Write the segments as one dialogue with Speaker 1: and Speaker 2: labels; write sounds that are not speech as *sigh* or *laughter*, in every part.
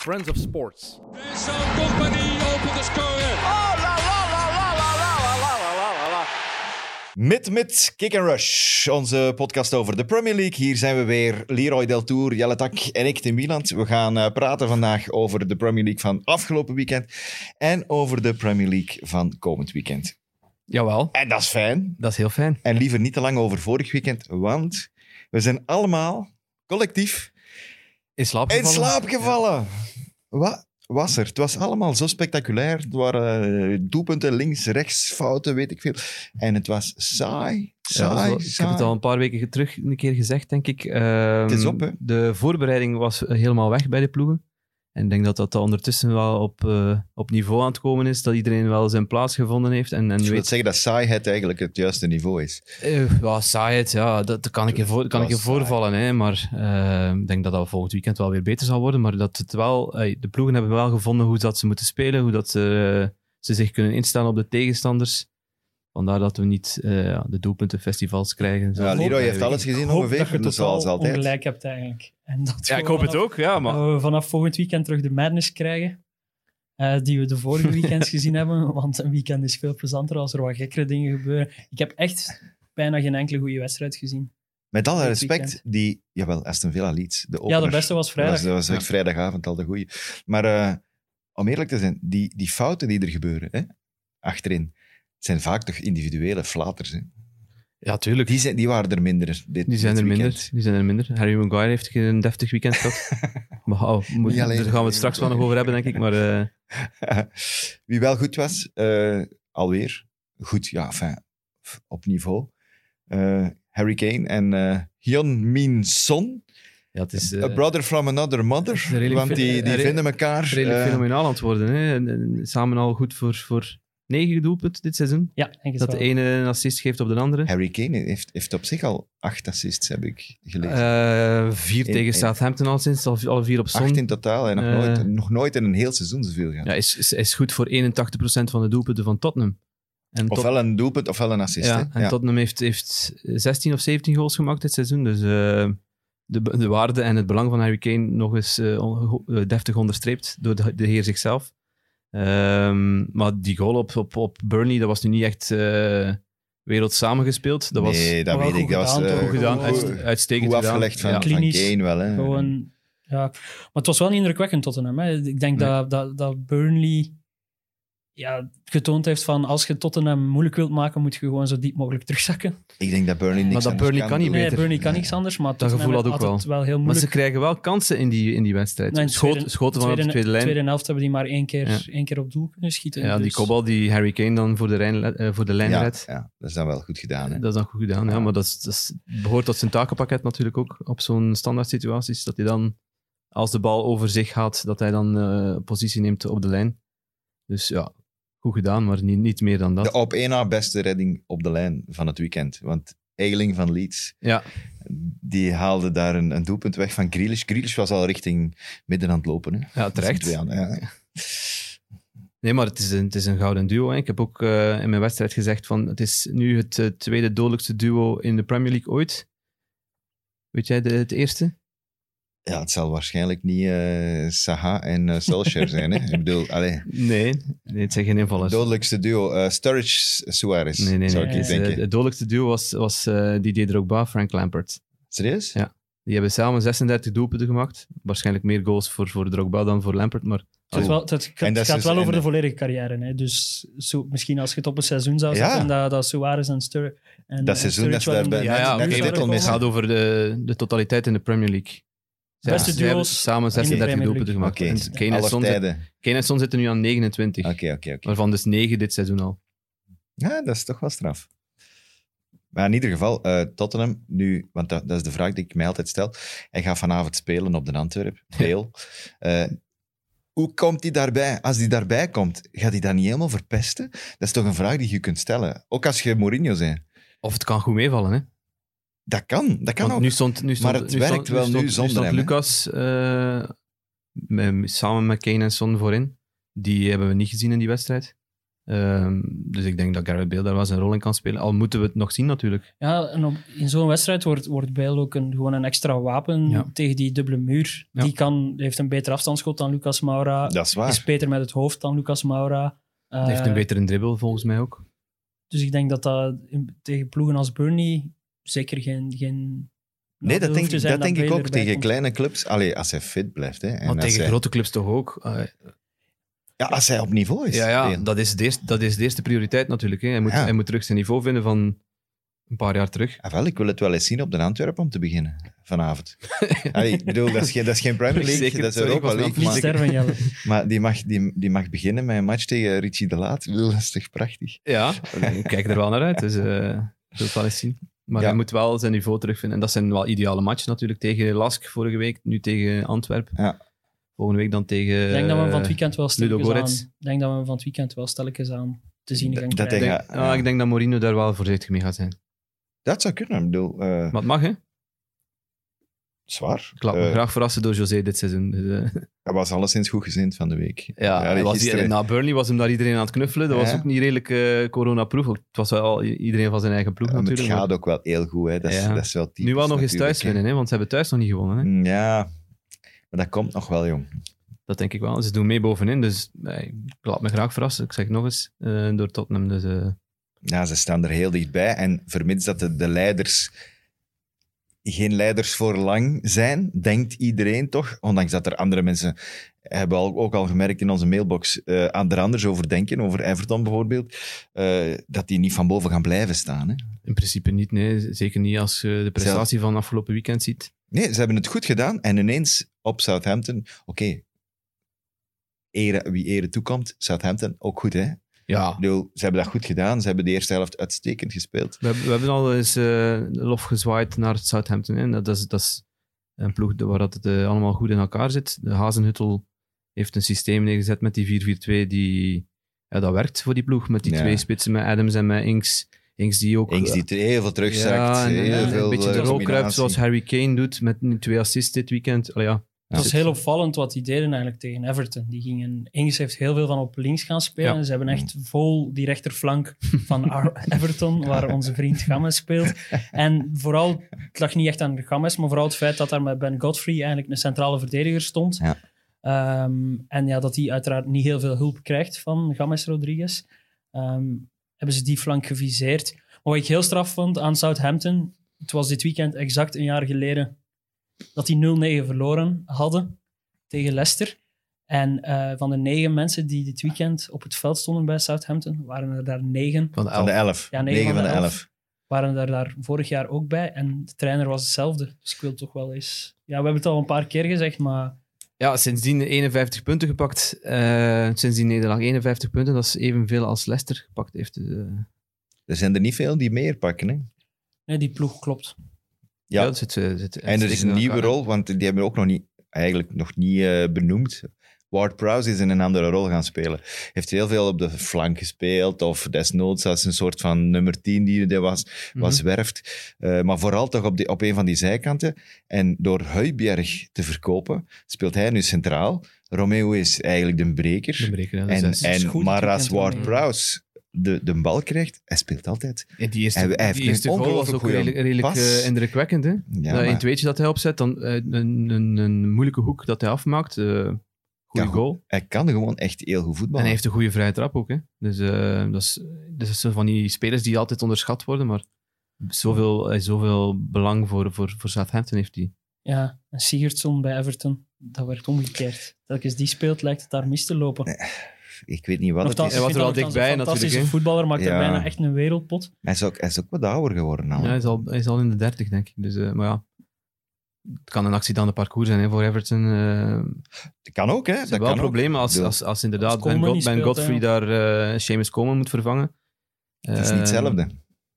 Speaker 1: Friends of Sports.
Speaker 2: Vincent Company opent de score. Oh, la la la la la la la la la la la.
Speaker 3: Mit Mit Kick and Rush, onze podcast over de Premier League. Hier zijn we weer, Leroy Del Tour, Jelle Tak en ik, Tim Wieland. We gaan eh, praten vandaag over de Premier League van afgelopen weekend en over de Premier League van komend weekend.
Speaker 1: Jawel,
Speaker 3: En dat is fijn.
Speaker 1: dat is heel fijn.
Speaker 3: En liever niet te lang over vorig weekend, want we zijn allemaal collectief
Speaker 1: In slaap
Speaker 3: in
Speaker 1: gevallen.
Speaker 3: slaap gevallen. Wat was er? Het was allemaal zo spectaculair. Het waren eh, doelpunten links, rechts, fouten, weet ik veel. En het was saai,
Speaker 1: Ja,
Speaker 3: saai,
Speaker 1: zo- ik heb
Speaker 3: saai.
Speaker 1: het al een paar weken ge- terug een keer gezegd, denk ik. Ehm,
Speaker 3: Het is op, hè?
Speaker 1: De voorbereiding was helemaal weg bij de ploegen. En ik denk dat dat ondertussen wel op, eh, op niveau aan het komen is. Dat iedereen wel zijn plaats gevonden heeft. En, en
Speaker 3: Dus je
Speaker 1: weet
Speaker 3: wilt zeggen dat saaiheid eigenlijk het juiste niveau is.
Speaker 1: Eh, ja, saaiheid, ja, dat, dat kan ik in, voor, kan ik in
Speaker 3: was saai.
Speaker 1: voorvallen. Hè, maar eh, ik denk dat dat volgend weekend wel weer beter zal worden. Maar dat het wel, eh, de ploegen hebben wel gevonden hoe dat ze moeten spelen, hoe dat ze, eh, ze zich kunnen instellen op de tegenstanders. Vandaar dat we niet eh, ja, de doelpuntenfestivals krijgen.
Speaker 3: Ja,
Speaker 1: zoals
Speaker 4: Oh,
Speaker 3: Leroy
Speaker 1: bij
Speaker 3: heeft
Speaker 1: de
Speaker 3: alles
Speaker 1: weekend.
Speaker 3: gezien
Speaker 4: hoop
Speaker 3: ongeveer,
Speaker 4: dat je
Speaker 3: dus
Speaker 4: totaal
Speaker 3: zoals altijd.
Speaker 4: ongelijk hebt eigenlijk. En dat
Speaker 1: Ja,
Speaker 4: we
Speaker 1: ik hoop het
Speaker 4: vanaf-
Speaker 1: ook, ja, maar...
Speaker 4: dat we vanaf volgend weekend terug de madness krijgen. eh, die we de
Speaker 3: *laughs*
Speaker 4: vorige weekends gezien hebben. Want een weekend is veel plezanter als er wat gekkere dingen gebeuren. Ik heb echt bijna geen enkele goede wedstrijd gezien.
Speaker 3: Met alle
Speaker 4: dit
Speaker 3: respect,
Speaker 4: weekend.
Speaker 3: die... Jawel, Aston Villa liet. De
Speaker 4: Ja, de
Speaker 3: opener.
Speaker 4: beste was
Speaker 3: Oh, Dat
Speaker 4: vrijdag.
Speaker 3: was, dat was echt vrijdagavond al de goeie. Maar eh, om eerlijk te zijn, die, die fouten die er gebeuren, hè, achterin, het zijn vaak toch individuele flaters. Hè?
Speaker 1: Ja, tuurlijk.
Speaker 3: Die, zijn, die waren er minder dit,
Speaker 1: Die zijn,
Speaker 3: dit
Speaker 1: er
Speaker 3: weekend.
Speaker 1: minder, die zijn er minder. Harry Maguire heeft een deftig weekend
Speaker 3: *laughs*
Speaker 1: gehad. maar, oh, moet,
Speaker 3: Niet alleen.
Speaker 1: daar gaan we het straks wel nog over hebben, denk ik. Maar eh,
Speaker 3: *laughs* Wie wel goed was, eh, alweer. Goed, ja, enfin, f- op niveau. Eh, Harry Kane en eh Hyun Min Son.
Speaker 1: ja, het is...
Speaker 3: A
Speaker 1: eh,
Speaker 3: brother from
Speaker 1: Het
Speaker 3: another
Speaker 1: is
Speaker 3: mother.
Speaker 1: een redelijk
Speaker 3: Want die,
Speaker 1: fe-
Speaker 3: die
Speaker 1: een re-
Speaker 3: vinden elkaar.
Speaker 1: redelijk
Speaker 3: eh,
Speaker 1: fenomenaal aan het worden. Hè? En- en Samen al goed voor, voor negen doelpunten dit seizoen.
Speaker 4: Ja, denk het
Speaker 1: Dat de
Speaker 4: wel.
Speaker 1: ene een assist geeft op de andere.
Speaker 3: Harry Kane heeft, heeft op zich al acht assists, heb ik gelezen.
Speaker 1: Eh, vier
Speaker 3: Eén-
Speaker 1: tegen
Speaker 3: één.
Speaker 1: Southampton al sinds, al- alle vier op
Speaker 3: acht in
Speaker 1: zon.
Speaker 3: totaal en nog,
Speaker 1: eh,
Speaker 3: nooit, nog nooit in een heel seizoen zoveel gehad.
Speaker 1: Ja, is, is, is goed voor 81% van de doelpunten van Tottenham. En, Tot-
Speaker 3: ofwel een doelpunt, ofwel een assist.
Speaker 1: ja,
Speaker 3: hè?
Speaker 1: en
Speaker 3: Ja.
Speaker 1: Tottenham heeft, heeft 16 of 17 goals gemaakt dit seizoen. Dus eh, de, be- de waarde en het belang van Harry Kane nog eens eh, on- ho- eh, deftig onderstreept door de, de heer zichzelf. Ehm, maar die goal op, op, op Burnley, dat was nu niet echt eh wereld samengespeeld. Dat was
Speaker 3: nee, dat
Speaker 4: Maar
Speaker 3: weet
Speaker 4: wel
Speaker 3: ik.
Speaker 4: goed
Speaker 3: Dat was
Speaker 4: gedaan,
Speaker 3: eh,
Speaker 4: toch?
Speaker 1: goed gedaan,
Speaker 4: Goed-
Speaker 1: uitst- uitstekend
Speaker 3: goed
Speaker 1: gedaan.
Speaker 3: afgelegd van,
Speaker 1: Ja.
Speaker 3: van
Speaker 4: Klinisch.
Speaker 3: Kane wel. Hè.
Speaker 4: Gewoon, ja. Maar het was wel indrukwekkend Tottenham. Hè. Ik denk
Speaker 1: Nee.
Speaker 4: dat, dat, dat Burnley ja, getoond heeft van als je Tottenham moeilijk wilt maken, moet je gewoon zo diep mogelijk terugzakken.
Speaker 3: Ik denk dat Burnley niks
Speaker 1: Maar dat
Speaker 3: anders
Speaker 1: Burnley kan niet
Speaker 3: doen.
Speaker 4: Nee,
Speaker 1: beter.
Speaker 4: Burnley kan niks anders, maar Tottenham
Speaker 1: gevoel had
Speaker 4: heeft
Speaker 1: ook
Speaker 4: altijd wel. heel
Speaker 1: Maar
Speaker 4: moeilijk.
Speaker 1: ze krijgen wel kansen in die, in die wedstrijd.
Speaker 4: Nee, in de
Speaker 1: Schoot-
Speaker 4: tweede-
Speaker 1: schoten van op de tweede lijn.
Speaker 4: tweede helft hebben die maar één keer,
Speaker 1: Ja.
Speaker 4: één keer op doel kunnen schieten.
Speaker 1: ja, die
Speaker 4: dus-
Speaker 1: kopbal die Harry Kane dan voor de, Rijn, eh, voor de lijn
Speaker 3: Ja,
Speaker 1: redt.
Speaker 3: ja, dat is dan wel goed gedaan. Hè.
Speaker 1: Dat is dan goed gedaan, ja.
Speaker 3: Ja.
Speaker 1: maar dat, is, dat is- behoort tot zijn takenpakket natuurlijk ook op zo'n standaard situaties. Dat hij dan, als de bal over zich gaat, dat hij dan eh, positie neemt op de lijn. Dus ja, goed gedaan, maar niet, niet meer dan dat.
Speaker 3: De op één na beste redding op de lijn van het weekend. Want Eiling van Leeds,
Speaker 1: Ja,
Speaker 3: die haalde daar een, een doelpunt weg van Grealish. Grealish was al richting midden aan het lopen. Hè.
Speaker 1: ja
Speaker 3: Dat is
Speaker 1: terecht.
Speaker 3: een twee aan, ja.
Speaker 1: Nee, maar het is een, het is een gouden duo. Hè. Ik heb ook eh, in mijn wedstrijd gezegd van het is nu het eh, tweede dodelijkste duo in de Premier League ooit. Weet jij de, het eerste?
Speaker 3: Ja, het zal waarschijnlijk niet eh, Saha en eh Solskjaer *laughs* zijn. Hè. Ik bedoel, allee.
Speaker 1: Nee. nee het zijn geen invallers.
Speaker 3: Dodelijkste duo. eh, Sturridge Suarez,
Speaker 1: nee, nee, nee.
Speaker 3: zou ik
Speaker 1: Het,
Speaker 3: eens
Speaker 1: is,
Speaker 3: denken.
Speaker 1: eh, het dodelijkste duo was, was eh Didier Drogba, Frank Lampert.
Speaker 3: Serieus?
Speaker 1: Ja. Die hebben samen 36 doelpunten gemaakt. Waarschijnlijk meer goals voor, voor Drogba dan voor Lampert, maar
Speaker 4: Het, is wel, het, het
Speaker 3: En dat
Speaker 4: gaat
Speaker 3: is dus-
Speaker 4: wel
Speaker 3: en-
Speaker 4: over de volledige carrière. Hè? Dus zo, misschien als je het op een seizoen zou zetten,
Speaker 3: Ja.
Speaker 4: dat, dat Suarez en Stur... En,
Speaker 3: Dat seizoen dat ze daar bij-
Speaker 1: Ja, ja,
Speaker 3: net
Speaker 1: oké,
Speaker 3: de
Speaker 1: maar
Speaker 3: titel
Speaker 1: het
Speaker 3: missen.
Speaker 1: gaat over de, de totaliteit in de Premier League. Zij-
Speaker 4: Beste
Speaker 1: zij
Speaker 4: duo's
Speaker 1: hebben samen 36
Speaker 4: in de Premier
Speaker 1: doelpunten gemaakt.
Speaker 3: Oké,
Speaker 1: En Kane, en
Speaker 3: Alle
Speaker 1: Son zit-
Speaker 3: tijden.
Speaker 1: Kane en Son zitten nu aan 29,
Speaker 3: Oké, oké, oké.
Speaker 1: waarvan dus 9 dit seizoen al.
Speaker 3: Ja, dat is toch wel straf. Maar in ieder geval, eh, Tottenham nu, want dat, dat is de vraag die ik mij altijd stel. Hij gaat vanavond spelen op de Antwerp, Bale. Eh, hoe komt hij daarbij? Als hij daarbij komt, gaat hij dat niet helemaal verpesten? Dat is toch een vraag die je kunt stellen. Ook als je Mourinho bent.
Speaker 1: Of het kan goed meevallen, hè?
Speaker 3: Dat kan, dat kan
Speaker 1: Want
Speaker 3: ook.
Speaker 1: nu stond, nu stond,
Speaker 3: Maar het
Speaker 1: nu
Speaker 3: werkt
Speaker 1: stond,
Speaker 3: wel nu
Speaker 1: stond-
Speaker 3: zonder
Speaker 1: stond
Speaker 3: hem, hè?
Speaker 1: Lucas eh, met- samen met Kane en Son voorin. Die hebben we niet gezien in die wedstrijd. Ehm, dus ik denk dat Gareth Bale daar wel zijn rol in kan spelen. Al moeten we het nog zien natuurlijk.
Speaker 4: Ja, en op- in zo'n wedstrijd wordt, wordt Bijl ook een, gewoon een extra wapen
Speaker 1: Ja.
Speaker 4: tegen die dubbele muur.
Speaker 1: Ja.
Speaker 4: Die kan, die heeft een beter afstandsschot dan Lucas Moura.
Speaker 3: Dat is
Speaker 4: Is
Speaker 3: waar.
Speaker 4: beter met het hoofd dan Lucas Moura. Eh,
Speaker 1: Hij heeft een betere dribbel volgens mij ook.
Speaker 4: Dus ik denk dat dat in- tegen ploegen als Burnley zeker geen... geen
Speaker 3: Nee,
Speaker 4: nadeel
Speaker 3: dat
Speaker 4: hoeft
Speaker 3: denk,
Speaker 4: te
Speaker 3: ik-
Speaker 4: zijn
Speaker 3: dat denk ik
Speaker 4: Bale
Speaker 3: ook
Speaker 4: erbij
Speaker 3: tegen
Speaker 4: komt.
Speaker 3: kleine clubs. Allee, als hij fit blijft. Hè, en
Speaker 1: Maar
Speaker 3: als
Speaker 1: tegen
Speaker 3: hij-
Speaker 1: grote clubs toch ook. Eh,
Speaker 3: Ja, als hij op niveau is.
Speaker 1: ja, ja
Speaker 3: Bale.
Speaker 1: dat, is de eerste, dat is de eerste prioriteit natuurlijk. Hè. Hij, moet,
Speaker 3: Ja.
Speaker 1: hij moet terug zijn niveau vinden van een paar jaar terug.
Speaker 3: Ah, wel, ik wil het wel eens zien op de Antwerpen om te beginnen vanavond.
Speaker 1: *laughs*
Speaker 3: Allee, ik bedoel, dat is geen, dat is geen Premier League,
Speaker 1: Zeker,
Speaker 3: dat is
Speaker 1: sorry, ik was
Speaker 3: Europa
Speaker 1: me aan het
Speaker 3: League.
Speaker 4: Niet
Speaker 3: Maar,
Speaker 4: sterven, Jelle.
Speaker 3: maar die, mag, die, die mag beginnen met een match tegen Richie de Laat. Ik bedoel, Dat is toch prachtig?
Speaker 1: Ja, ik kijk er wel naar uit. Dus eh, ik wil het wel eens zien. Maar
Speaker 3: Ja.
Speaker 1: hij moet wel zijn niveau terugvinden. En dat zijn wel ideale matchen natuurlijk. Tegen Lask vorige week, nu tegen Antwerpen.
Speaker 3: Ja.
Speaker 1: Volgende week dan tegen...
Speaker 4: Ik denk dat we hem van het
Speaker 1: eh,
Speaker 4: weekend wel stelkens aan...
Speaker 1: Goretz.
Speaker 4: Ik denk dat we hem van het weekend wel stelkens aan te zien gaan
Speaker 3: Dat- dat
Speaker 4: krijgen.
Speaker 1: denk-
Speaker 3: Ja,
Speaker 1: ah,
Speaker 3: ja.
Speaker 1: Ik denk dat Mourinho daar wel voorzichtig mee gaat zijn.
Speaker 3: Dat zou kunnen. Ik bedoel, eh,
Speaker 1: Maar het mag, hè?
Speaker 3: zwaar.
Speaker 1: Ik laat me
Speaker 3: Eh,
Speaker 1: graag verrassen door José dit seizoen. Dus, eh,
Speaker 3: Hij was alleszins goed gezind van de week.
Speaker 1: ja, hij was
Speaker 3: gisteren.
Speaker 1: hier- na Burnley was hem daar iedereen aan het knuffelen. Dat was
Speaker 3: Ja.
Speaker 1: ook niet redelijk eh coronaproof. Ook- Het was wel i- iedereen van zijn eigen ploeg
Speaker 3: Ja, maar
Speaker 1: natuurlijk.
Speaker 3: het
Speaker 1: maar
Speaker 3: gaat ook wel heel goed. Hè. Dat, is,
Speaker 1: Ja.
Speaker 3: dat is wel typisch.
Speaker 1: nu wel nog eens
Speaker 3: natuurlijk,
Speaker 1: thuis
Speaker 3: hè. Hm.
Speaker 1: winnen, hè? want ze hebben thuis nog niet gewonnen. Hè?
Speaker 3: Ja, maar dat komt nog wel, jong.
Speaker 1: Dat denk ik wel. Ze doen mee bovenin, dus eh, ik laat me graag verrassen. Ik zeg het nog eens, eh, door Tottenham. Dus, eh,
Speaker 3: Ja, ze staan er heel dichtbij. En vermits dat de, de leiders geen leiders voor lang zijn, denkt iedereen toch, ondanks dat er andere mensen hebben al, ook al gemerkt in onze mailbox, eh, aan er anders over denken, over Everton bijvoorbeeld, eh, dat die niet van boven gaan blijven staan. Hè.
Speaker 1: in principe niet, nee. Zeker niet als je de prestatie van afgelopen weekend ziet.
Speaker 3: Nee, ze hebben het goed gedaan. En ineens op Southampton, oké, ere, wie ere toekomt, Southampton ook goed, hè?
Speaker 1: Ja,
Speaker 3: Ik bedoel, ze hebben dat goed gedaan. Ze hebben de eerste helft uitstekend gespeeld.
Speaker 1: We, hebben- we hebben al eens eh, lof gezwaaid naar het Southampton. Hè. Dat, is, dat is een ploeg de- waar dat het eh, allemaal goed in elkaar zit. De Hazenhuttel heeft een systeem neergezet met die 4-4-2 die... Ja, dat werkt voor die ploeg. Met die
Speaker 3: Ja.
Speaker 1: twee spitsen, met Adams en met Inks. Inks die ook... eh,
Speaker 3: Inks die te- heel veel terugzakt.
Speaker 1: Ja, en- en-
Speaker 3: heel
Speaker 1: en
Speaker 3: veel
Speaker 1: een beetje de rol
Speaker 3: eh,
Speaker 1: kruipt
Speaker 3: combinatie.
Speaker 1: zoals Harry Kane doet met nu twee assists dit weekend. Allee, ja.
Speaker 4: Het was
Speaker 1: Ja.
Speaker 4: heel opvallend wat die deden eigenlijk tegen Everton. Die gingen, Ings heeft heel veel van op links gaan spelen.
Speaker 1: Ja. Mm.
Speaker 4: Ze hebben echt vol die rechterflank
Speaker 1: *laughs*
Speaker 4: van Ar- Everton, waar onze vriend Gammes speelt. En vooral, het lag niet echt aan Gammes, maar vooral het feit dat daar met Ben Godfrey eigenlijk een centrale verdediger stond.
Speaker 3: Ja.
Speaker 4: Ehm, en ja, dat hij uiteraard niet heel veel hulp krijgt van Gammes Rodriguez. Ehm, hebben ze die flank geviseerd. Maar wat ik heel straf vond aan Southampton, het was dit weekend exact een jaar geleden dat die 0-9 verloren hadden tegen Leicester. En eh, van de negen mensen die dit weekend op het veld stonden bij Southampton, waren er daar negen.
Speaker 1: Van de
Speaker 3: Van de
Speaker 1: elf.
Speaker 3: elf.
Speaker 4: Ja,
Speaker 3: Negen van de elf.
Speaker 4: Waren er daar vorig jaar ook bij. En de trainer was hetzelfde. Dus ik wil toch wel eens... Ja, we hebben het al een paar keer gezegd, maar
Speaker 1: Ja, sindsdien 51 punten gepakt. Eh sinds die nederlaag 51 punten. Dat is evenveel als Leicester gepakt heeft. Dus, eh,
Speaker 3: Er zijn er niet veel die meer pakken. Hè? Ja,
Speaker 4: nee, die ploeg klopt.
Speaker 1: ja, het zit, eh, zit
Speaker 3: en er is een
Speaker 1: uitstekend in
Speaker 3: nieuwe
Speaker 1: elkaar.
Speaker 3: rol, want die hebben we ook nog niet, eigenlijk nog niet eh, benoemd. Ward Prowse is in een andere rol gaan spelen. Heeft heel veel op de flank gespeeld, of desnoods als een soort van nummer 10 die er was.
Speaker 1: Mhm.
Speaker 3: was werft. Eh, maar vooral toch op, die, op een van die zijkanten. En door Huiberg te verkopen, speelt hij nu centraal. Romeo is eigenlijk de breker.
Speaker 1: De breker, Dus ja, de
Speaker 3: en
Speaker 1: zes.
Speaker 4: is
Speaker 3: en
Speaker 4: goed
Speaker 3: maar
Speaker 4: dat je
Speaker 3: als
Speaker 4: kent, Romeo.
Speaker 3: Ward-Prowse de, de bal krijgt, hij speelt altijd.
Speaker 1: Ja, die eerste,
Speaker 3: Hij- hij heeft
Speaker 1: die
Speaker 3: een
Speaker 1: eerste goal was
Speaker 3: ongelooflijk
Speaker 1: ook
Speaker 3: goeie
Speaker 1: redelijk, redelijk
Speaker 3: pas.
Speaker 1: eh, indrukwekkend. Hè?
Speaker 3: Ja,
Speaker 1: dat
Speaker 3: maar-
Speaker 1: een tweetje dat hij opzet, dan eh, een, een, een moeilijke hoek dat hij afmaakt. eh goede
Speaker 3: Ja, goed.
Speaker 1: goal.
Speaker 3: hij kan gewoon echt heel goed voetballen.
Speaker 1: En hij heeft een goede vrije trap ook. Hè? Dus eh, dat, is, dat is zo van die spelers die altijd onderschat worden, maar zoveel, hij heeft zoveel belang voor, voor, voor Southampton heeft hij.
Speaker 4: Ja, en Sigurdsson bij Everton, dat werd omgekeerd. Telkens die speelt, lijkt het daar mis te lopen.
Speaker 3: Ik weet niet wat het
Speaker 4: Nochtans,
Speaker 3: is.
Speaker 1: hij was
Speaker 4: ik
Speaker 1: er
Speaker 4: vind
Speaker 1: wel
Speaker 4: dat
Speaker 1: dichtbij
Speaker 4: Een fantastische
Speaker 1: natuurlijk,
Speaker 4: voetballer, maakt er
Speaker 3: Ja.
Speaker 4: bijna echt een wereldpot.
Speaker 3: Hij is ook, hij is ook wat ouder geworden.
Speaker 1: Ja,
Speaker 3: al.
Speaker 1: hij, is al, hij is al in de 30, denk ik. Dus, eh, maar ja, het kan een actie dan de parcours zijn hè, voor Everton. eh
Speaker 3: Dat kan ook, hè?
Speaker 1: Ze
Speaker 3: Dat
Speaker 1: hebben wel
Speaker 3: kan ook.
Speaker 1: problemen als,
Speaker 3: Ik bedoel,
Speaker 1: als, als inderdaad
Speaker 4: als
Speaker 1: Ben,
Speaker 4: Coleman
Speaker 1: God-
Speaker 4: niet
Speaker 1: Ben
Speaker 4: speelt,
Speaker 1: Godfrey
Speaker 4: hè,
Speaker 1: daar eh Seamus Coleman moet vervangen. Eh,
Speaker 3: Het is niet hetzelfde.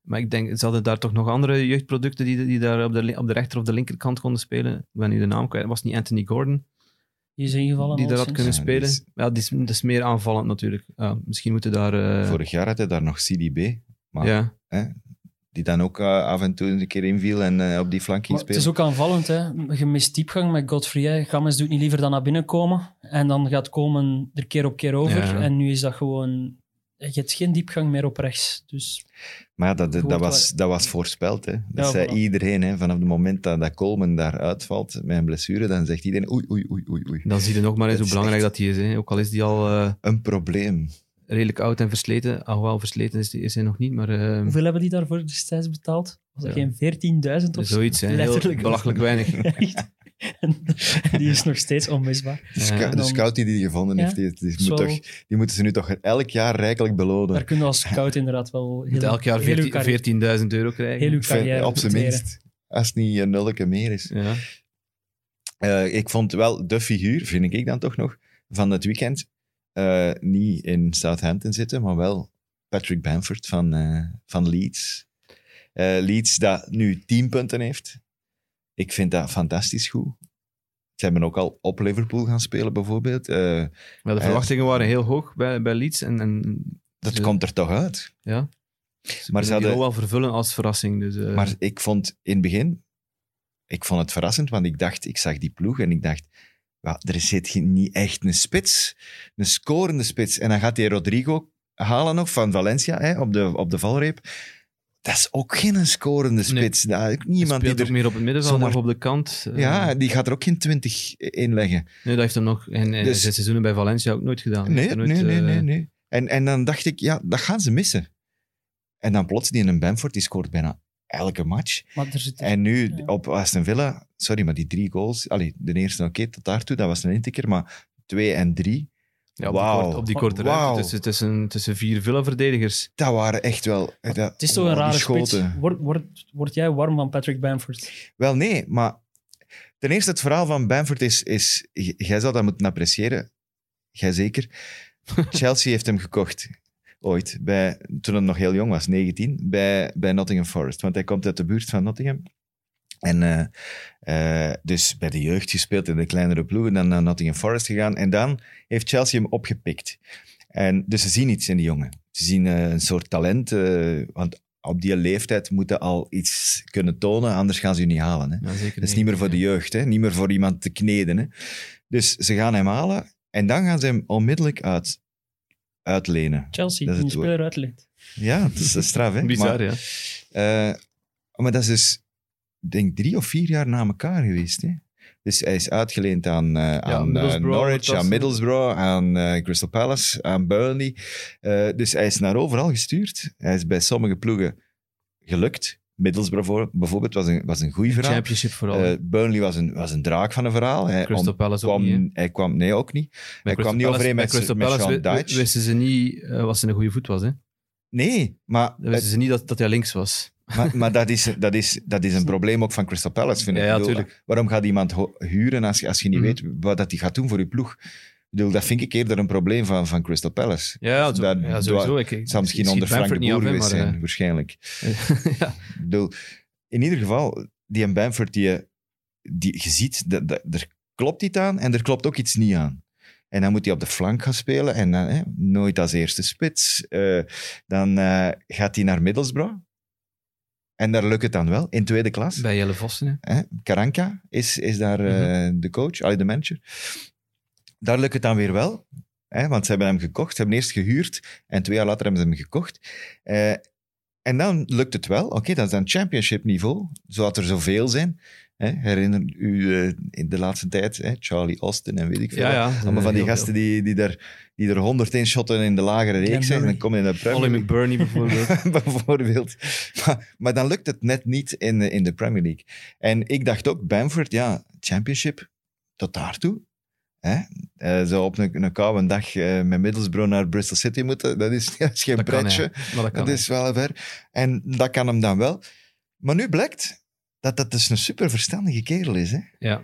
Speaker 1: Maar ik denk, ze hadden daar toch nog andere jeugdproducten die, die daar op de, li- op de rechter of de linkerkant konden spelen. Ik ben nu de naam kwijt. Was niet Anthony Gordon
Speaker 4: Die is ingevallen.
Speaker 1: die daar had
Speaker 4: alleszins.
Speaker 1: kunnen
Speaker 3: Ja, die
Speaker 1: spelen?
Speaker 3: is-
Speaker 1: Ja, die is, dat is meer aanvallend natuurlijk. Ja, misschien moeten daar... eh,
Speaker 3: Vorig jaar had hij daar nog CDB, maar-
Speaker 1: ja.
Speaker 3: die dan ook eh, af en toe een keer inviel en eh, op die flank ging
Speaker 4: Maar het
Speaker 3: spelen.
Speaker 4: is ook aanvallend, hè. Je mist diepgang met Godfrey. Hè. Games doet niet liever dan naar binnen komen. En dan gaat komen er keer op keer over.
Speaker 1: Ja.
Speaker 4: En nu is dat gewoon... je hebt geen diepgang meer op rechts. Dus
Speaker 3: Maar ja, dat, dat,
Speaker 4: Gewoon
Speaker 3: was,
Speaker 4: wel-
Speaker 3: dat was voorspeld. Hè. Dat
Speaker 4: eh, Ja,
Speaker 3: zei
Speaker 4: voilà.
Speaker 3: iedereen. Hè. Vanaf het moment dat, dat Coleman daar uitvalt met een blessure, dan zegt iedereen oei, oei, oei, oei, oei.
Speaker 1: Dan zie je nog maar eens
Speaker 3: Dat
Speaker 1: hoe
Speaker 3: is
Speaker 1: belangrijk
Speaker 3: echt-
Speaker 1: dat hij is. Hè. Ook al is die al eh,
Speaker 3: Een probleem.
Speaker 1: redelijk oud en versleten. Alhoewel, versleten is, die- is hij nog niet, maar eh,
Speaker 4: hoeveel hebben die daarvoor destijds betaald? Was dat
Speaker 1: Ja.
Speaker 4: geen 14.000 of zo?
Speaker 1: zoiets. Hè. Heel
Speaker 4: letterlijk.
Speaker 1: belachelijk
Speaker 4: *laughs*
Speaker 1: weinig.
Speaker 4: Ja, echt. En die is nog steeds onmisbaar.
Speaker 3: De,
Speaker 1: Ja,
Speaker 3: scou-
Speaker 1: en
Speaker 3: de
Speaker 4: dan-
Speaker 3: scout die die gevonden
Speaker 4: Ja,
Speaker 3: heeft, die, die
Speaker 4: zo-
Speaker 3: moet toch, die moeten ze nu toch elk jaar rijkelijk belonen.
Speaker 4: Daar kunnen we als scout inderdaad wel
Speaker 1: Je moet
Speaker 4: heel,
Speaker 1: elk jaar
Speaker 4: heel uw carrière-
Speaker 1: 14 14.000 euro krijgen.
Speaker 4: heel uw
Speaker 3: Ik vind-
Speaker 4: carrière
Speaker 3: op zijn
Speaker 4: profiteren.
Speaker 3: minst. Als het niet een nulleke meer is.
Speaker 1: Ja.
Speaker 3: Eh, ik vond wel de figuur, vind ik dan toch nog, van het weekend eh, niet in Southampton zitten, maar wel Patrick Bamford van, eh, van Leeds. Eh, Leeds dat nu 10 punten heeft. Ik vind dat fantastisch goed. Ze hebben ook al op Liverpool gaan spelen, bijvoorbeeld. Eh,
Speaker 1: Maar de
Speaker 3: Eh,
Speaker 1: verwachtingen waren heel hoog bij, bij Leeds. En, en
Speaker 3: dat
Speaker 1: Ze-
Speaker 3: komt er toch uit.
Speaker 1: ja, ze maar
Speaker 3: Maar
Speaker 1: ze hadden...
Speaker 3: ze hadden-
Speaker 1: wel vervullen als verrassing. Dus, eh,
Speaker 3: Maar ik vond in het begin, ik vond het verrassend, want ik dacht, ik zag die ploeg en ik dacht, ja, er zit geen- niet echt een spits, een scorende spits. En dan gaat die Rodrigo halen nog van Valencia hè, op, de, op de valreep. Dat is ook geen scorende spits. Dat-
Speaker 1: hij
Speaker 3: niemand die
Speaker 1: speelt ook
Speaker 3: er...
Speaker 1: meer op het middenveld
Speaker 3: zomaar-
Speaker 1: of op de kant. eh.
Speaker 3: Ja, die gaat er ook geen 20 in leggen.
Speaker 1: Nee, dat heeft hem nog in, in
Speaker 3: Dus-
Speaker 1: zes seizoenen bij Valencia ook nooit gedaan. Hij
Speaker 3: Nee,
Speaker 1: heeft er nooit,
Speaker 3: nee, nee,
Speaker 1: eh,
Speaker 3: nee. nee. En, en dan dacht ik, ja, dat gaan ze missen. En dan plots die in een Bamford, die scoort bijna elke match.
Speaker 4: Maar er zit
Speaker 3: En nu
Speaker 4: Ja.
Speaker 3: op Aston Villa, sorry, maar die drie goals. Allee, de eerste, oké, tot daartoe, dat was een intikker, maar twee en drie,
Speaker 1: Ja, op,
Speaker 3: Wauw.
Speaker 1: die korte, op die korte
Speaker 3: Wauw.
Speaker 1: ruimte tussen, tussen, tussen vier Villa-verdedigers.
Speaker 3: dat waren echt wel. Dat,
Speaker 4: het is toch
Speaker 3: oh,
Speaker 4: een
Speaker 3: die
Speaker 4: rare spits.
Speaker 3: schoten.
Speaker 4: Word, word, word jij warm van Patrick Bamford?
Speaker 3: Wel nee, maar ten eerste, het verhaal van Bamford is. is j- jij zou dat moeten appreciëren, jij zeker. Chelsea heeft hem gekocht. Ooit, bij, toen hij nog heel jong was, 19, bij, bij Nottingham Forest. Want hij komt uit de buurt van Nottingham. En eh, eh, dus bij de jeugd gespeeld in de kleinere ploegen, dan naar Nottingham Forest gegaan. En dan heeft Chelsea hem opgepikt. En, dus ze zien iets in die jongen. Ze zien eh, een soort talent, eh, want op die leeftijd moeten al iets kunnen tonen, anders gaan ze je niet halen. Hè.
Speaker 1: Ja, zeker
Speaker 3: Dat is niet meer voor de jeugd, hè? niet meer voor iemand te kneden. Hè? Dus ze gaan hem halen en dan gaan ze hem onmiddellijk uit, uitlenen.
Speaker 4: Chelsea,
Speaker 3: Dat
Speaker 4: die
Speaker 3: is
Speaker 4: een
Speaker 3: het woord.
Speaker 4: speler uitleent. *laughs*
Speaker 3: Ja, dat is eh, straf. Hè?
Speaker 1: Bizar,
Speaker 3: maar,
Speaker 1: ja.
Speaker 3: eh, maar dat is dus, ik denk drie of vier jaar na elkaar geweest. Hè? Dus hij is uitgeleend aan, eh, aan eh,
Speaker 1: Middlesbrough,
Speaker 3: Norwich,
Speaker 1: dat is-
Speaker 3: aan Middlesbrough, aan eh, Crystal Palace, aan Burnley. Eh, dus hij is naar overal gestuurd. Hij is bij sommige ploegen gelukt. Middlesbrough voor- bijvoorbeeld was een, was een goede verhaal.
Speaker 1: Championship vooral.
Speaker 3: Eh, Burnley was een, was een draak van een verhaal. Hij
Speaker 1: Crystal
Speaker 3: ont-
Speaker 1: Palace ook
Speaker 3: kwam,
Speaker 1: niet, hè.
Speaker 3: hij kwam, nee, ook niet.
Speaker 1: Bij
Speaker 3: hij kwam niet
Speaker 1: Crystal
Speaker 3: overeen
Speaker 1: Palace-
Speaker 3: met-
Speaker 1: bij Crystal
Speaker 3: met
Speaker 1: Palace
Speaker 3: Sean
Speaker 1: wi-
Speaker 3: Dyche.
Speaker 1: wisten ze niet eh, wat zijn een goede voet was. Hè?
Speaker 3: Nee, maar,
Speaker 1: Dan wisten ze niet dat, dat hij links was.
Speaker 3: maar, maar dat, is, dat, is,
Speaker 1: *laughs*
Speaker 3: dat is een probleem ook van Crystal Palace, vind ik.
Speaker 1: Ja, ja,
Speaker 3: Ik bedoel, Waarom gaat iemand ho- huren als je, als je niet
Speaker 1: Mhm.
Speaker 3: weet wat dat die gaat doen voor je ploeg? Ik bedoel, dat vind ik eerder een probleem van, van Crystal Palace.
Speaker 1: Ja, ja, zo-
Speaker 3: Daar-
Speaker 1: ja sowieso. Ik,
Speaker 3: Het zou misschien
Speaker 1: ik
Speaker 3: onder
Speaker 1: schiet
Speaker 3: Frank de
Speaker 1: Bamford niet
Speaker 3: Boer
Speaker 1: af, hè,
Speaker 3: geweest zijn,
Speaker 1: maar,
Speaker 3: waarschijnlijk. *laughs*
Speaker 1: eh, ja.
Speaker 3: Ik bedoel, in ieder geval, die en Bamford, die, je- die, je ziet, dat, dat, er klopt iets aan en er klopt ook iets niet aan. En dan moet hij op de flank gaan spelen en dan, hè, nooit als eerste spits. Eh, dan eh, gaat hij naar Middlesbrough. En daar lukt het dan wel, in tweede klas.
Speaker 1: Bij Jelle Vossen. hè.
Speaker 3: Hè? Karanka is, is daar eh,
Speaker 1: Mhm.
Speaker 3: de coach, allee, de manager. Daar lukt het dan weer wel, hè? want ze hebben hem gekocht. Ze hebben eerst gehuurd en twee jaar later hebben ze hem gekocht. Eh, en dan lukt het wel. Oké, dat is dan championship niveau, zodat er zoveel zijn. Hè? Herinner u eh, in de laatste tijd, hè? Charlie Austin en weet ik veel.
Speaker 1: Ja,
Speaker 3: wat.
Speaker 1: ja.
Speaker 3: Allemaal van die
Speaker 1: Heel
Speaker 3: gasten die, die, er, die er 101 shotten in de lagere reeks zijn.
Speaker 4: Murray.
Speaker 3: Dan kom je in de
Speaker 1: veel.
Speaker 3: Premier
Speaker 1: Ollie McBurney
Speaker 3: League. *laughs*
Speaker 1: bijvoorbeeld.
Speaker 3: bijvoorbeeld. Maar, maar dan lukt het net niet in, de- in de Premier League. En ik dacht ook, Bamford, ja, championship, tot daartoe. Hè? Eh, zo op een, een koude dag eh, met Middlesbrough naar Bristol City moeten, dat is, *laughs* dat is geen
Speaker 1: Dat kan,
Speaker 3: pretje.
Speaker 1: ja. Maar dat kan.
Speaker 3: Dat is wel ver. En dat kan hem dan wel. Maar nu blijkt dat dat dus een super verstandige kerel is. Hè?
Speaker 1: hè. Ja.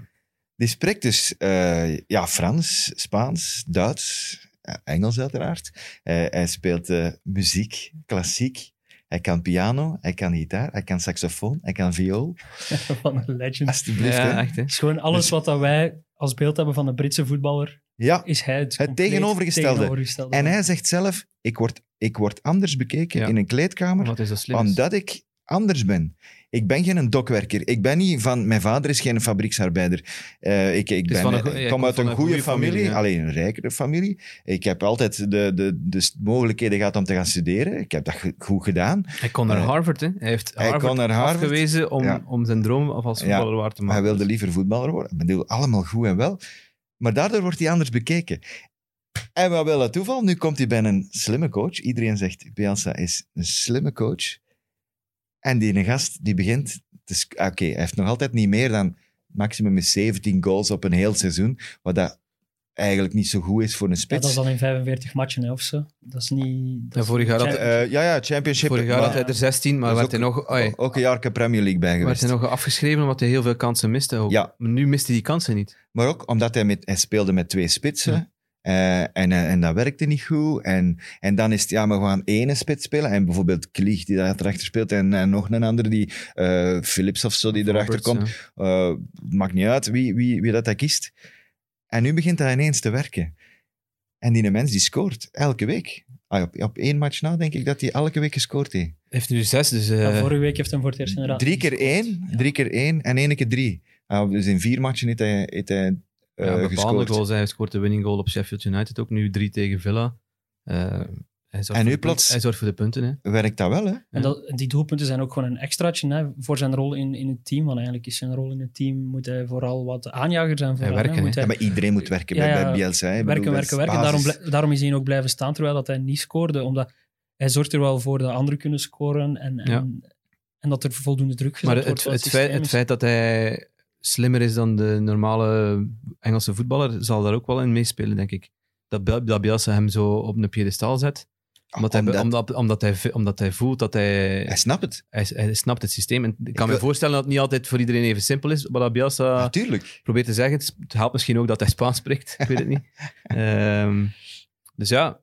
Speaker 3: Die spreekt dus eh, ja, Frans, Spaans, Duits, eh, Engels uiteraard. Eh, hij speelt eh, muziek, klassiek. Hij kan piano, hij kan gitaar, hij kan saxofoon, hij kan viool.
Speaker 4: Van een legend.
Speaker 3: Alsjeblieft,
Speaker 1: ja,
Speaker 3: hè.
Speaker 1: echt hè.
Speaker 4: Het is gewoon
Speaker 3: Dus-
Speaker 4: alles wat dat wij als beeld hebben van een Britse voetballer,
Speaker 3: Ja,
Speaker 4: is hij het,
Speaker 3: Het
Speaker 4: compleet
Speaker 3: tegenovergestelde.
Speaker 4: tegenovergestelde
Speaker 3: en
Speaker 4: van.
Speaker 3: hij zegt zelf, ik word, ik word anders bekeken
Speaker 1: Ja.
Speaker 3: in een kleedkamer,
Speaker 1: Wat is dat slim? is.
Speaker 3: omdat ik anders ben. Ik ben geen dokwerker. Ik ben niet van... Mijn vader is geen fabrieksarbeider. Eh, ik ik
Speaker 1: Dus
Speaker 3: ben,
Speaker 1: van een
Speaker 3: ik
Speaker 1: goe- jij
Speaker 3: kom
Speaker 1: komt
Speaker 3: uit
Speaker 1: van
Speaker 3: een
Speaker 1: een
Speaker 3: goede
Speaker 1: goede
Speaker 3: familie.
Speaker 1: familie, ja.
Speaker 3: alleen een rijkere familie. Ik heb altijd de, de, de s- mogelijkheden gehad om te gaan studeren. Ik heb dat ge- goed gedaan.
Speaker 1: Hij kon naar
Speaker 3: Eh,
Speaker 1: Harvard, hè. Hij heeft
Speaker 3: hij
Speaker 1: Harvard,
Speaker 3: kon naar Harvard.
Speaker 1: afgewezen om,
Speaker 3: Ja.
Speaker 1: om zijn droom af als
Speaker 3: Ja,
Speaker 1: voetballer waar te
Speaker 3: Maar
Speaker 1: maken.
Speaker 3: hij wilde liever voetballer worden. Ik bedoel, allemaal goed en wel. Maar daardoor wordt hij anders bekeken. En wat wil dat toeval? Nu komt hij bij een slimme coach. Iedereen zegt, Bielsa is een slimme coach. En die gast, die begint... te sc- Oké, hij heeft nog altijd niet meer dan... Maximum is 17 goals op een heel seizoen. Wat dat eigenlijk niet zo goed is voor een
Speaker 4: Ja, dat
Speaker 3: spits.
Speaker 4: is dan in 45 matchen hè, of zo. Dat is niet... Dat
Speaker 1: Ja,
Speaker 4: is
Speaker 1: vorig jaar had-
Speaker 4: Ja,
Speaker 3: Eh, ja, ja, championship.
Speaker 1: Vorig jaar
Speaker 3: maar
Speaker 1: had hij er 16, maar
Speaker 3: dat
Speaker 1: werd
Speaker 3: is
Speaker 1: hij nog... oei,
Speaker 3: ook een jaar Premier League bij
Speaker 1: werd
Speaker 3: geweest.
Speaker 1: hij nog afgeschreven omdat hij heel veel kansen miste. Ook.
Speaker 3: Ja.
Speaker 1: Maar nu miste hij die kansen niet.
Speaker 3: Maar ook omdat hij, met, hij speelde met twee spitsen. eh, en, eh, en dat werkte niet goed. En, en dan is het, ja, maar we gaan ene spits spelen. En bijvoorbeeld Klieg, die daar achter speelt. En, en nog een ander, die eh, Philips of zo, die erachter
Speaker 1: Roberts,
Speaker 3: komt.
Speaker 1: ja.
Speaker 3: Eh, maakt niet uit wie, wie, wie dat hij kiest. En nu begint hij ineens te werken. En die mens, die scoort elke week. Ah, op, op één match na denk ik dat hij elke week gescoord heeft.
Speaker 1: Hij heeft nu 6, dus... eh,
Speaker 4: ja, vorige week heeft hem voor het eerst inderdaad...
Speaker 3: Drie keer
Speaker 4: gescoord.
Speaker 3: één,
Speaker 4: Ja.
Speaker 3: drie keer één en één keer drie. Ah, dus in vier matchen heeft hij, heeft hij eh,
Speaker 1: Ja, bepaalde
Speaker 3: gescoord.
Speaker 1: goals. Hij scoort de winning goal op Sheffield United ook. Nu 3 tegen Villa. Eh, hij zorgt
Speaker 3: En nu
Speaker 1: voor de
Speaker 3: plots-
Speaker 1: punten- Hij zorgt voor de punten, hè.
Speaker 3: Werkt dat wel, hè?
Speaker 4: En dat, die doelpunten zijn ook gewoon een extraatje hè, voor zijn rol in, in het team. Want eigenlijk is zijn rol in het team, moet hij vooral wat aanjager zijn. Vooral,
Speaker 1: werken, hè.
Speaker 4: Moet
Speaker 3: Ja, maar iedereen moet werken
Speaker 4: Ja,
Speaker 3: bij,
Speaker 4: ja.
Speaker 3: bij Bielsa. hè. Ik
Speaker 4: werken,
Speaker 3: bedoel, dat
Speaker 4: werken,
Speaker 3: is
Speaker 4: werken. Daarom,
Speaker 3: basis.
Speaker 4: blij- daarom is hij ook blijven staan, terwijl dat hij niet scoorde. Omdat hij zorgt er wel voor dat anderen kunnen scoren en, en, en dat er voldoende druk gezet
Speaker 1: Maar
Speaker 4: wordt.
Speaker 1: het,
Speaker 4: voor
Speaker 1: het, feit,
Speaker 4: systeem
Speaker 1: het
Speaker 4: is-
Speaker 1: feit dat hij slimmer is dan de normale Engelse voetballer, zal daar ook wel in meespelen, denk ik. Dat, Bel- dat Bielsa hem zo op een piedestal zet. Omdat, hij,
Speaker 3: Omdat-
Speaker 1: omdat, omdat, hij, ve- omdat hij voelt dat hij,
Speaker 3: Hij snapt het,
Speaker 1: hij, hij snapt het systeem. En ik kan me
Speaker 3: wil-
Speaker 1: voorstellen dat het niet altijd voor iedereen even simpel is. Wat dat Bielsa
Speaker 3: natuurlijk.
Speaker 1: probeert te zeggen. Het het helpt misschien ook dat hij Spaans spreekt. Ik weet het
Speaker 3: *laughs*
Speaker 1: niet. Ehm, dus ja,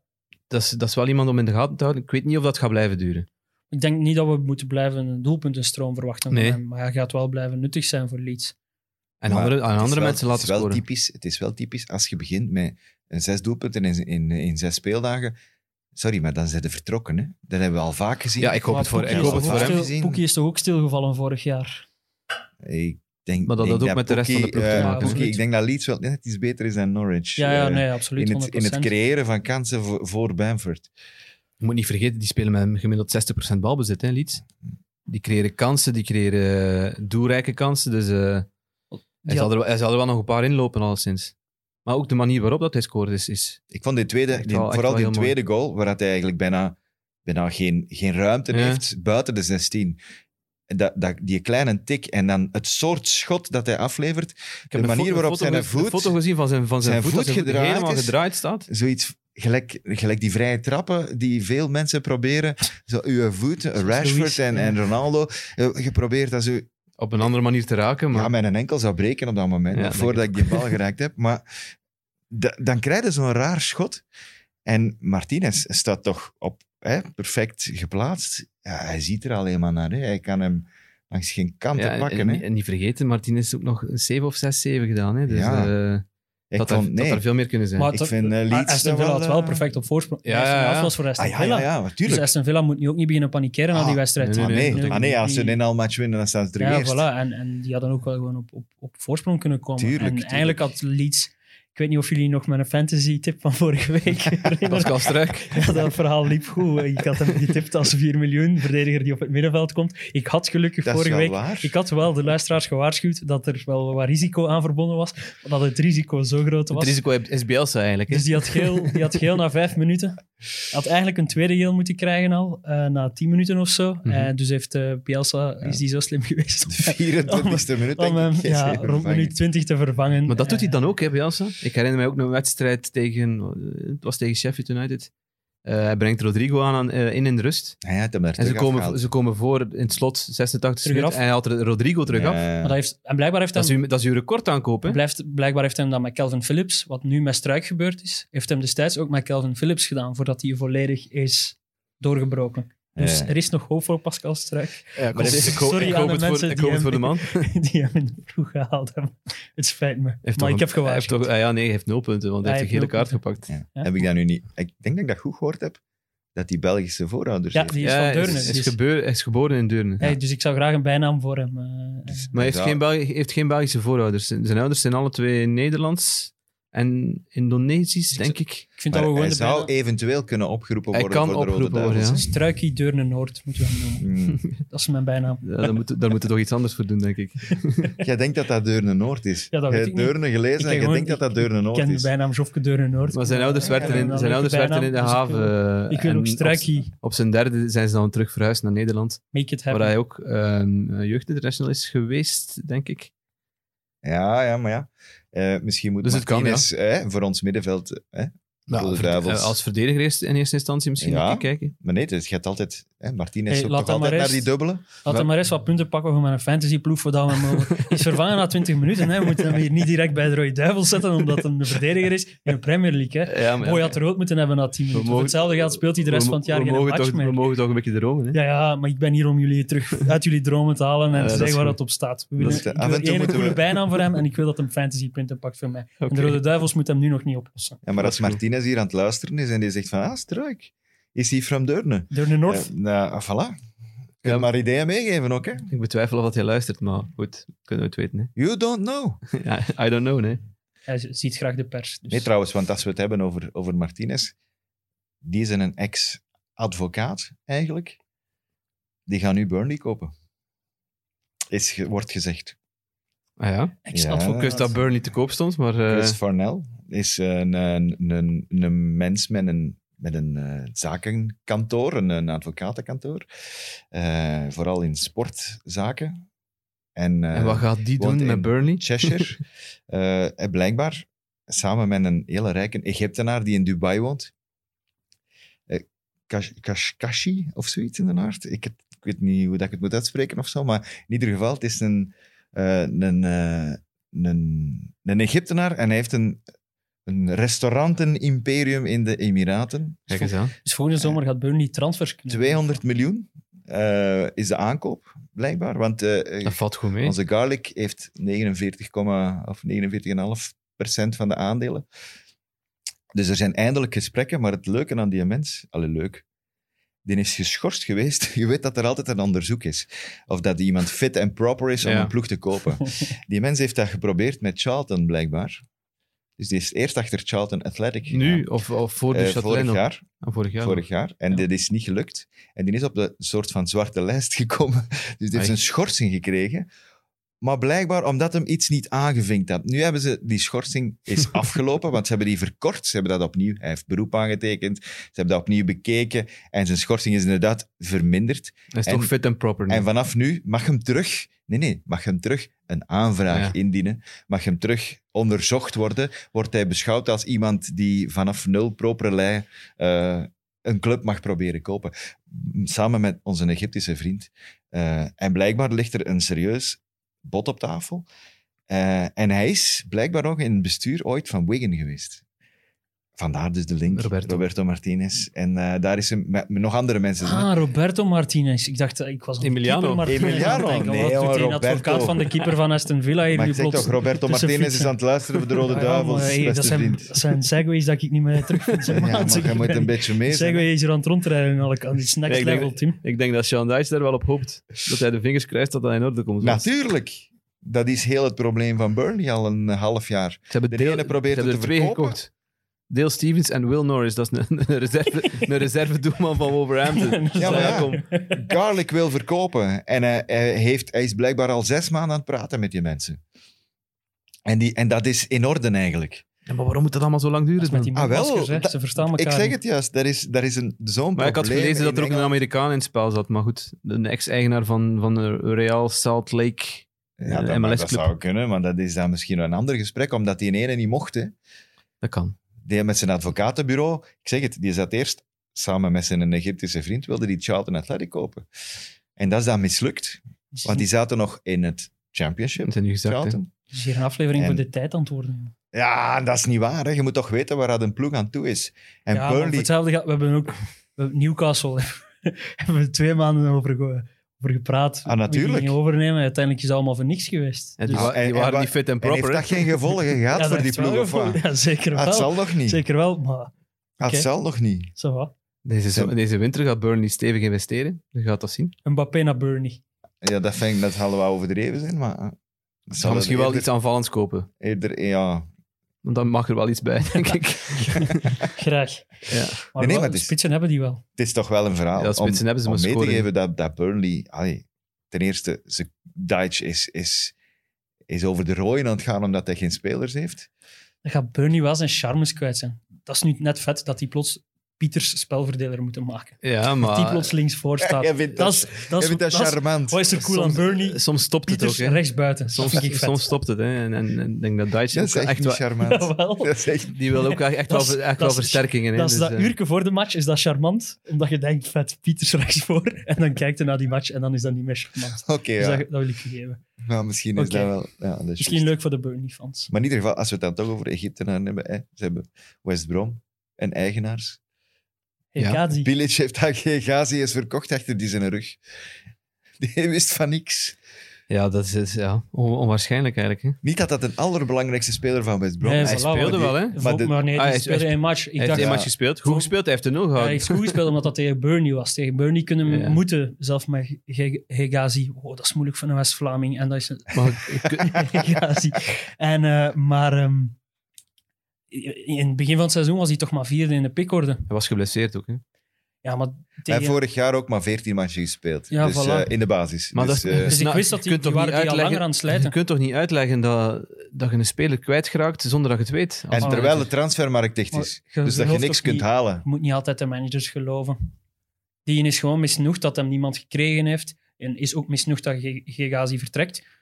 Speaker 1: dat is, dat is wel iemand om in de gaten te houden. Ik weet niet of dat gaat blijven duren.
Speaker 4: Ik denk niet dat we moeten blijven een doelpuntenstroom verwachten
Speaker 1: Nee.
Speaker 4: van hem. Maar hij gaat wel blijven nuttig zijn voor Leeds.
Speaker 1: En
Speaker 3: Maar
Speaker 1: andere, aan
Speaker 3: Het is
Speaker 1: andere
Speaker 3: wel-
Speaker 1: mensen
Speaker 3: het
Speaker 1: laten
Speaker 3: is wel
Speaker 1: scoren.
Speaker 3: Typisch, het is wel typisch als je begint met een zes doelpunten in, in, in zes speeldagen. Sorry, maar dan zijn ze vertrokken. Hè? Dat hebben we al vaak gezien.
Speaker 1: Ja, ik hoop
Speaker 4: Maar
Speaker 1: het voor,
Speaker 4: Poekie
Speaker 1: ik
Speaker 4: is
Speaker 1: hoop
Speaker 3: al
Speaker 1: het voor
Speaker 4: toch ook
Speaker 1: hem.
Speaker 3: hem.
Speaker 4: stil- Poekie is toch ook stilgevallen vorig jaar?
Speaker 3: Ik denk,
Speaker 1: Maar dat had
Speaker 3: denk
Speaker 1: ook met de rest van de
Speaker 3: Poekie,
Speaker 1: ploeg te
Speaker 3: eh,
Speaker 4: maken,
Speaker 3: Poekie,
Speaker 4: absoluut.
Speaker 3: ik denk dat Leeds wel net iets beter is dan Norwich.
Speaker 4: Ja, ja
Speaker 3: eh,
Speaker 4: nee, absoluut.
Speaker 3: in, het, in het
Speaker 4: 100%.
Speaker 3: creëren van kansen voor, voor Bamford.
Speaker 1: Je moet niet vergeten, die spelen met een gemiddeld 60% balbezit, hè, Leeds. Die creëren kansen, die creëren eh, doelrijke kansen. Dus eh, hij,
Speaker 4: Die
Speaker 1: zal
Speaker 4: had-
Speaker 1: er, wel- hij zal er wel nog een paar inlopen, alleszins. Maar ook de manier waarop dat hij scoort is... is
Speaker 3: Ik vond die tweede,
Speaker 1: Echt
Speaker 3: die-
Speaker 1: wel- echt
Speaker 3: vooral
Speaker 1: wel
Speaker 3: die
Speaker 1: heel mooi.
Speaker 3: tweede goal, waar dat hij eigenlijk bijna, bijna geen, geen ruimte
Speaker 1: Ja.
Speaker 3: heeft buiten de 16. Dat, dat, die kleine tik en dan het soort schot dat hij aflevert,
Speaker 1: ik
Speaker 3: de
Speaker 1: een
Speaker 3: manier
Speaker 1: fo- een
Speaker 3: waarop
Speaker 1: foto
Speaker 3: zijn
Speaker 1: gez-
Speaker 3: voet-
Speaker 1: Een foto gezien van zijn, van zijn,
Speaker 3: zijn
Speaker 1: voet, dat
Speaker 3: voet
Speaker 1: zijn voet
Speaker 3: gedraaid
Speaker 1: helemaal
Speaker 3: is.
Speaker 1: gedraaid staat.
Speaker 3: zoiets gelijk, gelijk die vrije trappen die veel mensen proberen. Zo uw voet, Rashford
Speaker 4: zoiets,
Speaker 3: en,
Speaker 4: ja.
Speaker 3: en Ronaldo, eh, geprobeerd dat ze
Speaker 1: Op een andere manier te raken, maar...
Speaker 3: Ja, mijn enkel zou breken op dat moment,
Speaker 1: Ja,
Speaker 3: nog
Speaker 1: denk
Speaker 3: voordat
Speaker 1: het
Speaker 3: ik die bal geraakt heb. Maar da- dan krijg je zo'n raar schot. En Martinez staat toch op, hè, perfect geplaatst. Ja, hij ziet er alleen maar naar. Hè. Hij kan hem langs geen kant
Speaker 1: Ja, en-
Speaker 3: pakken.
Speaker 1: en,
Speaker 3: Hè.
Speaker 1: niet- en niet vergeten, Martin is ook nog een 7 of 6, 7 gedaan. Hè? Dus
Speaker 3: Ja.
Speaker 1: eh,
Speaker 3: Ik
Speaker 1: dat,
Speaker 3: vond,
Speaker 1: er,
Speaker 3: nee.
Speaker 1: dat er veel meer kunnen zijn.
Speaker 4: Maar
Speaker 3: Ik
Speaker 4: het-
Speaker 3: vind, eh, Leeds
Speaker 4: Ah, Aston
Speaker 3: daar
Speaker 4: Villa
Speaker 3: wel,
Speaker 4: had wel
Speaker 3: eh,
Speaker 4: perfect op voorsprong.
Speaker 1: ja,
Speaker 4: Ja, ja,
Speaker 1: ja, ja.
Speaker 4: was voor Aston
Speaker 3: ah,
Speaker 4: Villa.
Speaker 3: ja, ja, ja, natuurlijk.
Speaker 4: Dus Aston Villa moet nu ook niet beginnen panikeren na die
Speaker 3: Ah,
Speaker 4: wedstrijd.
Speaker 1: nee,
Speaker 3: ah,
Speaker 1: nee,
Speaker 3: nee,
Speaker 1: natuurlijk
Speaker 3: ah, nee, als ze een match winnen, dan staan ze terug
Speaker 4: ja,
Speaker 3: eerst.
Speaker 4: voilà. En, en die hadden ook wel gewoon op, op, op voorsprong kunnen komen.
Speaker 3: Tuurlijk,
Speaker 4: en
Speaker 3: tuurlijk.
Speaker 4: eigenlijk had Leeds... Ik weet niet of jullie nog met een fantasy-tip van vorige
Speaker 3: *laughs*
Speaker 4: week herinneren.
Speaker 1: Pascal Struik.
Speaker 4: Ja, dat verhaal liep goed. Ik had hem getipt als 4 miljoen, verdediger die op het middenveld komt. Ik had gelukkig
Speaker 3: Dat is
Speaker 4: vorige
Speaker 3: wel
Speaker 4: week...
Speaker 3: waar. *laughs*
Speaker 4: Ik had wel de luisteraars gewaarschuwd dat er wel wat risico aan verbonden was, maar dat het risico zo groot
Speaker 1: Het
Speaker 4: was.
Speaker 1: risico is Bielsa eigenlijk. hè.
Speaker 4: Dus die had, geel, die had geel na vijf minuten. Had eigenlijk een tweede geel moeten krijgen al, eh, na tien minuten of zo.
Speaker 1: Mhm.
Speaker 4: Eh, dus heeft eh Bielsa, is die zo slim
Speaker 3: *laughs*
Speaker 4: geweest om,
Speaker 3: De 24e minuut, denk
Speaker 4: om hem
Speaker 3: ik. is *laughs*
Speaker 4: ja,
Speaker 3: hij
Speaker 4: rond
Speaker 3: vervangen.
Speaker 4: minuut 20 te vervangen.
Speaker 1: Maar dat doet hij
Speaker 4: Eh,
Speaker 1: dan ook, hè, Bielsa? Ik herinner mij ook een wedstrijd tegen... eh, Het was tegen Sheffield United. Eh, hij brengt Rodrigo aan, aan, eh, in in de rust.
Speaker 3: Hij had hem daar
Speaker 1: En ze
Speaker 3: terug
Speaker 1: komen,
Speaker 3: afgehaald.
Speaker 1: ze komen voor in het slot, 86
Speaker 4: Terug
Speaker 1: minuten.
Speaker 4: af.
Speaker 1: En hij haalt er Rodrigo terug af.
Speaker 3: Ja.
Speaker 4: maar dat heeft, en blijkbaar heeft
Speaker 1: Dat
Speaker 4: hem
Speaker 1: is, uw, dat is uw record aankopen.
Speaker 4: Blijft, blijkbaar heeft hem dat met Calvin Phillips, wat nu met Struik gebeurd is, heeft hem destijds ook met Calvin Phillips gedaan, voordat hij volledig is doorgebroken. Dus
Speaker 3: Ja.
Speaker 4: er is nog hoop voor Pascal Struik, *laughs*
Speaker 1: maar
Speaker 4: dat is-
Speaker 1: ik hoop,
Speaker 4: sorry
Speaker 1: ik
Speaker 4: aan
Speaker 1: hoop
Speaker 4: de
Speaker 1: het voor,
Speaker 4: mensen
Speaker 1: ik
Speaker 4: die
Speaker 1: hoop het voor de
Speaker 4: hem- *laughs*
Speaker 1: man.
Speaker 4: die hem in de ploeg gehaald hebben. Het spijt me,
Speaker 1: Heeft toch
Speaker 4: maar ik heb
Speaker 1: een- hij heeft
Speaker 4: gewaarschuwd.
Speaker 1: toch- ah ja, nee, hij heeft nul punten, want hij
Speaker 4: Hij
Speaker 1: heeft een
Speaker 4: heeft
Speaker 1: gele
Speaker 4: nul
Speaker 1: kaart gepakt.
Speaker 3: Ja.
Speaker 4: Ja.
Speaker 3: Heb ik dat nu niet... Ik denk dat ik dat goed gehoord heb. dat die Belgische voorouders
Speaker 4: Ja,
Speaker 3: heeft.
Speaker 4: die is
Speaker 1: Ja,
Speaker 4: van Deurne.
Speaker 1: Is,
Speaker 4: dus,
Speaker 1: is, gebeur- is geboren in Deurne.
Speaker 4: hey, dus ik zou graag een bijnaam voor hem. eh,
Speaker 3: Dus-
Speaker 1: Maar hij heeft,
Speaker 3: Ja.
Speaker 1: geen Belgi- heeft geen Belgische voorouders. Zijn zijn ouders zijn alle twee Nederlands en Indonesisch, denk ik.
Speaker 4: ik
Speaker 3: Maar
Speaker 4: vind dat we
Speaker 3: hij
Speaker 4: gewoon de
Speaker 3: zou
Speaker 4: bijnaam...
Speaker 3: eventueel kunnen opgeroepen
Speaker 1: Hij
Speaker 3: worden
Speaker 1: kan
Speaker 3: voor de Rode
Speaker 1: opgeroepen worden,
Speaker 3: Duivels.
Speaker 4: Struikie Deurne Noord moeten we hem noemen. *laughs*
Speaker 3: Hmm.
Speaker 4: Dat is mijn bijnaam.
Speaker 1: Ja, daar moeten daar moet we toch iets anders voor doen, denk
Speaker 4: *laughs*
Speaker 1: ik.
Speaker 3: Jij denkt dat dat Deurne Noord is.
Speaker 4: Ja, dat
Speaker 3: Jij
Speaker 4: weet
Speaker 3: hebt
Speaker 4: ik niet.
Speaker 3: Deurne gelezen
Speaker 4: Ik ken
Speaker 3: en je
Speaker 4: gewoon-
Speaker 3: denkt dat dat Deurne
Speaker 4: Ik
Speaker 3: Noord
Speaker 4: ken de
Speaker 3: is.
Speaker 4: bijnaam Jofke Deurne Noord.
Speaker 1: Maar zijn ouders werkten in, zijn ouders werkten in de haven.
Speaker 4: dus
Speaker 1: eh,
Speaker 4: Ik wil
Speaker 1: en
Speaker 4: ook Struikie.
Speaker 1: Op, op zijn derde zijn ze dan terug verhuisd naar Nederland.
Speaker 4: Make it
Speaker 1: Waar
Speaker 4: happen.
Speaker 1: hij ook ehm, een jeugdinternational is geweest, denk ik.
Speaker 3: Ja, ja, maar ja. Eh, misschien moet
Speaker 1: Dus het kan,
Speaker 3: Martinez, eh, voor ons middenveld... eh, Voor de
Speaker 1: verd-
Speaker 3: Duivels.
Speaker 1: eh, als verdediger eerst, in eerste instantie misschien
Speaker 3: Ja.
Speaker 1: een keer kijken.
Speaker 3: Maar nee, het is- je hebt altijd... Eh, Martinez
Speaker 4: Hey,
Speaker 3: zoekt
Speaker 4: laat
Speaker 3: toch
Speaker 4: dat maar
Speaker 3: altijd naar die
Speaker 4: eens.
Speaker 3: dubbele?
Speaker 4: Laat hem maar eens wat punten pakken voor mijn fantasyploeg voordat we hem
Speaker 1: *laughs*
Speaker 4: mogen- is vervangen na 20 minuten. Hè. We moeten hem hier niet direct bij de Rode Duivel zetten, omdat hij de verdediger is in de Premier League. Hè.
Speaker 1: Ja, maar ja,
Speaker 4: Mooi had rood moeten hebben na 10 minuten. Voor
Speaker 1: mogen-
Speaker 4: hetzelfde geld speelt hij de
Speaker 1: we
Speaker 4: rest
Speaker 1: mo-
Speaker 4: van het jaar
Speaker 1: we
Speaker 4: geen
Speaker 1: mogen
Speaker 4: match
Speaker 1: toch,
Speaker 4: meer.
Speaker 1: We mogen toch een beetje dromen, hè?
Speaker 4: Ja, ja, maar ik ben hier om jullie terug uit jullie dromen te halen en
Speaker 1: Ja,
Speaker 4: te
Speaker 1: dat is
Speaker 4: zeggen waar
Speaker 1: goed.
Speaker 4: dat op staat. We
Speaker 1: Dat
Speaker 4: willen,
Speaker 1: is
Speaker 4: ik
Speaker 3: de-
Speaker 4: wil
Speaker 3: af en toe
Speaker 4: één
Speaker 3: moeten we-
Speaker 4: goede bijnaam voor hem en
Speaker 1: *laughs*
Speaker 4: ik wil dat hem fantasypunten pakt voor mij. En
Speaker 1: Oké.
Speaker 4: de Rode Duivels moet hem nu nog niet oplossen.
Speaker 3: Ja,
Speaker 1: Dat
Speaker 3: maar als
Speaker 1: is goed.
Speaker 3: Martinez hier aan het luisteren is en die zegt van... Ah, Struik, is hij from Deurne?
Speaker 4: Deurne North,
Speaker 3: Eh, nou, ah, voilà. Kun
Speaker 1: Ja,
Speaker 3: je maar ideeën meegeven ook, hè?
Speaker 1: Ik betwijfel of dat hij luistert, maar goed, kunnen we het weten. Hè?
Speaker 3: You don't know.
Speaker 1: Dus- Ja, *laughs* I don't know, nee.
Speaker 4: hij z- ziet graag de pers. Dus.
Speaker 3: Nee, trouwens, want als we het hebben over, over Martinez, die is een ex-advocaat eigenlijk. Die gaan nu Burnley kopen. Is, ge- wordt gezegd.
Speaker 1: Ah ja,
Speaker 4: Ex-advocaat.
Speaker 1: ik wist dat Burnley te koop stond, maar... eh,
Speaker 3: Chris Farnell is een, een, een, een mens met een, met een eh, zakenkantoor, een, een advocatenkantoor. Eh, vooral in sportzaken. En, eh,
Speaker 1: en wat gaat die
Speaker 3: woont
Speaker 1: doen met
Speaker 3: in
Speaker 1: Burnley?
Speaker 3: Cheshire. Eh, en blijkbaar samen met een hele rijke Egyptenaar die in Dubai woont. Eh, Kash- Kashkashi of zoiets in de aard. Ik, het- ik weet niet hoe dat ik het moet uitspreken of zo, maar in ieder geval, het is een, eh, een, eh, een, een Egyptenaar en hij heeft een, een restaurantenimperium in de Emiraten.
Speaker 1: Kijk eens aan.
Speaker 4: Dus volgende zomer gaat Burnley transfers kunnen.
Speaker 3: 200 miljoen eh, is de aankoop, blijkbaar. Want eh,
Speaker 1: Dat valt goed mee.
Speaker 3: onze Garlic heeft 49, of 49,5 procent van de aandelen. Dus er zijn eindelijk gesprekken, maar het leuke aan die mens, allee leuk, die is geschorst geweest. *laughs* Je weet dat er altijd een onderzoek is. Of dat iemand fit en proper is om
Speaker 1: Ja.
Speaker 3: een ploeg te
Speaker 1: *laughs*
Speaker 3: kopen. Die mens heeft dat geprobeerd met Charlton, blijkbaar. Dus die is eerst achter Charlton Athletic gegaan.
Speaker 1: Nu, Oh, of, of voor de
Speaker 3: Eh, vorig
Speaker 1: Chatelaine? nog?
Speaker 3: jaar.
Speaker 1: Ah, vorig jaar.
Speaker 3: Vorig jaar. En
Speaker 4: Ja.
Speaker 3: dit is niet gelukt. En die is op de soort van zwarte lijst *laughs* gekomen. Dus die heeft
Speaker 1: Ai.
Speaker 3: een schorsing gekregen. Maar blijkbaar omdat hem iets niet aangevinkt had. Nu hebben ze die schorsing is afgelopen, want ze hebben die verkort. Ze hebben dat opnieuw. Hij heeft beroep aangetekend. Ze hebben dat opnieuw bekeken. En zijn schorsing is inderdaad verminderd.
Speaker 1: Hij is
Speaker 3: En-
Speaker 1: toch fit en proper nu.
Speaker 3: En vanaf nu mag hem terug. Nee, nee, mag hem terug een aanvraag
Speaker 1: Ja.
Speaker 3: indienen. Mag hem terug onderzocht worden. Wordt hij beschouwd als iemand die vanaf nul propere lei eh, een club mag proberen kopen. M- Samen met onze Egyptische vriend. Eh, en blijkbaar ligt er een serieus bod op tafel. Eh, en hij is blijkbaar nog in het bestuur ooit van Wigan geweest. Vandaar dus de link,
Speaker 1: Roberto.
Speaker 3: Roberto, Martinez. En eh, daar is hem met met nog andere mensen.
Speaker 4: Ah, Roberto Martinez. Ik dacht, ik was aan
Speaker 1: Emiliano.
Speaker 4: keeper Martinez
Speaker 3: Emiliano.
Speaker 4: aan het denken.
Speaker 3: Nee,
Speaker 4: Wat doet
Speaker 3: jongen,
Speaker 4: die
Speaker 3: Roberto.
Speaker 4: advocaat van de keeper van Aston Villa hier
Speaker 3: maar
Speaker 4: nu
Speaker 3: ik zeg
Speaker 4: plots?
Speaker 3: toch, Roberto
Speaker 4: tussen
Speaker 3: Martinez is
Speaker 4: fietsen.
Speaker 3: aan het luisteren voor de Rode
Speaker 4: Ah,
Speaker 3: Duivels,
Speaker 4: maar, hey,
Speaker 3: beste
Speaker 4: dat, zijn,
Speaker 3: vriend.
Speaker 4: dat zijn segways dat ik niet meer terug
Speaker 3: Ja, maar je moet een beetje mee zijn.
Speaker 4: Segway is hier aan het rondrijden en alle kanten. Dit is next
Speaker 1: Ja, ik denk-
Speaker 4: level, Tim.
Speaker 1: Ik denk dat Sean Dyche daar wel op hoopt. Dat hij de vingers krijgt dat dat in orde komt. Want
Speaker 3: Natuurlijk. Dat is heel het probleem van Burnley al een half jaar.
Speaker 1: Ze hebben,
Speaker 3: De
Speaker 1: deel,
Speaker 3: ene probeert
Speaker 1: ze hebben
Speaker 3: het
Speaker 1: er
Speaker 3: te
Speaker 1: twee
Speaker 3: verkopen.
Speaker 1: gekocht. Dale Stevens en Will Norris. Dat is een, *laughs* een, reserve, een reservedoelman van *laughs* Wolverhampton. Dus,
Speaker 3: Ja, maar ja.
Speaker 1: kom.
Speaker 3: Garlic wil verkopen. En hij, hij heeft, hij is blijkbaar al zes maanden aan het praten met die mensen. En, die, en dat is in orde eigenlijk.
Speaker 1: Ja, maar waarom moet dat allemaal zo lang duren?
Speaker 4: Dus met die
Speaker 3: Ah, wel,
Speaker 4: maskers, hè.
Speaker 3: dat-
Speaker 4: Ze verstaan elkaar
Speaker 3: Ik zeg
Speaker 4: niet.
Speaker 3: het juist, daar is, daar is een, zo'n
Speaker 1: Maar ik had
Speaker 3: probleem
Speaker 1: gelezen dat
Speaker 3: in
Speaker 1: er ook een
Speaker 3: Engeland.
Speaker 1: Amerikaan in het spel zat. Maar goed, een ex-eigenaar van, van eh, Real Salt Lake.
Speaker 3: Ja, dat,
Speaker 1: MLS
Speaker 3: dat
Speaker 1: club.
Speaker 3: zou kunnen, maar dat is dan misschien een ander gesprek, omdat die ene niet mocht. Hè.
Speaker 1: Dat kan.
Speaker 3: Die met zijn advocatenbureau, ik zeg het, die zat eerst samen met zijn Egyptische vriend, wilde die Charlton Athletic kopen. En dat is dan mislukt,
Speaker 4: Het is
Speaker 3: want die zaten nog in het championship,
Speaker 1: Dat is nu gezegd. hè.
Speaker 3: Charlton.
Speaker 4: het is hier een aflevering
Speaker 3: En-
Speaker 4: voor de tijd antwoorden.
Speaker 3: Ja, en dat is niet waar. Hè. Je moet toch weten waar dat een ploeg aan toe is. En
Speaker 4: ja, maar voor
Speaker 3: Burnley...
Speaker 4: hetzelfde geld, we hebben ook we hebben Newcastle. *laughs* hebben we twee maanden over, ge- over gepraat.
Speaker 3: Ah, natuurlijk.
Speaker 4: Wie ging overnemen. Uiteindelijk is het allemaal voor niks geweest.
Speaker 1: En die,
Speaker 4: Dus-
Speaker 3: Ah,
Speaker 1: wa- die
Speaker 3: en- en
Speaker 1: waren
Speaker 3: wa-
Speaker 1: niet fit en
Speaker 3: En heeft
Speaker 1: proper. hè.
Speaker 3: dat geen gevolgen
Speaker 4: Ja,
Speaker 3: gehad
Speaker 4: dat
Speaker 3: voor die
Speaker 4: heeft wel
Speaker 3: ploeg? Of wat?
Speaker 4: gevolgen. Ja, zeker
Speaker 3: Ah, het
Speaker 4: wel.
Speaker 3: zal nog niet.
Speaker 4: Zeker wel, maar
Speaker 3: Ah, Het
Speaker 4: Oké.
Speaker 3: zal nog niet.
Speaker 4: ça va.
Speaker 1: Deze, zo-
Speaker 3: Ze-
Speaker 1: deze winter gaat Burnley stevig investeren. Je gaat dat zien.
Speaker 4: Mbappé naar Burnley.
Speaker 3: Ja, dat vind ik net wel wat overdreven zijn, maar... eh, ik
Speaker 1: Ze gaan misschien wel
Speaker 3: eerder-
Speaker 1: iets aanvallends kopen.
Speaker 3: Eerder, ja... *laughs*
Speaker 1: Want dan mag er wel iets bij, *laughs* denk ik.
Speaker 4: Graag.
Speaker 1: Ja.
Speaker 3: nee,
Speaker 4: Maar wel,
Speaker 3: maar het
Speaker 4: de
Speaker 3: is-
Speaker 4: spitsen hebben die wel.
Speaker 3: Het is toch wel een verhaal.
Speaker 1: Ja, spitsen
Speaker 3: om,
Speaker 1: hebben ze,
Speaker 3: om
Speaker 1: maar
Speaker 3: mee te
Speaker 1: scoren
Speaker 3: geven dat, dat Burnley... allee, ten eerste, ze, Deitch is, is, is over de rooien aan het gaan omdat hij geen spelers heeft.
Speaker 4: Dan gaat Burnley wel zijn charmes kwijt zijn. Dat is nu net vet dat die plots Pieters spelverdeler moeten maken.
Speaker 1: ja,
Speaker 4: Dat die
Speaker 1: maar
Speaker 4: plots links
Speaker 3: *laughs*
Speaker 4: voor staat.
Speaker 3: Jij vindt
Speaker 4: dat
Speaker 3: dat-
Speaker 4: is,
Speaker 3: Dat
Speaker 4: dat is,
Speaker 3: vind dat
Speaker 4: dat is-
Speaker 3: charmant.
Speaker 4: wat is er cool aan
Speaker 1: soms-
Speaker 4: Burnley?
Speaker 1: soms stopt het ook.
Speaker 4: Pieters
Speaker 1: Hè.
Speaker 4: rechts buiten.
Speaker 1: Soms,
Speaker 4: dat vind ik vet.
Speaker 1: soms stopt het. Hè. En, en, en ik denk dat Duits
Speaker 3: Ja, dat is
Speaker 1: ook
Speaker 3: echt,
Speaker 1: echt
Speaker 3: niet
Speaker 1: wel-
Speaker 3: *laughs* charmant.
Speaker 4: *laughs* Jawel.
Speaker 3: Dat is echt...
Speaker 1: Die wil ook echt wel,
Speaker 4: Dat is-
Speaker 1: echt
Speaker 4: dat
Speaker 1: wel
Speaker 4: is-
Speaker 1: versterkingen. hè.
Speaker 4: Dat is
Speaker 1: Dus,
Speaker 4: dat
Speaker 1: eh,
Speaker 4: uurke voor de match is dat charmant, omdat je denkt, vet, Pieters rechts voor. En dan kijkt je naar die match en dan is dat niet meer charmant.
Speaker 3: Oké,
Speaker 4: Dus
Speaker 3: ja.
Speaker 4: dat, dat wil ik je geven.
Speaker 3: Nou, misschien is
Speaker 4: Oké.
Speaker 3: dat wel... Ja, dat is
Speaker 4: Misschien
Speaker 3: juist.
Speaker 4: leuk voor de Burnley-fans.
Speaker 3: Maar in ieder geval, als we het dan toch over Egyptenaren hebben, hè, ze hebben West Brom en eigenaars.
Speaker 4: Hey,
Speaker 1: Ja.
Speaker 4: Kadi.
Speaker 3: Bilic heeft AG Ghazi is verkocht achter die zijn rug. Die wist van niks.
Speaker 1: Ja, dat is ja, on- onwaarschijnlijk eigenlijk. Hè.
Speaker 3: Niet dat dat een allerbelangrijkste speler van West Brom
Speaker 4: Nee,
Speaker 3: is.
Speaker 1: Hij
Speaker 4: voilà,
Speaker 1: speelde
Speaker 4: want
Speaker 1: wel, hè?
Speaker 4: die-
Speaker 3: Maar
Speaker 4: Vond-
Speaker 3: de-
Speaker 4: maar nee,
Speaker 1: Ah,
Speaker 4: die
Speaker 1: hij-
Speaker 4: speelde
Speaker 1: hij-
Speaker 4: één match. Ik
Speaker 1: Hij heeft
Speaker 4: dacht,
Speaker 1: die
Speaker 3: ja.
Speaker 1: match gespeeld. Goed gespeeld, hij heeft de nul
Speaker 4: hij
Speaker 1: gehouden.
Speaker 4: heeft goed gespeeld omdat dat tegen Burnley was. Tegen Burnley kunnen we
Speaker 1: Ja.
Speaker 4: moeten, zelf met Ge- Hegazi. Oh, dat is moeilijk voor een West-Vlaming. En dat is een *laughs*
Speaker 1: Maar ik- ik-
Speaker 4: Hegazi. En, eh, maar ehm, in het begin van het seizoen was hij toch maar vierde in de pickorde.
Speaker 1: hij was geblesseerd ook. Hè.
Speaker 4: Ja, maar
Speaker 3: Hij
Speaker 4: tegen...
Speaker 3: heeft vorig jaar ook maar 14 matchen gespeeld.
Speaker 4: Ja,
Speaker 3: dus
Speaker 4: voilà.
Speaker 3: eh, in de basis.
Speaker 1: Maar
Speaker 3: dus,
Speaker 1: dat-
Speaker 3: eh,
Speaker 4: Dus ik
Speaker 1: Nou,
Speaker 4: wist
Speaker 1: je
Speaker 4: dat die,
Speaker 1: kunt
Speaker 4: die
Speaker 1: toch
Speaker 4: waren
Speaker 1: niet
Speaker 4: die al
Speaker 1: uitleggen-
Speaker 4: langer aan het
Speaker 1: Je
Speaker 4: slijten.
Speaker 1: *laughs* kunt toch niet uitleggen dat, dat je een speler kwijtgeraakt zonder dat je het weet. Als
Speaker 3: en
Speaker 1: manager.
Speaker 3: terwijl de transfermarkt dicht is.
Speaker 4: Maar
Speaker 3: Dus dat je
Speaker 4: gelooft
Speaker 3: niks
Speaker 4: ook
Speaker 3: kunt
Speaker 4: niet-
Speaker 3: halen.
Speaker 4: Je moet niet altijd de managers geloven. Die is gewoon misnoegd dat hem niemand gekregen heeft. En is ook misnoegd dat Ge- Gegazi vertrekt.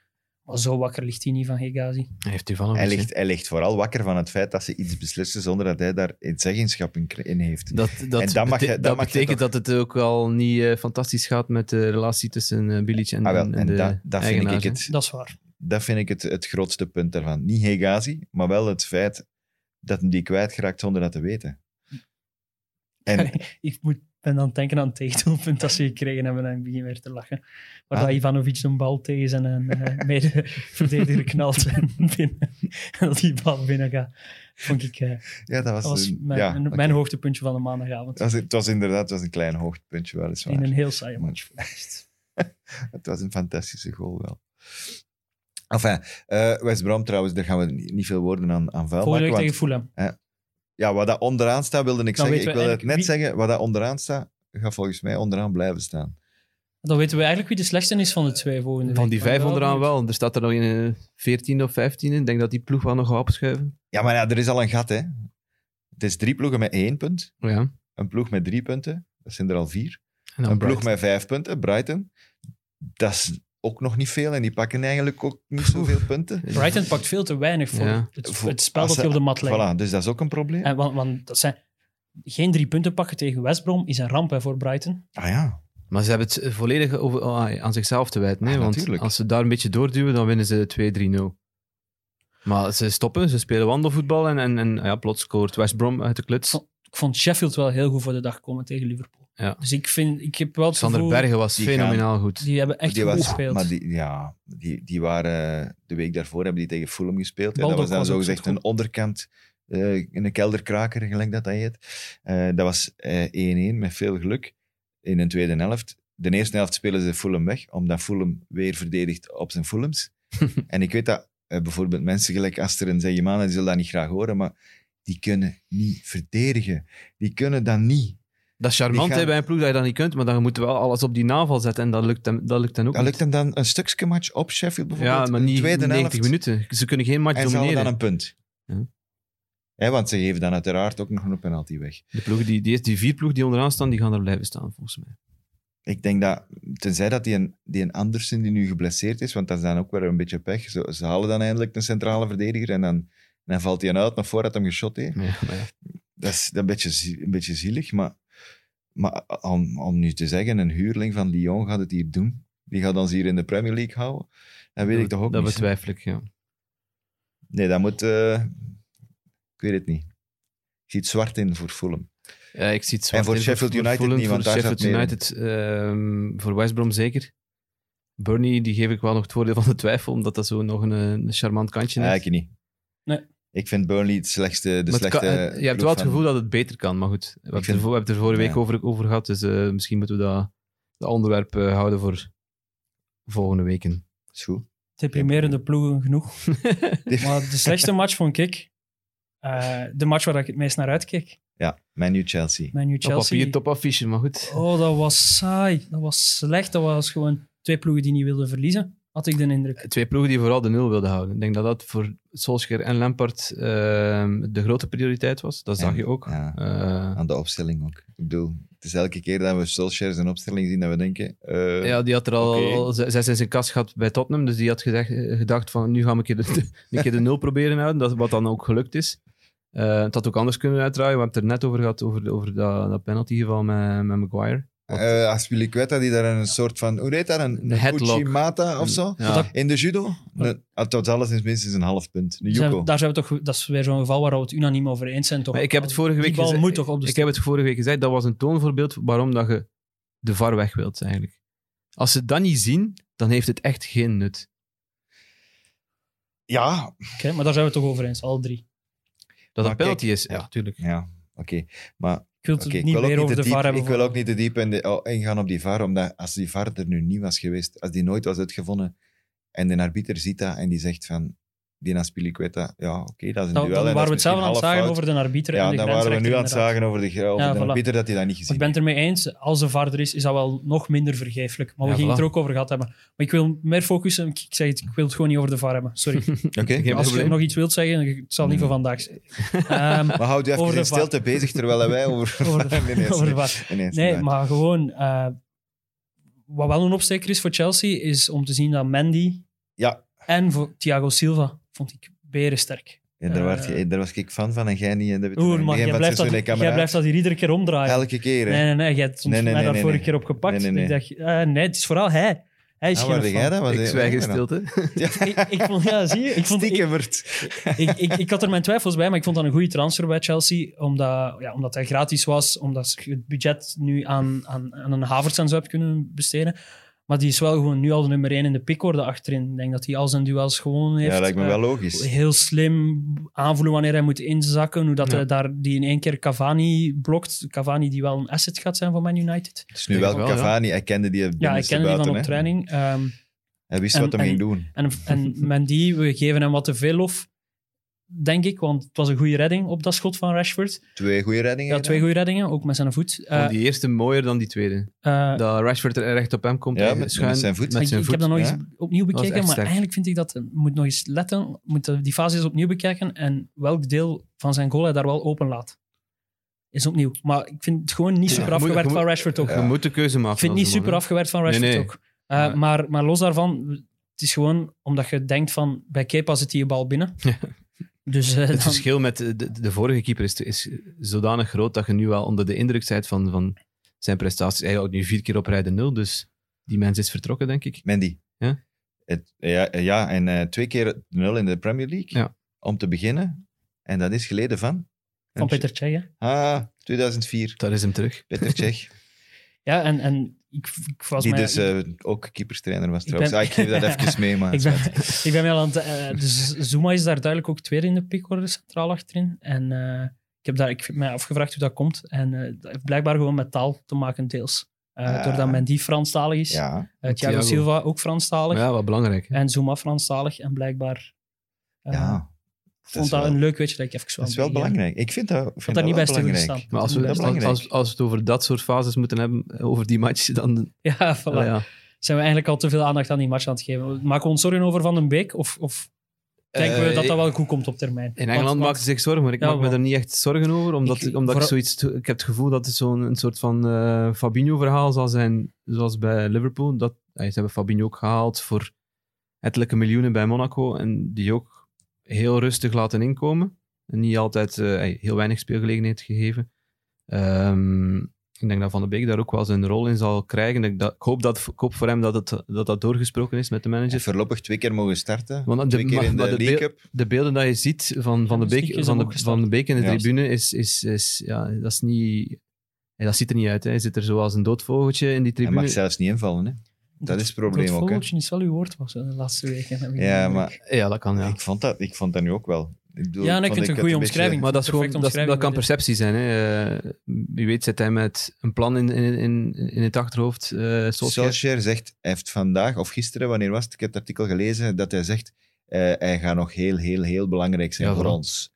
Speaker 4: Maar zo wakker ligt hij niet van Gegazi.
Speaker 1: Hij heeft die van
Speaker 3: Hij ligt, hij ligt vooral wakker van het feit dat ze iets beslissen zonder dat hij daar een zeggenschap in, kri- in heeft.
Speaker 1: Dat, dat,
Speaker 3: En dan mag je-
Speaker 1: bete-
Speaker 3: dan
Speaker 1: dat
Speaker 3: mag je
Speaker 1: betekent dat het ook al niet eh, fantastisch gaat met de relatie tussen eh Bilic en,
Speaker 3: Ah, wel,
Speaker 1: en
Speaker 3: en
Speaker 1: de
Speaker 3: dat, dat vind ik
Speaker 1: eigenaar,
Speaker 3: het,
Speaker 4: Dat is waar.
Speaker 3: dat vind ik het, het grootste punt daarvan. Niet Hegazi, maar wel het feit dat hem die kwijtgeraakt zonder dat te weten. En
Speaker 4: Ik moet, ben aan het denken aan het tegendoelpunt dat ze gekregen hebben. En ik begin weer te lachen. Waar
Speaker 3: Ah.
Speaker 4: dat Ivanovic een bal tegen zijn eh, *laughs* mede-verdediger knalt. en binnen- en dat die bal binnen gaat. Vond ik, eh,
Speaker 3: ja, dat was,
Speaker 4: dat was
Speaker 3: een-
Speaker 4: mijn,
Speaker 3: ja,
Speaker 4: mijn
Speaker 3: oké.
Speaker 4: hoogtepuntje van de maandagavond.
Speaker 3: Het was, het was inderdaad het was een klein hoogtepuntje, weliswaar.
Speaker 4: In een heel saaie
Speaker 3: Maar-
Speaker 4: match. geweest.
Speaker 3: *laughs* Het was een fantastische goal wel. Enfin, eh West Brom trouwens, daar gaan we niet niet veel woorden aan, aan vuil
Speaker 4: Volgende
Speaker 3: maken.
Speaker 4: week
Speaker 3: want-
Speaker 4: tegen Fulham.
Speaker 3: Ja, wat dat onderaan staat, wilde ik
Speaker 4: Dan
Speaker 3: zeggen.
Speaker 4: weten
Speaker 3: Ik
Speaker 4: we
Speaker 3: wilde het net
Speaker 4: eigenlijk
Speaker 3: zeggen, wat dat onderaan staat, gaat volgens mij onderaan blijven staan.
Speaker 4: Dan weten we eigenlijk wie de slechtste is van de twee volgende
Speaker 1: hè.
Speaker 4: week.
Speaker 1: Van die
Speaker 4: Maar ik
Speaker 1: vijf
Speaker 4: ben
Speaker 1: onderaan
Speaker 4: benieuwd.
Speaker 1: wel. Er staat er nog in eh, 14 of 15 in. Ik denk dat die ploeg wel nog gaat opschuiven.
Speaker 3: Ja, maar ja, er is al een gat, hè. Het is drie ploegen met één punt,
Speaker 1: Ja.
Speaker 3: een ploeg met drie punten, dat zijn er al vier.
Speaker 1: En dan
Speaker 3: een
Speaker 1: Brighton.
Speaker 3: ploeg met vijf punten, Brighton. Dat is ook nog niet veel en die pakken eigenlijk ook niet zoveel punten.
Speaker 4: Brighton pakt veel te weinig voor
Speaker 1: Ja.
Speaker 4: het,
Speaker 3: Voor-
Speaker 4: het spel
Speaker 3: als
Speaker 4: dat
Speaker 3: ze-
Speaker 4: hij op de mat legt.
Speaker 3: Voilà, dus dat is ook een probleem.
Speaker 4: En, want, want dat zijn, geen drie punten pakken tegen West Brom is een ramp hè, voor Brighton.
Speaker 3: Ah ja,
Speaker 1: Maar ze hebben het eh, volledig over, ah, aan zichzelf te wijten. hè,
Speaker 3: Ah,
Speaker 1: want
Speaker 3: natuurlijk.
Speaker 1: als ze daar een beetje doorduwen, dan winnen ze 2-3-0. Maar ze stoppen, ze spelen wandelvoetbal en, en, en ja, plots scoort West Brom uit de kluts.
Speaker 4: Vond- Ik vond Sheffield wel heel goed voor de dag komen tegen Liverpool.
Speaker 1: Ja.
Speaker 4: Dus ik, vind, ik heb wel het
Speaker 1: Sander
Speaker 4: gevoel,
Speaker 1: Bergen was
Speaker 3: Die
Speaker 1: fenomenaal goed.
Speaker 4: die hebben echt
Speaker 3: die
Speaker 4: goed
Speaker 3: was-
Speaker 4: gespeeld.
Speaker 3: Maar die, ja, die, die waren de week daarvoor hebben die tegen Fulham gespeeld. hè. Dat
Speaker 4: Baldock
Speaker 3: was dan
Speaker 4: was ook
Speaker 3: zogezegd
Speaker 4: zot goed.
Speaker 3: een onderkant eh, in een kelderkraker, gelijk dat dat heet. Eh, dat was eh, 1-1 met veel geluk in een tweede helft. De eerste helft spelen ze Fulham weg, omdat Fulham weer verdedigt op zijn
Speaker 4: *laughs*
Speaker 3: Fulhams. en ik weet dat eh, bijvoorbeeld mensen gelijk Aster en Zegimana, die zullen dat niet graag horen, maar die kunnen niet verdedigen. Die kunnen dat niet.
Speaker 1: Dat is charmant
Speaker 3: die gaan-
Speaker 1: hè, bij een ploeg dat je dat niet kunt, maar dan moet je wel alles op die naval zetten en dat lukt hem, dat lukt hem ook
Speaker 3: Dat
Speaker 1: niet.
Speaker 3: lukt hem dan een stukje match op Sheffield bijvoorbeeld.
Speaker 1: ja, maar
Speaker 3: in de
Speaker 1: niet
Speaker 3: tweede
Speaker 1: 90
Speaker 3: helft.
Speaker 1: minuten. Ze kunnen geen match
Speaker 3: En ze hadden
Speaker 1: domineren.
Speaker 3: dan een punt.
Speaker 1: Ja.
Speaker 3: Hè, want ze geven dan uiteraard ook nog een penalty weg.
Speaker 1: De ploegen die, die, die vier ploegen die onderaan staan, die gaan er blijven staan, volgens
Speaker 3: *laughs*
Speaker 1: mij.
Speaker 3: Ik denk dat, tenzij dat die een, die een Andersen die nu geblesseerd is, want dat is dan ook weer een beetje pech. Ze, ze halen dan eindelijk een centrale verdediger en dan, dan valt hij uit nog voordat hem geschot heeft.
Speaker 1: Ja, maar ja.
Speaker 3: Dat is een beetje, zie- een beetje zielig, maar, maar om, om nu te zeggen, een huurling van Lyon gaat het hier doen. Die gaat ons hier in de Premier League houden. Dat weet ik toch ook
Speaker 1: Dat
Speaker 3: niet. hè?
Speaker 1: betwijfel ik, ja.
Speaker 3: Nee, dat moet... eh, ik weet het niet. Ik zie het zwart in voor Fulham.
Speaker 1: Ja, ik zie het
Speaker 3: En
Speaker 1: zwart
Speaker 3: voor
Speaker 1: in
Speaker 3: Sheffield United
Speaker 1: Fulham,
Speaker 3: niet, want
Speaker 1: voor
Speaker 3: daar
Speaker 1: Sheffield
Speaker 3: zat meer in.
Speaker 1: United, ehm, voor West Brom zeker. Burnley, die geef ik wel nog het voordeel van de twijfel, omdat dat zo nog een, eh, een charmant kantje heeft.
Speaker 3: Eigenlijk niet.
Speaker 4: Nee.
Speaker 3: Ik vind Burnley het slechtste, de
Speaker 1: Maar het
Speaker 3: slechte...
Speaker 1: kan- eh, je hebt
Speaker 3: ploeg
Speaker 1: wel het
Speaker 3: van-
Speaker 1: gevoel dat het beter kan, maar goed. We hebben,
Speaker 3: vind-
Speaker 1: er, voor- we hebben het er vorige week
Speaker 3: ja.
Speaker 1: over, over gehad, dus eh, misschien moeten we dat, dat onderwerp eh, houden voor volgende weken.
Speaker 3: Is goed.
Speaker 4: Deprimerende ploegen genoeg.
Speaker 1: *laughs*
Speaker 4: Maar de slechtste match vond ik eh, de match waar ik het meest naar uitkeek.
Speaker 3: Ja, Man U Chelsea.
Speaker 4: Mijn New
Speaker 1: Op
Speaker 4: Chelsea.
Speaker 1: papier topaffiche, maar goed.
Speaker 4: Oh, dat was saai. Dat was slecht. Dat was gewoon twee ploegen die niet wilden verliezen. Had ik de indruk.
Speaker 1: Twee ploegen die vooral de nul wilden houden. Ik denk dat dat voor Solskjaer en Lampard ehm, de grote prioriteit was. Dat zag
Speaker 3: En-
Speaker 1: je ook.
Speaker 3: ja.
Speaker 1: Eh,
Speaker 3: Aan de opstelling ook. Ik bedoel, het is elke keer dat we Solskjaer zijn opstelling zien, dat we denken... eh,
Speaker 1: ja, die had er al
Speaker 3: Oké.
Speaker 1: al z- zes in zijn kast gehad bij Tottenham, dus die had gezegd, gedacht van nu gaan we een keer de, *laughs* een keer de nul proberen houden, dat, wat dan ook gelukt is. Eh, het had ook anders kunnen uitdraaien. We hebben het er net over gehad, over, over dat, dat penaltygeval met, met Maguire.
Speaker 3: eh, Aspilicueta die daar een soort van... Hoe heet dat? Een,
Speaker 1: Een
Speaker 3: een
Speaker 1: headlock. Mm.
Speaker 3: Kuchimata of zo?
Speaker 1: Ja.
Speaker 4: Dat-
Speaker 3: In de judo? Een- ah, Dat is alleszins minstens een half punt. Een
Speaker 4: Zijn-
Speaker 3: Yuko.
Speaker 4: daar zijn we toch, dat is weer zo'n geval waar we het unaniem over eens zijn. Toch?
Speaker 1: Maar ik heb het vorige week
Speaker 4: Die bal
Speaker 1: gezegd-
Speaker 4: moet toch op de
Speaker 1: Ik heb het vorige week gezegd, dat was een toonvoorbeeld waarom dat je de VAR weg wilt eigenlijk. Als ze het dan niet zien, dan heeft het echt geen nut.
Speaker 3: Ja.
Speaker 4: Oké, maar daar zijn we het toch over eens, al drie.
Speaker 1: Dat
Speaker 3: Maar
Speaker 1: een penalty is,
Speaker 3: ja.
Speaker 1: ja, tuurlijk.
Speaker 3: Ja, oké. Maar
Speaker 4: Ik wil het
Speaker 3: Oké, ik
Speaker 4: Dus niet
Speaker 3: wil ook
Speaker 4: meer
Speaker 3: niet
Speaker 4: over
Speaker 3: te
Speaker 4: de
Speaker 3: diep-
Speaker 4: VAR hebben.
Speaker 3: Ik wil
Speaker 4: voor-
Speaker 3: ook niet te diep in de, oh, ingaan op die VAR, omdat als die VAR er nu niet was geweest, als die nooit was uitgevonden, en de arbiter ziet dat en die zegt van, die Aspilicueta, ja, oké, dat is een
Speaker 4: Dan,
Speaker 3: duel.
Speaker 4: dan
Speaker 3: en dat
Speaker 4: waren we
Speaker 3: is
Speaker 4: het zelf aan het
Speaker 3: misschien
Speaker 4: zagen
Speaker 3: half
Speaker 4: over de arbiter
Speaker 3: fout.
Speaker 4: en de
Speaker 3: Ja, dan waren we nu
Speaker 4: grensrechter
Speaker 3: aan het
Speaker 4: inderdaad.
Speaker 3: zagen over de, over
Speaker 4: Ja,
Speaker 3: de
Speaker 4: voilà.
Speaker 3: arbiter dat hij dat niet
Speaker 4: Maar
Speaker 3: gezien
Speaker 4: ik ben het ermee eens, als de VAR er is, is dat wel nog minder vergeeflijk. Maar we
Speaker 1: Ja,
Speaker 4: gingen het
Speaker 1: voilà.
Speaker 4: er ook over gehad hebben. Maar ik wil meer focussen. Ik ik zeg het, ik wil het gewoon niet over de VAR hebben.
Speaker 3: *laughs*
Speaker 4: Sorry.
Speaker 3: heeft. Oké,
Speaker 1: Geen
Speaker 4: Als je
Speaker 1: probleem.
Speaker 4: nog iets wilt zeggen, het zal niet
Speaker 3: Nee.
Speaker 4: voor
Speaker 3: *laughs*
Speaker 4: vandaag zijn. Ehm,
Speaker 3: maar houd je even
Speaker 4: Over de
Speaker 3: in
Speaker 4: VAR.
Speaker 3: stilte bezig, terwijl
Speaker 4: *laughs*
Speaker 3: wij over...
Speaker 4: over
Speaker 3: *laughs*
Speaker 4: de,
Speaker 3: Nee, nee,
Speaker 4: over de
Speaker 3: sorry.
Speaker 4: VAR.
Speaker 3: Nee, nee,
Speaker 4: Nee,
Speaker 3: sorry.
Speaker 4: maar gewoon... eh, wat wel een opsteker is voor Chelsea, is om te zien dat Mandy
Speaker 3: Ja,
Speaker 4: en voor Thiago Silva, vond ik berensterk.
Speaker 3: ja, daar, was,
Speaker 4: Eh.
Speaker 3: daar was ik fan van en jij niet. eh, Dat weet je nog,
Speaker 4: Oeh,
Speaker 3: in het
Speaker 4: maar
Speaker 3: begin
Speaker 4: jij
Speaker 3: van het
Speaker 4: blijft, dat,
Speaker 3: seizoen,
Speaker 4: jij
Speaker 3: hè, cameraad.
Speaker 4: blijft dat hier iedere keer omdraaien.
Speaker 3: Elke keer, hè. Ah,
Speaker 4: Nee, nee, nee. Jij hebt soms
Speaker 3: Nee, nee, nee,
Speaker 4: mij daar
Speaker 3: nee,
Speaker 4: vorige
Speaker 3: nee.
Speaker 4: keer op
Speaker 3: Nee,
Speaker 4: gepakt.
Speaker 3: nee, nee.
Speaker 4: Ik dacht, eh, nee, het is vooral hij. Hij is
Speaker 3: Ah,
Speaker 4: geen
Speaker 3: waar
Speaker 4: fan.
Speaker 3: jij dat? Wat-
Speaker 1: Ik
Speaker 3: wat-
Speaker 1: zwijg in
Speaker 3: wat-
Speaker 1: stilte.
Speaker 4: Ik, ik vond, ja, zie je. Ik, vond, e- ik,
Speaker 3: Stiekemerd.
Speaker 4: ik, ik, ik had er mijn twijfels bij, maar ik vond dat een goede transfer bij Chelsea. Omdat, ja, omdat hij gratis was, omdat je het budget nu aan, aan, aan een Havertz en zo hebt kunnen besteden. Maar die is wel gewoon nu al de nummer 1 in de pickorde achterin. Ik denk dat hij al zijn duels gewonnen heeft.
Speaker 3: Ja, lijkt me
Speaker 4: Eh,
Speaker 3: wel logisch.
Speaker 4: heel slim aanvoelen wanneer hij moet inzakken. Hoe dat
Speaker 1: Ja.
Speaker 4: hij daar die in één keer Cavani blokt. Cavani die wel een asset gaat zijn voor Man United.
Speaker 3: Het is nu
Speaker 1: Denk
Speaker 3: wel
Speaker 1: het wel, ja.
Speaker 3: Cavani. Hij kende die
Speaker 4: Ja, ik
Speaker 3: binnenste
Speaker 4: kende die van
Speaker 3: buiten,
Speaker 4: op
Speaker 3: hè.
Speaker 4: training. Ehm,
Speaker 3: Hij wist
Speaker 4: En-
Speaker 3: wat hij
Speaker 4: en-
Speaker 3: ging doen.
Speaker 4: en en Mandy, we geven hem wat te veel lof, denk ik. Want het was een goede redding op dat schot van Rashford.
Speaker 3: Twee goede reddingen.
Speaker 4: Ja, twee goede reddingen, ook met zijn voet. Eh,
Speaker 1: Vond Oh, die eerste mooier dan die tweede.
Speaker 4: eh,
Speaker 1: Dat Rashford er recht op hem komt.
Speaker 3: Ja,
Speaker 1: en
Speaker 3: met- met zijn voet.
Speaker 1: Met
Speaker 4: ik,
Speaker 1: zijn
Speaker 4: Ah, ik
Speaker 1: voet.
Speaker 4: heb dat nog
Speaker 3: ja.
Speaker 4: eens opnieuw
Speaker 1: was
Speaker 4: bekeken,
Speaker 1: echt
Speaker 4: maar
Speaker 1: sterk.
Speaker 4: eigenlijk vind ik dat moet nog eens letten. Moet die fase eens opnieuw bekijken en welk deel van zijn goal hij daar wel open laat. Is opnieuw. Maar ik vind het gewoon niet
Speaker 1: Ja,
Speaker 4: super
Speaker 1: je moet-
Speaker 4: afgewerkt
Speaker 1: je moet-
Speaker 4: van Rashford ook.
Speaker 1: Je moet de keuze maken.
Speaker 4: Ik vind het niet
Speaker 1: als
Speaker 4: super
Speaker 1: man, hè.
Speaker 4: afgewerkt van Rashford
Speaker 1: Nee, nee.
Speaker 4: ook. Eh,
Speaker 1: Ja.
Speaker 4: maar, maar los daarvan, het is gewoon omdat je denkt van bij Kepa zit die bal binnen.
Speaker 1: Ja.
Speaker 4: Dus eh, dan-
Speaker 1: Het verschil met de, de- de vorige keeper is, is zodanig groot dat je nu wel onder de indruk bent van, van zijn prestaties. Hij houdt nu vier keer op rijden nul, dus die mens is vertrokken, denk ik.
Speaker 3: Mandy.
Speaker 1: Ja?
Speaker 3: Het, ja, ja, en eh, twee keer nul in de Premier League.
Speaker 1: Ja.
Speaker 3: Om te beginnen. En dat is geleden van?
Speaker 4: van
Speaker 3: dus-
Speaker 4: Peter Tjeg, hè.
Speaker 3: Ah, 2004.
Speaker 1: Daar is hem terug.
Speaker 3: Peter
Speaker 4: *laughs*
Speaker 3: Cech.
Speaker 4: Ja, en, en ik, ik was
Speaker 3: die
Speaker 4: mij-
Speaker 3: dus eh, ook keeperstrainer was
Speaker 4: Ik
Speaker 3: trouwens.
Speaker 4: ben-
Speaker 3: Ah, ik geef dat even mee, maar...
Speaker 4: *laughs* Ik ben, ik ben wel aan het... eh, dus Zuma is daar duidelijk ook tweede in de pickorde centraal achterin. En eh, ik heb daar, ik heb mij afgevraagd hoe dat komt. En eh, dat heeft blijkbaar gewoon met taal te maken deels. Eh,
Speaker 3: Ah.
Speaker 4: doordat men die Franstalig is. Eh
Speaker 3: Ja,
Speaker 4: Thiago
Speaker 1: Thiago.
Speaker 4: Silva ook Franstalig.
Speaker 1: Maar ja, wat belangrijk. hè.
Speaker 4: En Zuma Franstalig. En blijkbaar eh,
Speaker 3: ja.
Speaker 4: vond
Speaker 3: is
Speaker 4: dat
Speaker 3: wel-
Speaker 4: een leuk weetje dat ik even zo
Speaker 3: Dat is wel
Speaker 4: aan het begin-
Speaker 3: belangrijk. Ik vind dat, ik vind
Speaker 4: daar eh, niet
Speaker 3: wel
Speaker 4: bij stil
Speaker 3: belangrijk.
Speaker 4: gestaan.
Speaker 1: Maar als
Speaker 4: Dat
Speaker 1: we,
Speaker 4: is
Speaker 1: als,
Speaker 3: belangrijk.
Speaker 1: als, als we het over dat soort fases moeten hebben, eh, over die match, dan
Speaker 4: *laughs* Ja, voilà.
Speaker 1: eh, ja.
Speaker 4: Zijn we eigenlijk al te veel aandacht aan die match aan het geven? Maken we ons zorgen over Van den Beek? Of, of denken we
Speaker 1: Eh,
Speaker 4: dat dat wel goed komt op termijn?
Speaker 1: In Engeland maakten ze zich zorgen, maar ik
Speaker 4: Ja,
Speaker 1: maak me
Speaker 4: want-
Speaker 1: er niet echt zorgen over. Omdat,
Speaker 4: Ik-
Speaker 1: ik, omdat
Speaker 4: vooral-
Speaker 1: ik zoiets... Ik heb het gevoel dat het zo'n een soort van eh, Fabinho-verhaal zal zijn, zoals bij Liverpool. Dat, eh, ze hebben Fabinho ook gehaald voor ettelijke miljoenen bij Monaco. En die ook heel rustig laten inkomen. En niet altijd eh, hey, heel weinig speelgelegenheid gegeven. Ehm, ik denk dat Van de Beek daar ook wel zijn rol in zal krijgen. Ik, dat, ik hoop dat, ik hoop voor hem dat, het, dat dat doorgesproken is met de
Speaker 3: Hij
Speaker 1: manager.
Speaker 3: heeft Voorlopig twee keer mogen starten.
Speaker 1: Want de-
Speaker 3: twee keer
Speaker 1: maar-
Speaker 3: in de
Speaker 1: maar de
Speaker 3: League
Speaker 1: beel-
Speaker 3: Cup.
Speaker 1: de beelden dat je ziet van, van, de,
Speaker 4: Misschien
Speaker 1: beek,
Speaker 4: is
Speaker 1: van,
Speaker 4: hem
Speaker 1: de,
Speaker 4: opgestart.
Speaker 1: van de Beek in de
Speaker 3: Ja.
Speaker 1: tribune is, is, is, ja, dat is niet... ja, dat ziet er niet uit. Hè. Hij zit er zo als een dood vogeltje in die
Speaker 3: Hij
Speaker 1: tribune.
Speaker 3: mag zelfs niet invallen, hè. Dat is het probleem
Speaker 4: Het
Speaker 3: ook, hè.
Speaker 4: vogeltje is wel uw woord was hè, de laatste weken. heb ik de
Speaker 3: Ja,
Speaker 4: indruk.
Speaker 3: maar
Speaker 1: Ja, dat kan, ja.
Speaker 3: Ik, vond dat, ik vond dat nu ook wel. Ik bedoel,
Speaker 4: Ja, en ik
Speaker 3: vond
Speaker 4: vind het een
Speaker 3: het
Speaker 4: goede
Speaker 3: beetje-
Speaker 4: omschrijving.
Speaker 1: Maar dat, is
Speaker 4: Perfect
Speaker 1: gewoon, dat,
Speaker 4: omschrijving
Speaker 1: dat kan
Speaker 4: bij dit.
Speaker 1: perceptie zijn. Hè. Eh, Wie weet zit hij met een plan in, in, in, in het achterhoofd. eh Solskjaer.
Speaker 3: Solskjaer zegt, hij heeft vandaag of gisteren, wanneer was het, ik heb het artikel gelezen, dat hij zegt, eh, hij gaat nog heel, heel, heel belangrijk zijn
Speaker 1: Ja,
Speaker 3: voor
Speaker 1: vooral.
Speaker 3: ons.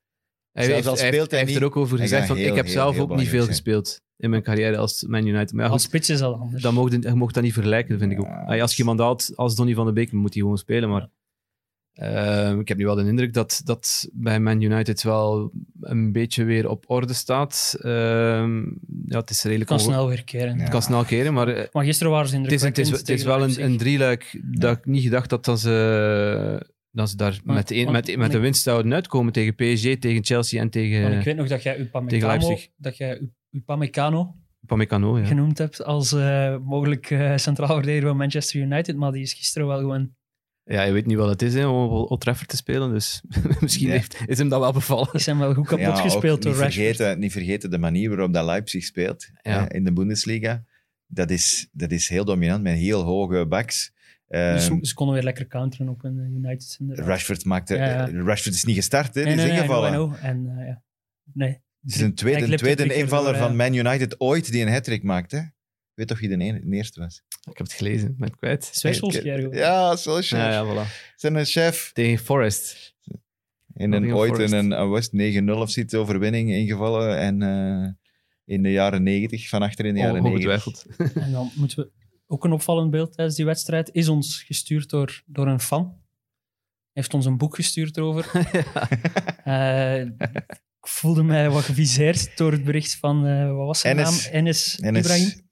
Speaker 1: Hij,
Speaker 3: Zelfs
Speaker 1: heeft,
Speaker 3: al
Speaker 1: hij heeft-
Speaker 3: speelt hij
Speaker 1: hij heeft er
Speaker 3: niet,
Speaker 1: ook over
Speaker 3: hij
Speaker 1: gezegd,
Speaker 3: gaat
Speaker 1: van,
Speaker 3: heel,
Speaker 1: ik heb
Speaker 3: heel,
Speaker 1: zelf
Speaker 3: heel
Speaker 1: ook niet veel
Speaker 3: belangrijk
Speaker 1: gespeeld in mijn carrière als Man United. Maar ja,
Speaker 4: Als
Speaker 1: goed,
Speaker 4: spits is dat anders.
Speaker 1: dat mocht, je mocht dat niet vergelijken, vind ik ook.
Speaker 3: Dus- Ja,
Speaker 1: Allee, als je iemand haalt als Donny van de Beek, moet hij gewoon spelen. Maar eh, ik heb nu wel de indruk dat dat bij Man United wel een beetje weer op orde staat. Ehm, ja, het is redelijk...
Speaker 4: kan
Speaker 1: onge-
Speaker 4: snel weer keren.
Speaker 3: Ja.
Speaker 1: Het kan snel keren, maar eh,
Speaker 4: Maar gisteren waren ze
Speaker 1: het is, het is,
Speaker 4: indrukwekkend.
Speaker 1: het is
Speaker 4: tegen
Speaker 1: wel een,
Speaker 4: Leipzig.
Speaker 1: een drieluik dat ik niet gedacht had dat ze, dat ze daar
Speaker 4: Maar-
Speaker 1: met, een,
Speaker 4: want-
Speaker 1: met, met
Speaker 4: want
Speaker 1: de
Speaker 4: ik-
Speaker 1: winst zouden uitkomen tegen PSG, tegen Chelsea en
Speaker 4: Want ik
Speaker 1: tegen
Speaker 4: weet nog dat jij
Speaker 1: tegen
Speaker 4: Upamecano,
Speaker 1: Leipzig.
Speaker 4: dat jij U- Upamecano
Speaker 1: Pamecano. Ja.
Speaker 4: genoemd hebt als eh, mogelijk eh, centraal verdediger van Manchester United, maar die is gisteren wel gewoon...
Speaker 1: ja, je weet niet wat het is hè, om op Old Trafford te spelen, dus *laughs* misschien
Speaker 3: Ja.
Speaker 1: heeft, is hem dat wel bevallen.
Speaker 4: Die zijn wel goed kapot
Speaker 3: Ja, ook
Speaker 4: gespeeld door
Speaker 3: niet
Speaker 4: Rashford.
Speaker 3: vergeten, niet vergeten de manier waarop dat Leipzig speelt
Speaker 1: Ja.
Speaker 3: eh, in de Bundesliga. Dat is, dat is heel dominant, met heel hoge backs. Eh,
Speaker 4: Dus
Speaker 1: ehm,
Speaker 4: ze- ze konden weer lekker counteren op een eh, United. inderdaad.
Speaker 3: Rashford, maakte,
Speaker 4: Ja, ja.
Speaker 3: eh, Rashford is niet gestart, hè,
Speaker 4: Nee,
Speaker 3: die
Speaker 4: nee,
Speaker 3: is
Speaker 4: nee, I know,
Speaker 3: ingevallen.
Speaker 4: I know. En, eh, ja. Nee,
Speaker 3: Het is een
Speaker 4: Hij
Speaker 3: tweede,
Speaker 4: glipte
Speaker 3: tweede
Speaker 4: drie keer
Speaker 3: invaller
Speaker 4: door,
Speaker 3: van Man United ooit die een hat-trick maakte. Ik weet toch wie de, een- de eerste was?
Speaker 1: Ik heb het gelezen, ben ik kwijt.
Speaker 4: twee Solskjaer gewoon.
Speaker 3: Ja, Solskjaer.
Speaker 1: Ja, ja, voilà.
Speaker 3: Zijn een chef.
Speaker 1: Tegen Forest.
Speaker 3: In een,
Speaker 1: Nottingham
Speaker 3: ooit in
Speaker 1: Forest.
Speaker 3: een eh, West 9-0 of zoiets overwinning ingevallen. En eh, in de jaren 90, van achter in de jaren 90.
Speaker 1: Ongetwijfeld.
Speaker 4: En dan moeten we ook een opvallend beeld tijdens die wedstrijd. Is ons gestuurd door, door een fan. Hij heeft ons een boek
Speaker 3: *laughs*
Speaker 4: gestuurd erover. Eh, ik voelde mij wat geviseerd door het bericht van, eh, wat was zijn
Speaker 3: Enes.
Speaker 4: naam? Enes,
Speaker 3: En is-
Speaker 4: Ibrahim.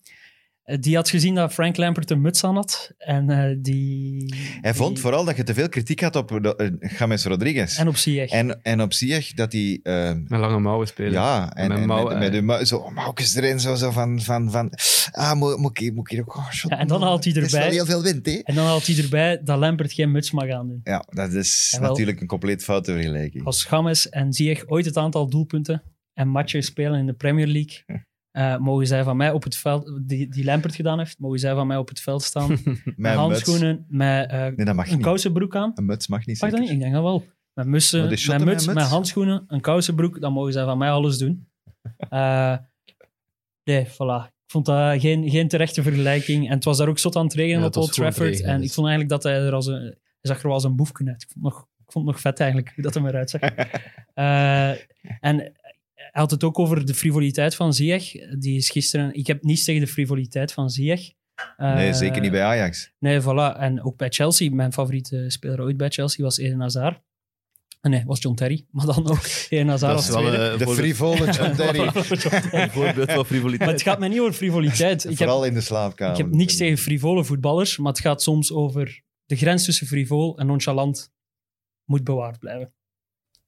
Speaker 4: Eh, die had gezien dat Frank Lampert een muts aan had. En eh, die...
Speaker 3: Hij vond
Speaker 4: die-
Speaker 3: vooral dat je te veel kritiek had op eh, James Rodriguez.
Speaker 4: En op Ziyech.
Speaker 3: En, en op Ziyech dat hij... eh,
Speaker 1: Met lange mouwen spelen.
Speaker 3: ja, en,
Speaker 1: met eh.
Speaker 3: en
Speaker 1: mouw-
Speaker 3: met, met de mouw, zo mouwtjes erin, zo, zo van, van, van... Ah, moet, moet, ik, hier- moet ik hier ook... Oh, shot,
Speaker 4: Ja, en dan haalt hij
Speaker 3: het is wel
Speaker 4: erbij-
Speaker 3: heel veel wind, hè?
Speaker 4: En dan had hij erbij dat Lampert geen muts mag dus. aandoen.
Speaker 3: Ja, dat is
Speaker 4: Jawel.
Speaker 3: natuurlijk een compleet foute vergelijking.
Speaker 4: Als Games en Ziyech ooit het aantal doelpunten en matchen spelen in de Premier League, eh, mogen zij van mij op het veld, die, die Lampert gedaan heeft, mogen zij van mij op het veld
Speaker 3: *laughs*
Speaker 4: staan. Met
Speaker 3: Mijn Muts,
Speaker 4: handschoenen, met eh,
Speaker 3: nee, dat mag
Speaker 4: een
Speaker 3: niet.
Speaker 4: kousenbroek aan.
Speaker 3: Een muts mag niet,
Speaker 4: Mag dat
Speaker 3: zeker?
Speaker 4: niet? Ik denk dat wel. Met mussen,
Speaker 3: Maar die
Speaker 4: met
Speaker 3: shotten
Speaker 4: muts,
Speaker 3: met
Speaker 4: met,
Speaker 3: muts?
Speaker 4: handschoenen, een kousenbroek, dan mogen zij van mij
Speaker 3: *laughs*
Speaker 4: alles doen. Eh, nee, voilà. Ik vond dat geen, geen terechte vergelijking. En het was daar ook zot aan het regenen
Speaker 1: Ja, het
Speaker 4: op
Speaker 1: was
Speaker 4: Old
Speaker 1: gewoon het
Speaker 4: Trafford.
Speaker 1: regenen,
Speaker 4: En
Speaker 1: dus.
Speaker 4: ik vond eigenlijk dat hij er als een... Hij zag er wel als een boefje uit. Ik vond het nog, ik vond het nog vet eigenlijk, hoe dat hem
Speaker 3: *laughs*
Speaker 4: eruit zag. Eh, en hij had het ook over de frivoliteit van Ziyech. Die is gisteren... Ik heb niets tegen de frivoliteit van Ziyech. Eh,
Speaker 3: Nee, zeker niet bij Ajax.
Speaker 4: Nee, voilà. En ook bij Chelsea, mijn favoriete speler ooit bij Chelsea was Eden Hazard. Eh, Nee, was John Terry, *laughs* maar dan ook Eden Hazard
Speaker 1: Dat
Speaker 4: als
Speaker 1: is wel eh,
Speaker 4: tweede.
Speaker 1: een
Speaker 3: De
Speaker 1: voorbeeld-
Speaker 3: frivole
Speaker 1: *laughs*
Speaker 3: John
Speaker 4: *laughs*
Speaker 3: Terry.
Speaker 4: John Terry.
Speaker 1: een voorbeeld van
Speaker 4: maar
Speaker 1: frivoliteit.
Speaker 4: het gaat mij niet over
Speaker 1: *laughs*
Speaker 4: frivoliteit. Ik heb,
Speaker 3: *laughs* Vooral in de slaapkamer.
Speaker 4: ik heb niks tegen frivole voetballers, maar het gaat soms over de grens tussen frivol en nonchalant moet bewaard blijven.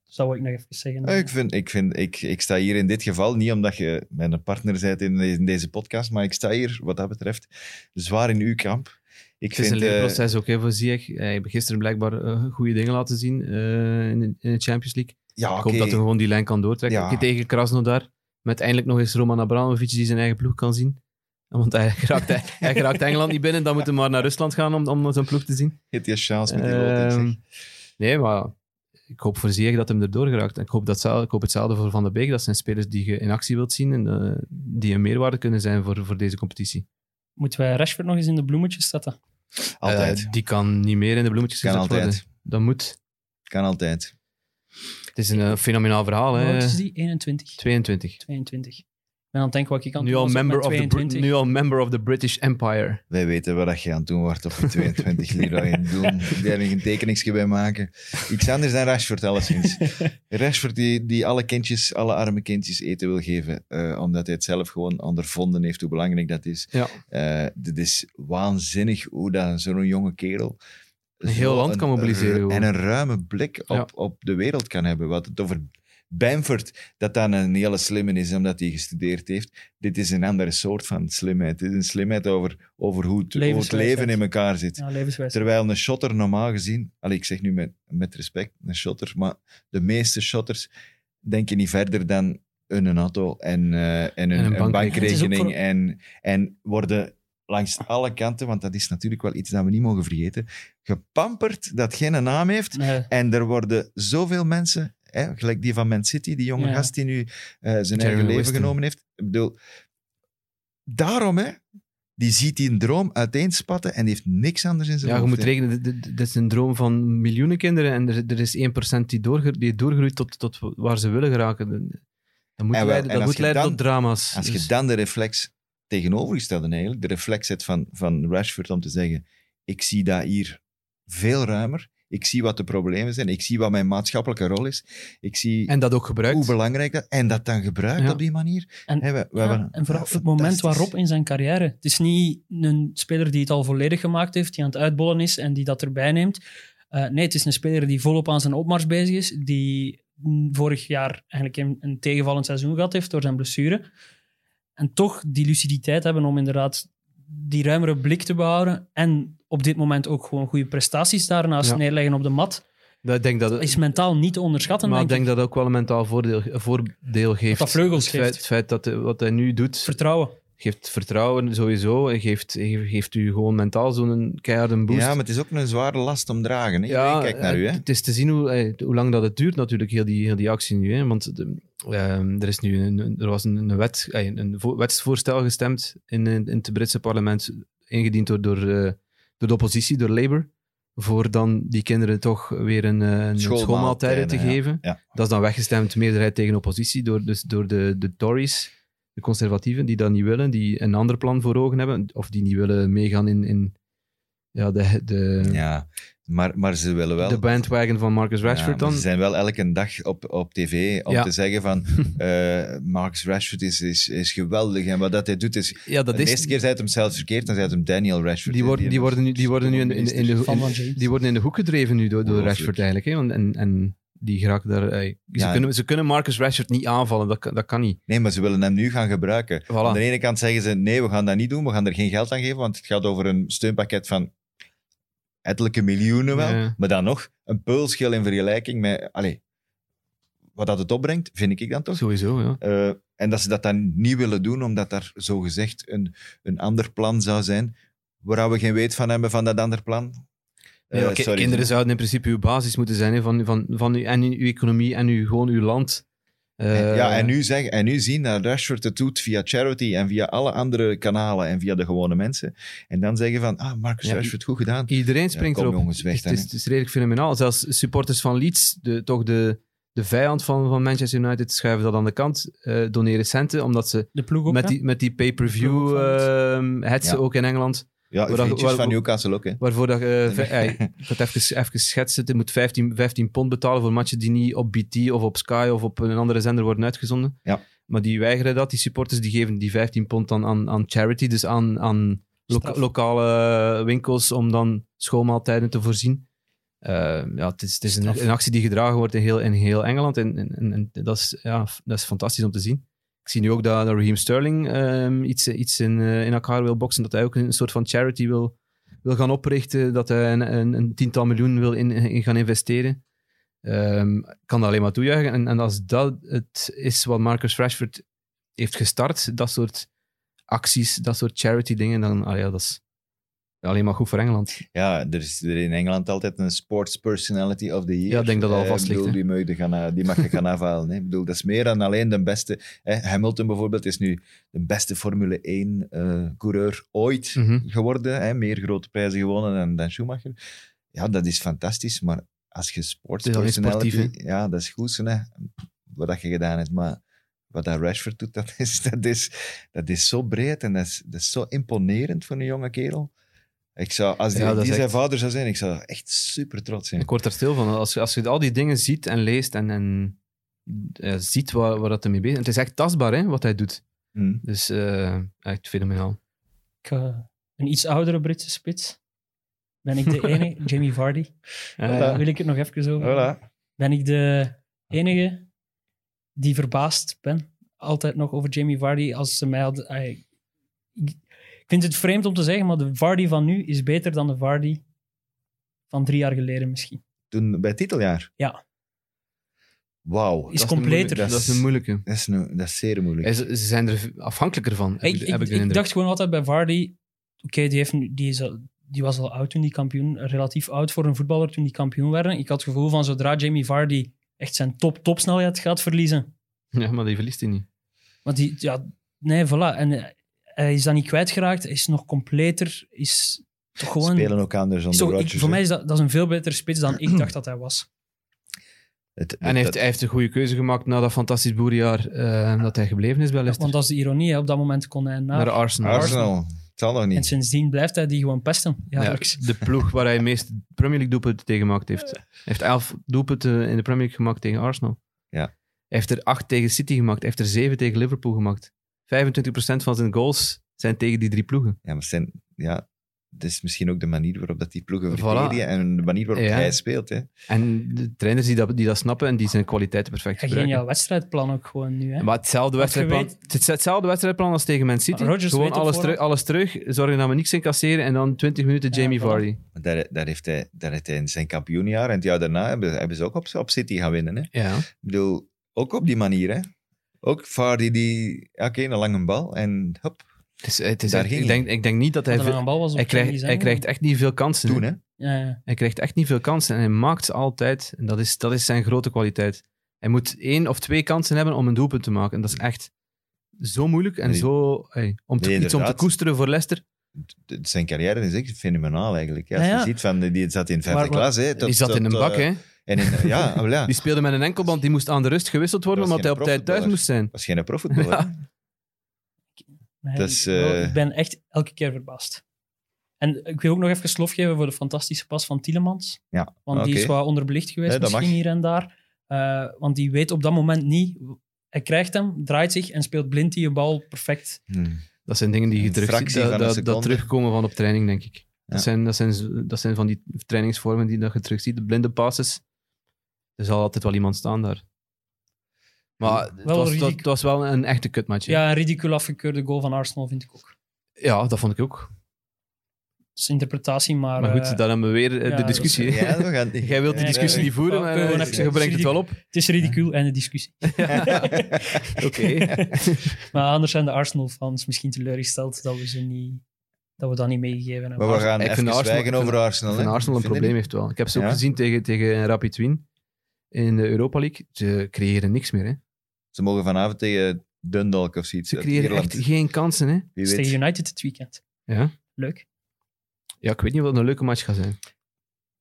Speaker 4: Dus dat wil ik nog even zeggen.
Speaker 3: Ja, Ik, vind, ik, vind, ik, ik sta hier in dit geval, niet omdat je mijn partner bent in, de- in deze podcast, maar ik sta hier, wat dat betreft, zwaar in uw kamp. Ik
Speaker 1: Het is een
Speaker 3: vind, eh,
Speaker 1: leerproces ook hè, voor Ziyech. Hij heeft gisteren blijkbaar eh, goede dingen laten zien eh, in, de- in de Champions League.
Speaker 3: ja,
Speaker 1: Ik
Speaker 3: oké.
Speaker 1: hoop dat hij gewoon die lijn kan doortrekken.
Speaker 3: Ja.
Speaker 1: Ook Tegen Krasnodar. Met eindelijk nog eens Roman Abramovic die zijn eigen ploeg kan zien. Want hij *laughs* raakt, hij, raakt Engeland niet binnen. Dan moet hij maar naar Rusland gaan om, om zijn ploeg te zien.
Speaker 3: Geef die chance met die goal,
Speaker 1: Ehm,
Speaker 3: denk ik.
Speaker 1: nee, maar ik hoop voor Ziyech dat hem erdoor geraakt. En Ik hoop, dat, zel- ik hoop hetzelfde voor Van der Beek. Dat zijn spelers die je in actie wilt zien. En eh, die een meerwaarde kunnen zijn voor, voor deze competitie.
Speaker 4: Moeten wij Rashford nog eens in de bloemetjes zetten?
Speaker 3: Altijd.
Speaker 1: Eh, die kan niet meer in de bloemetjes
Speaker 3: Kan
Speaker 1: gezet worden.
Speaker 3: altijd.
Speaker 1: Dat moet.
Speaker 3: Kan altijd.
Speaker 1: Het is een eh, fenomenaal verhaal.
Speaker 4: Hoe oud
Speaker 1: Hè.
Speaker 4: is die? 21,
Speaker 1: 22.
Speaker 4: 22. Ik ben aan het denken wat ik aan het
Speaker 1: Nu al,
Speaker 4: doen was op
Speaker 1: member of
Speaker 4: mijn
Speaker 1: the, Brit-
Speaker 4: 22.
Speaker 1: nu al member of the British Empire.
Speaker 3: Wij weten wat dat je aan het doen wordt op je 22, Leroy. Doen, daar een tekeningsje bij maken. Iets anders dan Rashford, alleszins. Rashford die, die alle kindjes, alle arme kindjes eten wil geven, eh, omdat hij het zelf gewoon ondervonden heeft hoe belangrijk dat is.
Speaker 1: Ja.
Speaker 3: Eh, dit is waanzinnig hoe dat zo'n jonge kerel
Speaker 1: Een heel
Speaker 3: zo
Speaker 1: land kan mobiliseren
Speaker 3: ru-
Speaker 1: gewoon.
Speaker 3: En een ruime blik op,
Speaker 1: Ja.
Speaker 3: op de wereld kan hebben. Wat het over Bamford, dat dan een hele slimme is, omdat hij gestudeerd heeft. Dit is een andere soort van slimheid. Dit is een slimheid over, over hoe, het, hoe het
Speaker 4: Levenswijsheid.
Speaker 3: leven in elkaar zit.
Speaker 4: Ja, levenswijs.
Speaker 3: Terwijl een shotter normaal gezien, allee, ik zeg nu met, met respect, een shotter, maar de meeste shotters denken niet verder dan hun een auto en, eh, en hun
Speaker 1: een
Speaker 3: een,
Speaker 1: bankrekening.
Speaker 4: Het is
Speaker 3: bankrekening.
Speaker 4: ook voor-
Speaker 3: En, en worden langs alle kanten, want dat is natuurlijk wel iets dat we niet mogen vergeten, gepamperd dat geen naam heeft.
Speaker 4: Nee.
Speaker 3: En er worden zoveel mensen, en hè, gelijk die van Man City, die jonge
Speaker 4: Ja.
Speaker 3: gast die nu eh, zijn
Speaker 1: Jeremy
Speaker 3: eigen leven
Speaker 1: Weston.
Speaker 3: genomen heeft. Ik bedoel, daarom, hè, die ziet die een droom uiteenspatten en die heeft niks anders in zijn
Speaker 1: Ja, je
Speaker 3: hoofd,
Speaker 1: moet
Speaker 3: hè.
Speaker 1: rekenen, dit- dit, dit is een droom van miljoenen kinderen en er, er is 1% die, doorge, die doorgroeit tot, tot waar ze willen geraken. Dat moet
Speaker 3: En wel,
Speaker 1: leiden, dat
Speaker 3: en als
Speaker 1: moet
Speaker 3: je
Speaker 1: leiden
Speaker 3: dan-
Speaker 1: tot drama's.
Speaker 3: Als
Speaker 1: Dus-
Speaker 3: je dan de reflex tegenovergestelde eigenlijk, de reflex zet van, van Rashford om te zeggen, ik zie dat hier veel ruimer, ik zie wat de problemen zijn, ik zie wat mijn maatschappelijke rol is, ik zie
Speaker 1: en dat ook
Speaker 3: hoe
Speaker 1: gebruikt.
Speaker 3: belangrijk dat en dat dan gebruikt
Speaker 1: Ja.
Speaker 3: op die manier.
Speaker 4: En-
Speaker 3: Hè, we- we
Speaker 4: Ja,
Speaker 3: hebben-
Speaker 4: en vooral
Speaker 3: ja,
Speaker 4: op het moment
Speaker 3: fantastisch.
Speaker 4: waarop in zijn carrière. Het is niet een speler die het al volledig gemaakt heeft, die aan het uitbollen is en die dat erbij neemt. Eh, nee, het is een speler die volop aan zijn opmars bezig is, die mm, vorig jaar eigenlijk een, een tegenvallend seizoen gehad heeft door zijn blessure. En toch die luciditeit hebben om inderdaad die ruimere blik te behouden en op dit moment ook gewoon goede prestaties daarnaast
Speaker 1: Ja.
Speaker 4: neerleggen op de mat,
Speaker 1: Dat, ik denk dat,
Speaker 4: is mentaal niet te onderschatten,
Speaker 1: maar ik
Speaker 4: denk ik.
Speaker 1: denk dat dat ook wel een mentaal voordeel, voordeel geeft.
Speaker 4: dat vleugels
Speaker 1: het feit,
Speaker 4: geeft.
Speaker 1: het feit dat eh, wat hij nu doet,
Speaker 4: Vertrouwen.
Speaker 1: geeft vertrouwen sowieso. en Geeft, geeft u gewoon mentaal zo'n keiharde boost.
Speaker 3: Ja, maar het is ook een zware last om dragen. Hè?
Speaker 1: Ja,
Speaker 3: Kijk naar
Speaker 1: eh,
Speaker 3: u, hè.
Speaker 1: Het is te zien hoe, eh, hoe lang dat het duurt, natuurlijk, heel die, heel die actie nu. Hè? Want de- ehm, er, is nu een- een, er was een, een, wet, eh, een vo- wetsvoorstel gestemd in, in, in het Britse parlement, ingediend door, door, eh, door de oppositie, door Labour, voor dan die kinderen toch weer een, eh, een
Speaker 3: Schoolmaaltijden,
Speaker 1: schoolmaaltijden te
Speaker 3: ja,
Speaker 1: geven.
Speaker 3: ja.
Speaker 1: Dat is dan weggestemd, meerderheid tegen oppositie, door, dus door de, de Tories, de conservatieven, die dat niet willen, die een ander plan voor ogen hebben, of die niet willen meegaan in... in ja, de, de,
Speaker 3: Ja, maar, maar ze willen wel...
Speaker 1: de bandwagon van Marcus
Speaker 3: Ja,
Speaker 1: Rashford
Speaker 3: maar
Speaker 1: dan.
Speaker 3: Ze zijn wel elke dag op, op tv om
Speaker 1: Ja.
Speaker 3: te zeggen
Speaker 1: *laughs*
Speaker 3: van... eh Marcus Rashford is, is, is geweldig en wat dat hij doet is...
Speaker 1: Ja, dat
Speaker 3: de
Speaker 1: is.
Speaker 3: eerste keer zei het hem zelfs verkeerd, dan zei het hem Daniel Rashford.
Speaker 1: Die
Speaker 3: hè,
Speaker 1: worden, die worden nu, die worden nu in, in, in de,
Speaker 4: Van
Speaker 1: in-
Speaker 4: Van James.
Speaker 1: die worden in de hoek gedreven nu door, door
Speaker 3: Ongelooflijk.
Speaker 1: Rashford eigenlijk. Hè? Want, en, en die geraken daar. eh, ze,
Speaker 3: Ja.
Speaker 1: kunnen, ze kunnen Marcus Rashford niet aanvallen, dat, kan- dat kan niet.
Speaker 3: Nee, maar ze willen hem nu gaan gebruiken.
Speaker 1: Voilà.
Speaker 3: Aan de ene kant zeggen ze, nee, we gaan dat niet doen, we gaan er geen geld aan geven, want het gaat over een steunpakket van ettelijke miljoenen wel.
Speaker 1: Ja.
Speaker 3: Maar dan nog, een peulschil in vergelijking met... Allee, wat dat het opbrengt, vind ik dan toch.
Speaker 1: Sowieso, ja.
Speaker 3: Eh, en dat ze dat dan niet willen doen, omdat daar zogezegd een, een ander plan zou zijn, waar we geen weet van hebben van dat ander plan. Eh,
Speaker 1: Nee, maar ki-
Speaker 3: sorry.
Speaker 1: kinderen zouden in principe uw basis moeten zijn hè, van, van, van uw, en uw economie en uw, gewoon uw land. Eh,
Speaker 3: ja, en nu, zeg, en nu zien dat Rashford het doet via charity en via alle andere kanalen en via de gewone mensen. En dan zeggen van, ah, Marcus
Speaker 1: Ja,
Speaker 3: Rashford, goed gedaan.
Speaker 1: Iedereen springt
Speaker 3: kom
Speaker 1: erop.
Speaker 3: jongens, weg
Speaker 1: het,
Speaker 3: dan,
Speaker 1: is,
Speaker 3: hè.
Speaker 1: het is redelijk fenomenaal. Zelfs supporters van Leeds, de, toch de, de vijand van, van Manchester United, schuiven dat aan de kant, eh, doneren centen, omdat ze
Speaker 4: De ploeg ook,
Speaker 1: met
Speaker 4: hè?
Speaker 1: die, met die pay-per-view
Speaker 4: Ook van het-
Speaker 1: ehm hetze
Speaker 3: Ja.
Speaker 1: ook in Engeland.
Speaker 3: Ja,
Speaker 1: Waar dat-
Speaker 3: vriendjes
Speaker 1: waar- Eh,
Speaker 3: van Newcastle ook, hè.
Speaker 1: Waarvoor dat, je
Speaker 3: *laughs*
Speaker 1: ve- ja, ik ga het even, even schetsen. Je moet 15, 15 pond betalen voor matchen die niet op BT of op Sky of op een andere zender worden uitgezonden.
Speaker 3: Ja.
Speaker 1: Maar die weigeren dat. Die supporters die geven die 15 pond dan aan, aan charity, dus aan, aan lo-
Speaker 4: Straf.
Speaker 1: lokale winkels om dan schoolmaaltijden te voorzien. Eh, ja, het is, het is
Speaker 4: Straf.
Speaker 1: een, een actie die gedragen wordt in heel, in heel Engeland. En, en, en, en dat, is, ja, f- dat is fantastisch om te zien. Ik zie nu ook dat, dat Raheem Sterling ehm, iets, iets in, eh, in elkaar wil boksen. Dat hij ook een soort van charity wil, wil gaan oprichten. Dat hij een, een, een tiental miljoen wil in, in gaan investeren. Ehm, Ik kan dat alleen maar toejuichen. En, en als dat het is wat Marcus Rashford heeft gestart, dat soort acties, dat soort charity dingen, dan ah ja, dat is alleen maar goed voor Engeland.
Speaker 3: Ja, er is er in Engeland altijd een sports personality of the year.
Speaker 1: Ja, ik denk dat dat al
Speaker 3: Eh,
Speaker 1: vast
Speaker 3: ik bedoel,
Speaker 1: ligt, hè.
Speaker 3: die, mag je gaan, eh, die mag je gaan afhalen. Hè. Ik bedoel, dat is meer dan alleen de beste. Hè. Hamilton bijvoorbeeld is nu de beste Formule 1-coureur ooit
Speaker 1: Mhm.
Speaker 3: geworden. Hè. Meer grote prijzen gewonnen dan, dan Schumacher. Ja, dat is fantastisch, maar als je sports
Speaker 1: Het is alleen
Speaker 3: personality...
Speaker 1: sportief,
Speaker 3: ja, dat is goed, zo, hè. wat dat je gedaan hebt, maar... Wat dat Rashford doet, *laughs* dat is, dat is, dat is zo breed en dat is, dat is zo imponerend voor een jonge kerel. Ik zou, als die,
Speaker 1: Ja, dat
Speaker 3: die
Speaker 1: is
Speaker 3: zijn
Speaker 1: echt-
Speaker 3: vader zou zijn, ik zou echt super trots zijn.
Speaker 1: Ik word daar stil van. Als je, als je al die dingen ziet en leest en, en eh, ziet waar, waar dat ermee bezig is. Het is echt tastbaar hè, wat hij doet.
Speaker 3: Mm.
Speaker 1: Dus eh, echt fenomenaal.
Speaker 4: Ik, eh, een iets oudere Britse spits. Ben ik de enige? Jamie Vardy.
Speaker 1: Eh,
Speaker 4: Daar wil ik het nog even over. hebben.
Speaker 3: Voilà.
Speaker 4: Ben ik de enige die verbaasd ben? Altijd nog over Jamie Vardy. Als ze mij hadden. ah, ik- ik vind het vreemd om te zeggen, maar de Vardy van nu is beter dan de Vardy van drie jaar geleden misschien.
Speaker 3: Toen bij het titeljaar.
Speaker 4: Ja.
Speaker 3: Wauw.
Speaker 4: Is
Speaker 1: dat
Speaker 4: completer.
Speaker 1: Een moeilijke- dat is een moeilijke.
Speaker 3: Dat is, een- dat is zeer moeilijk.
Speaker 1: Eh, Ze, ze zijn er afhankelijker van, heb,
Speaker 4: ik,
Speaker 1: ik- heb ik,
Speaker 4: ik,
Speaker 1: de
Speaker 4: ik
Speaker 1: indruk.
Speaker 4: dacht gewoon altijd bij Vardy, oké, die, heeft nu- die, is al- die was al oud toen die kampioen, relatief oud voor een voetballer toen die kampioen werden. Ik had het gevoel van zodra Jamie Vardy echt zijn top-topsnelheid gaat verliezen.
Speaker 1: Ja, maar die verliest hij niet.
Speaker 4: Want die, ja, nee, voilà. En eh, hij is dan niet kwijtgeraakt, is nog completer, is toch gewoon...
Speaker 3: Spelen ook anders
Speaker 4: is
Speaker 3: dan de
Speaker 4: toch- ik-
Speaker 3: Rodgers. hè.
Speaker 4: voor mij is dat, dat is een veel betere spits dan ik dacht dat hij was.
Speaker 3: Het-
Speaker 1: En hij heeft, hij heeft een goede keuze gemaakt na dat fantastisch boerjaar eh, dat hij gebleven is bij Leicester.
Speaker 4: Want dat is de ironie, hè. op dat moment kon hij
Speaker 1: naar
Speaker 4: naar...
Speaker 1: de Arsenal.
Speaker 3: Arsenal, het zal nog
Speaker 4: En
Speaker 3: niet.
Speaker 4: sindsdien blijft hij die gewoon pesten,
Speaker 1: Ja,
Speaker 4: jaarlijks.
Speaker 1: de ploeg waar hij de meeste Premier League doelpunten tegen gemaakt heeft. Hij heeft elf doelpunten in de Premier League gemaakt tegen Arsenal.
Speaker 3: Ja.
Speaker 1: Hij heeft er acht tegen City gemaakt. Hij heeft er zeven tegen Liverpool gemaakt. 25% van zijn goals zijn tegen die drie ploegen.
Speaker 3: Ja, maar zijn, ja, het is misschien ook de manier waarop dat die ploegen
Speaker 1: Voilà.
Speaker 3: verdedigen en de manier waarop
Speaker 1: Ja.
Speaker 3: hij speelt. Hè.
Speaker 1: En de trainers die dat, die dat snappen en die zijn kwaliteiten perfect
Speaker 4: Een
Speaker 1: gebruiken.
Speaker 4: geniaal wedstrijdplan ook gewoon nu, hè.
Speaker 1: Maar hetzelfde
Speaker 4: Want je
Speaker 1: wedstrijdplan, het is hetzelfde wedstrijdplan als tegen Man City.
Speaker 4: Maar Rodgers
Speaker 1: Gewoon
Speaker 4: weet op
Speaker 1: alles, terug,
Speaker 4: voorhand.
Speaker 1: alles terug, zorgen dat we niks incasseren en dan 20 minuten
Speaker 4: Ja,
Speaker 1: Jamie
Speaker 4: voilà.
Speaker 1: Vardy.
Speaker 3: Maar Daar, daar, heeft hij, daar heeft hij in zijn kampioenjaar en het jaar daarna hebben, hebben ze ook op, op City gaan winnen. Hè.
Speaker 1: Ja.
Speaker 3: Ik bedoel, ook op die manier. Hè. Ook Vardy die, ja, oké, een lange bal en hop,
Speaker 1: Het is, het is
Speaker 3: Daar
Speaker 1: echt-
Speaker 3: ging
Speaker 1: ik,
Speaker 3: hij.
Speaker 1: denk, ik denk niet dat hij...
Speaker 4: Dat er
Speaker 1: veel-
Speaker 4: een bal was op
Speaker 1: hij,
Speaker 4: Chinese
Speaker 1: krijgt, hij
Speaker 4: zijde.
Speaker 1: krijgt echt niet veel kansen.
Speaker 3: doen hè.
Speaker 4: Ja, ja.
Speaker 1: Hij krijgt echt niet veel kansen en hij maakt altijd. En dat is, dat is zijn grote kwaliteit. Hij moet één of twee kansen hebben om een doelpunt te maken. En dat is echt zo moeilijk en
Speaker 3: Nee.
Speaker 1: zo... ey, om te,
Speaker 3: Nee,
Speaker 1: iets om te
Speaker 3: inderdaad.
Speaker 1: koesteren voor Leicester.
Speaker 3: D- Zijn carrière is echt fenomenaal eigenlijk. Ja, als
Speaker 4: Ja, ja.
Speaker 3: je ziet, van, die- die zat in vijfde
Speaker 4: Maar- maar-
Speaker 3: klas. Hè, tot-
Speaker 1: Die zat in een
Speaker 3: tot,
Speaker 1: bak,
Speaker 3: eh,
Speaker 1: hè.
Speaker 3: En in,
Speaker 1: *laughs*
Speaker 3: ja, ah, wel ja.
Speaker 1: Die speelde met een enkelband. Die moest aan de rust gewisseld worden,
Speaker 3: Dat
Speaker 1: omdat
Speaker 3: was
Speaker 1: hij
Speaker 3: geen
Speaker 1: op tijd thuis moest zijn.
Speaker 3: was geen profvoetballer. hè.
Speaker 4: Nee,
Speaker 3: Dat is,
Speaker 4: ik-
Speaker 3: eh,
Speaker 4: Ik ben echt elke keer verbaasd. En ik wil ook nog even slof geven voor de fantastische pas van Tielemans.
Speaker 3: Ja,
Speaker 4: Want die is
Speaker 3: oké.
Speaker 4: wat onderbelicht geweest,
Speaker 3: Nee, dat
Speaker 4: misschien
Speaker 3: mag.
Speaker 4: hier en daar. Eh, want die weet op dat moment niet... Hij krijgt hem, draait zich en speelt blind die bal perfect.
Speaker 3: Hm.
Speaker 1: Dat zijn dingen die je
Speaker 3: Een
Speaker 1: terug ziet,
Speaker 3: fractie
Speaker 1: dat,
Speaker 3: van een
Speaker 1: dat- dat
Speaker 3: seconde.
Speaker 1: terugkomen van op training, denk ik.
Speaker 3: Ja.
Speaker 1: Dat, zijn, dat, zijn, dat zijn van die trainingsvormen die dat je terug ziet. De blinde passes. Er zal altijd wel iemand staan daar. Maar het
Speaker 4: Wel
Speaker 1: was, het was-
Speaker 4: ridic-
Speaker 1: het was wel een echte kutmatch. hè.
Speaker 4: Ja, een ridicule afgekeurde goal van Arsenal vind ik ook.
Speaker 1: Ja, dat vond ik ook.
Speaker 4: Dat is interpretatie, maar...
Speaker 1: Maar
Speaker 4: eh,
Speaker 1: goed, dan hebben we weer eh,
Speaker 4: ja,
Speaker 1: de
Speaker 4: dat is-
Speaker 1: discussie. hè.
Speaker 3: Ja, we gaan-
Speaker 1: Jij wilt die
Speaker 4: Nee,
Speaker 1: discussie
Speaker 4: nee,
Speaker 1: niet voeren,
Speaker 4: nee,
Speaker 1: maar
Speaker 4: nee,
Speaker 1: eh,
Speaker 4: nee,
Speaker 1: je
Speaker 4: nee,
Speaker 1: brengt het wel
Speaker 4: nee.
Speaker 1: op.
Speaker 4: Het is ridicuul en een discussie.
Speaker 3: *laughs*
Speaker 1: Oké.
Speaker 4: *laughs* Maar anders zijn de Arsenal-fans misschien teleurgesteld dat we, ze niet, dat, we dat niet meegegeven hebben.
Speaker 3: Maar we gaan
Speaker 1: Ik vind
Speaker 3: even
Speaker 1: Arsenal-
Speaker 3: zwijgen over Arsenal.
Speaker 1: Van
Speaker 3: hè.
Speaker 1: Arsenal een
Speaker 3: Vind je
Speaker 1: probleem
Speaker 3: niet?
Speaker 1: heeft wel. Ik heb ze ook
Speaker 3: Ja?
Speaker 1: gezien tegen, tegen Rapid Wien in de Europa League. Ze creëren niks meer. Hè.
Speaker 3: Ze mogen vanavond tegen Dundalk of zoiets.
Speaker 1: Ze
Speaker 3: uit
Speaker 1: creëren
Speaker 3: Ierland.
Speaker 1: echt geen kansen. Hè.
Speaker 3: Wie
Speaker 4: Het is
Speaker 3: weet.
Speaker 4: tegen United dit weekend.
Speaker 1: Ja.
Speaker 4: Leuk.
Speaker 1: Ja, ik weet niet wat een leuke match gaat zijn.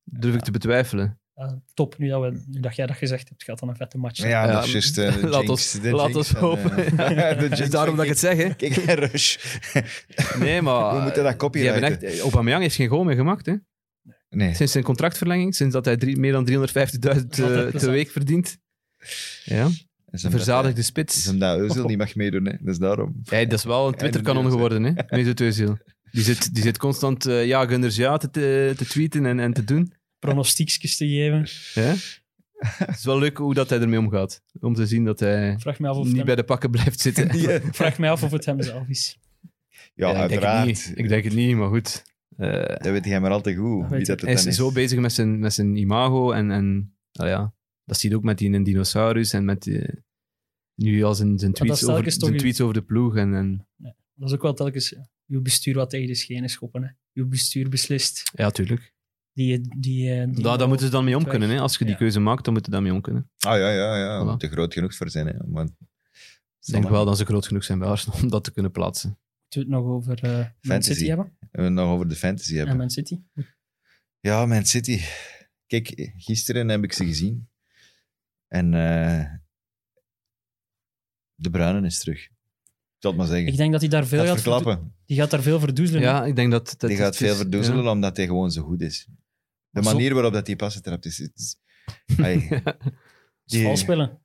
Speaker 1: Durf ik te betwijfelen.
Speaker 4: Eh, top, nu dat, we, nu dat jij dat gezegd hebt, gaat dan een vette match zijn.
Speaker 3: Ja,
Speaker 1: Ja,
Speaker 3: dat is juist eh, de
Speaker 1: *laughs* laat
Speaker 3: jinx,
Speaker 1: ons-
Speaker 3: de
Speaker 1: laat
Speaker 3: jinx
Speaker 1: ons
Speaker 3: van, eh,
Speaker 1: *laughs*
Speaker 3: *laughs*
Speaker 1: hopen.
Speaker 3: de
Speaker 1: Het is
Speaker 3: jinx
Speaker 1: daarom dat
Speaker 3: van
Speaker 1: ik het zeg. Hè.
Speaker 3: Kijk, en
Speaker 1: *laughs*
Speaker 3: Rush.
Speaker 1: Nee, maar...
Speaker 3: *laughs* We moeten dat
Speaker 1: die hebben
Speaker 3: copyrighten.
Speaker 1: echt, Aubameyang heeft geen goal meer gemaakt. Hè.
Speaker 3: Nee,
Speaker 1: Sinds zijn contractverlenging, sinds dat hij drie, meer dan 350.000 eh, te
Speaker 4: 100%.
Speaker 1: week verdient. Ja,
Speaker 3: is
Speaker 1: de
Speaker 3: omdat
Speaker 1: verzadigde
Speaker 3: hij- Is
Speaker 1: spits.
Speaker 3: omdat Özil niet mag meedoen, hè. Dat is daarom.
Speaker 1: Hey, dat is wel een Twitter-kanon geworden, hè? Mesut Özil. Die zit, die zit constant eh, ja, gunners ja te, te, te tweeten en, en te doen.
Speaker 4: Pronostiekjes te geven.
Speaker 3: Dus
Speaker 1: Ja? Het is wel leuk hoe dat hij ermee omgaat. Om te zien dat hij
Speaker 4: Ik Vraag mij af of, het
Speaker 1: niet
Speaker 4: hem-
Speaker 1: bij de pakken blijft
Speaker 4: *laughs*
Speaker 1: zitten.
Speaker 3: Die, eh,
Speaker 4: vraag mij af of het hem zelf is.
Speaker 3: Ja,
Speaker 1: ik denk het
Speaker 3: uiteraard.
Speaker 1: niet. Ik denk het niet, maar goed. Eh,
Speaker 3: Dat weet jij maar al te goed.
Speaker 4: Dat
Speaker 3: Wie
Speaker 4: weet
Speaker 3: dat het
Speaker 4: ik.
Speaker 1: hij is,
Speaker 3: dan is.
Speaker 1: zo bezig met zijn, met zijn imago en, en nou ja, dat zie je ook met die een dinosaurus en met die, nu al zijn, zijn, tweets,
Speaker 4: is telkens
Speaker 1: over,
Speaker 4: toch
Speaker 1: zijn
Speaker 4: uw-
Speaker 1: tweets over de ploeg. En, en,
Speaker 4: Dat is ook wel telkens eh, uw bestuur wat tegen de schenen schoppen. Hè. Uw bestuur beslist.
Speaker 1: ja, tuurlijk.
Speaker 4: Die, die, eh, die
Speaker 1: Daar,
Speaker 3: Nou,
Speaker 1: daar moeten ze dan mee om
Speaker 4: Terug.
Speaker 1: kunnen. Hè. Als je die
Speaker 4: Ja.
Speaker 1: keuze maakt, dan moeten ze daar mee om kunnen.
Speaker 3: Ah ja, ja, ja.
Speaker 1: Voilà.
Speaker 3: Te groot genoeg voor zijn, hè. Maar...
Speaker 1: Ik denk wel dat ze groot genoeg zijn bij Arsenal om dat te kunnen plaatsen.
Speaker 4: we het nog over eh, Man
Speaker 3: Fantasy.
Speaker 4: City hebben.
Speaker 3: We het nog over de fantasy hebben.
Speaker 4: En Man City.
Speaker 3: Ja, Man City. Kijk, gisteren heb ik ze gezien. En eh, De Bruinen is terug. Ik zal het maar zeggen.
Speaker 4: Ik denk dat hij daar veel
Speaker 3: Gaat
Speaker 4: gaat, verdoe-
Speaker 3: verklappen.
Speaker 4: die gaat daar veel verdoezelen.
Speaker 1: Ja, ik denk dat... dat
Speaker 3: Die
Speaker 1: het
Speaker 3: gaat
Speaker 1: is-
Speaker 3: veel verdoezelen,
Speaker 1: ja.
Speaker 3: omdat hij gewoon zo goed is. De
Speaker 4: Maar zo-
Speaker 3: manier waarop dat hij passen trapt is... het is- Ai, die-
Speaker 4: Valspelen.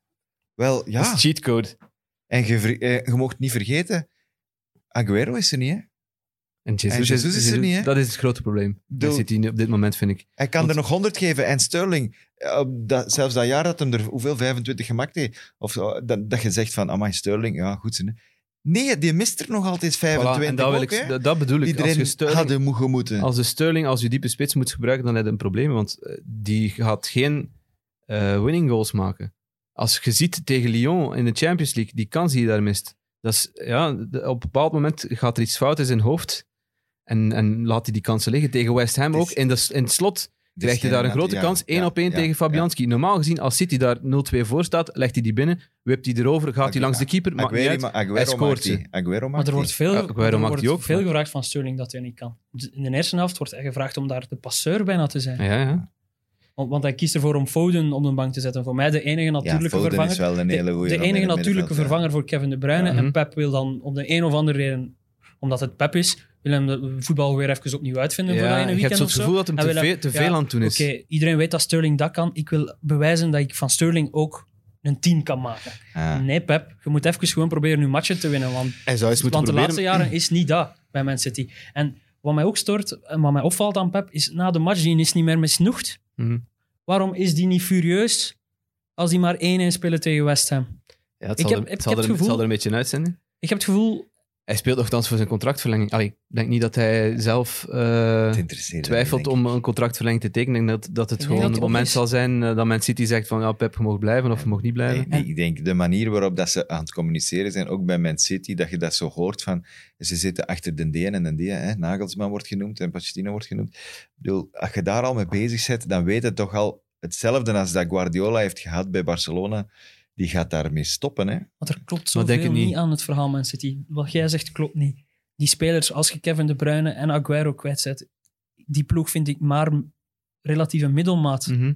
Speaker 3: wel,
Speaker 1: Dat
Speaker 3: ja.
Speaker 1: is cheatcode.
Speaker 3: En je, ver- eh, je mocht niet vergeten, Aguero is er niet, hè.
Speaker 1: En Jesus,
Speaker 3: En Jesus is er niet, hè?
Speaker 1: Dat is het grote probleem.
Speaker 3: Doe-
Speaker 1: Daar zit hij op dit moment, vind ik.
Speaker 3: Hij kan
Speaker 1: Want-
Speaker 3: er nog 100 geven. En Sterling, eh, op dat, zelfs dat jaar dat hem er hoeveel 25 gemaakt heeft, of zo, dat, dat je zegt van, amai, Sterling, ja, goed. zin, hè. Nee, die mist er nog altijd
Speaker 1: Voilà,
Speaker 3: 25
Speaker 1: en dat, wil
Speaker 3: ook,
Speaker 1: ik,
Speaker 3: hè.
Speaker 1: dat, dat bedoel ik.
Speaker 3: die
Speaker 1: als, je
Speaker 3: erin
Speaker 1: Sterling,
Speaker 3: hadden mogen moeten.
Speaker 1: als de Sterling als je diepe spits moet gebruiken, dan heb je een probleem. Want eh, die gaat geen eh, winning goals maken. Als je ziet tegen Lyon in de Champions League, die kans die je daar mist. Dat is, ja, de- op een bepaald moment gaat er iets fout in zijn hoofd. En, en laat hij die kansen liggen. Tegen West Ham
Speaker 3: Het
Speaker 1: ook.
Speaker 3: is-
Speaker 1: In, de, in het slot
Speaker 3: Dus
Speaker 1: krijgt hij daar een grote kans, één op één tegen Fabianski. Normaal gezien, als City daar 0-2 voor staat, legt hij die binnen, wipt hij erover, gaat hij
Speaker 3: Agu-
Speaker 1: langs de keeper, maakt niet
Speaker 3: Aguero,
Speaker 1: uit.
Speaker 3: ma-
Speaker 1: Hij
Speaker 3: Aguero
Speaker 1: scoort
Speaker 3: maakt
Speaker 1: ze.
Speaker 3: die. Aguero
Speaker 4: Maar
Speaker 3: maakt
Speaker 4: er
Speaker 3: die.
Speaker 4: wordt veel,
Speaker 1: Ja, Aguero
Speaker 4: er
Speaker 1: maakt
Speaker 4: wordt
Speaker 1: die ook,
Speaker 4: veel
Speaker 1: maar-
Speaker 4: gevraagd van Sterling dat hij niet kan. Dus In de eerste helft wordt hij gevraagd om daar de passeur bijna te zijn.
Speaker 1: Ja, ja.
Speaker 4: Want, want hij kiest ervoor om Foden op de bank te zetten. Voor mij de enige natuurlijke
Speaker 3: ja, Foden
Speaker 4: vervanger.
Speaker 3: is wel een
Speaker 4: de,
Speaker 3: hele goeie
Speaker 4: de
Speaker 3: van
Speaker 4: enige
Speaker 3: in het
Speaker 4: natuurlijke
Speaker 3: middenveld, ja.
Speaker 4: vervanger voor Kevin De Bruyne.
Speaker 1: Ja. Mhm.
Speaker 4: En Pep wil dan om de een of andere reden, omdat het Pep is, wil hem de voetbal weer even opnieuw uitvinden voor dat
Speaker 1: ja
Speaker 4: ene
Speaker 1: je hebt
Speaker 4: weekend
Speaker 1: zo
Speaker 4: of
Speaker 1: het
Speaker 4: zo.
Speaker 1: gevoel Dus- dat hem
Speaker 4: Hij
Speaker 1: te
Speaker 4: wil
Speaker 1: veel, te
Speaker 4: ja,
Speaker 1: veel aan het doen
Speaker 4: Oké,
Speaker 1: is.
Speaker 4: iedereen weet dat Sterling dat kan. Ik wil bewijzen dat ik van Sterling ook een 10 kan maken.
Speaker 3: Ja.
Speaker 4: Nee, Pep, je moet even gewoon proberen nu matchen te winnen. Want
Speaker 5: Hij zou eens moeten
Speaker 4: Dus want de
Speaker 5: proberen.
Speaker 4: laatste jaren is niet dat bij Man City. En wat mij ook stoort en wat mij opvalt aan Pep, is na de match, die is niet meer misnoegd.
Speaker 1: Mhm.
Speaker 4: Waarom is die niet furieus als die maar 1-1 spelen tegen West Ham?
Speaker 1: Ja, het
Speaker 4: Ik
Speaker 1: zal er-
Speaker 4: heb- ik heb
Speaker 1: het zal
Speaker 4: het
Speaker 1: er- het zal
Speaker 4: gevoel-
Speaker 1: er een beetje een uitzenden.
Speaker 4: Ik heb het gevoel,
Speaker 1: Hij speelt nogthans voor zijn contractverlenging. Allee, ik denk niet dat hij zelf eh,
Speaker 3: Het interesseert
Speaker 1: twijfelt
Speaker 3: hem, denk
Speaker 1: om een contractverlenging te tekenen. Ik denk dat, dat het
Speaker 4: Ik denk
Speaker 1: gewoon
Speaker 4: dat
Speaker 1: het
Speaker 4: het
Speaker 1: moment
Speaker 4: ook
Speaker 1: zal zijn eh, dat Man City zegt van ja, Pep, je mag blijven of je mag niet blijven.
Speaker 3: ik. Nee, nee, ik denk de manier waarop dat ze aan het communiceren zijn, ook bij Man City, dat je dat zo hoort van ze zitten achter de D en de D. Hè? Nagelsman wordt genoemd en Pochettino wordt genoemd. Ik bedoel, als je daar al mee bezig bent, dan weet het toch al hetzelfde als dat Guardiola heeft gehad bij Barcelona. Die gaat daarmee stoppen. Hè?
Speaker 4: want er klopt
Speaker 1: Maar denk
Speaker 4: zoveel
Speaker 1: het
Speaker 4: niet.
Speaker 1: niet.
Speaker 4: aan het verhaal Man City. Wat jij zegt klopt niet. Die spelers, als je Kevin De Bruyne en Aguero kwijtzet, die ploeg vind ik maar relatieve middelmaat.
Speaker 1: Mhm.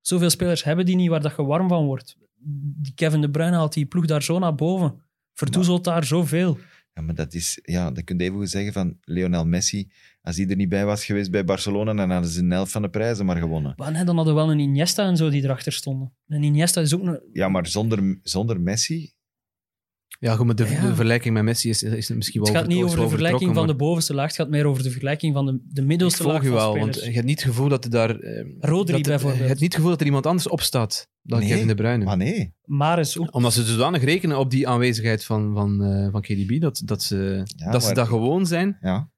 Speaker 4: Zoveel spelers hebben die niet waar dat je warm van wordt. Die Kevin De Bruyne haalt die ploeg daar zo naar boven. Verdoezelt daar zoveel.
Speaker 3: Ja, maar dat is, ja, dat kun je even goed zeggen van Lionel Messi. Als hij er niet bij was geweest bij Barcelona, dan hadden ze een helft van de prijzen maar gewonnen.
Speaker 4: Maar nee, dan hadden we wel een Iniesta en zo die erachter stonden. Een Iniesta is ook een...
Speaker 3: Ja, maar zonder, zonder Messi.
Speaker 1: Ja, goed, maar de,
Speaker 4: Ja.
Speaker 1: de vergelijking met Messi is, is misschien wel
Speaker 4: Het gaat niet
Speaker 1: over-
Speaker 4: over de
Speaker 1: overtrokken,
Speaker 4: vergelijking van
Speaker 1: maar
Speaker 4: de bovenste laag, het gaat meer over de vergelijking van de, de
Speaker 1: ik
Speaker 4: middelste
Speaker 1: volg
Speaker 4: laag
Speaker 1: je
Speaker 4: van
Speaker 1: wel, want
Speaker 4: spelers.
Speaker 1: je hebt niet het gevoel dat er daar... eh,
Speaker 4: Rodri
Speaker 1: dat er-
Speaker 4: bijvoorbeeld.
Speaker 1: Je hebt niet het gevoel dat er iemand anders opstaat dan
Speaker 3: Nee.
Speaker 1: Kevin De Bruyne.
Speaker 3: Maar nee,
Speaker 4: Maar is ook...
Speaker 1: Omdat ze zodanig rekenen op die aanwezigheid van, van, eh, van KDB, dat, dat, ze,
Speaker 3: Ja,
Speaker 1: dat ze
Speaker 3: maar-
Speaker 1: dat gewoon zijn.
Speaker 3: ja.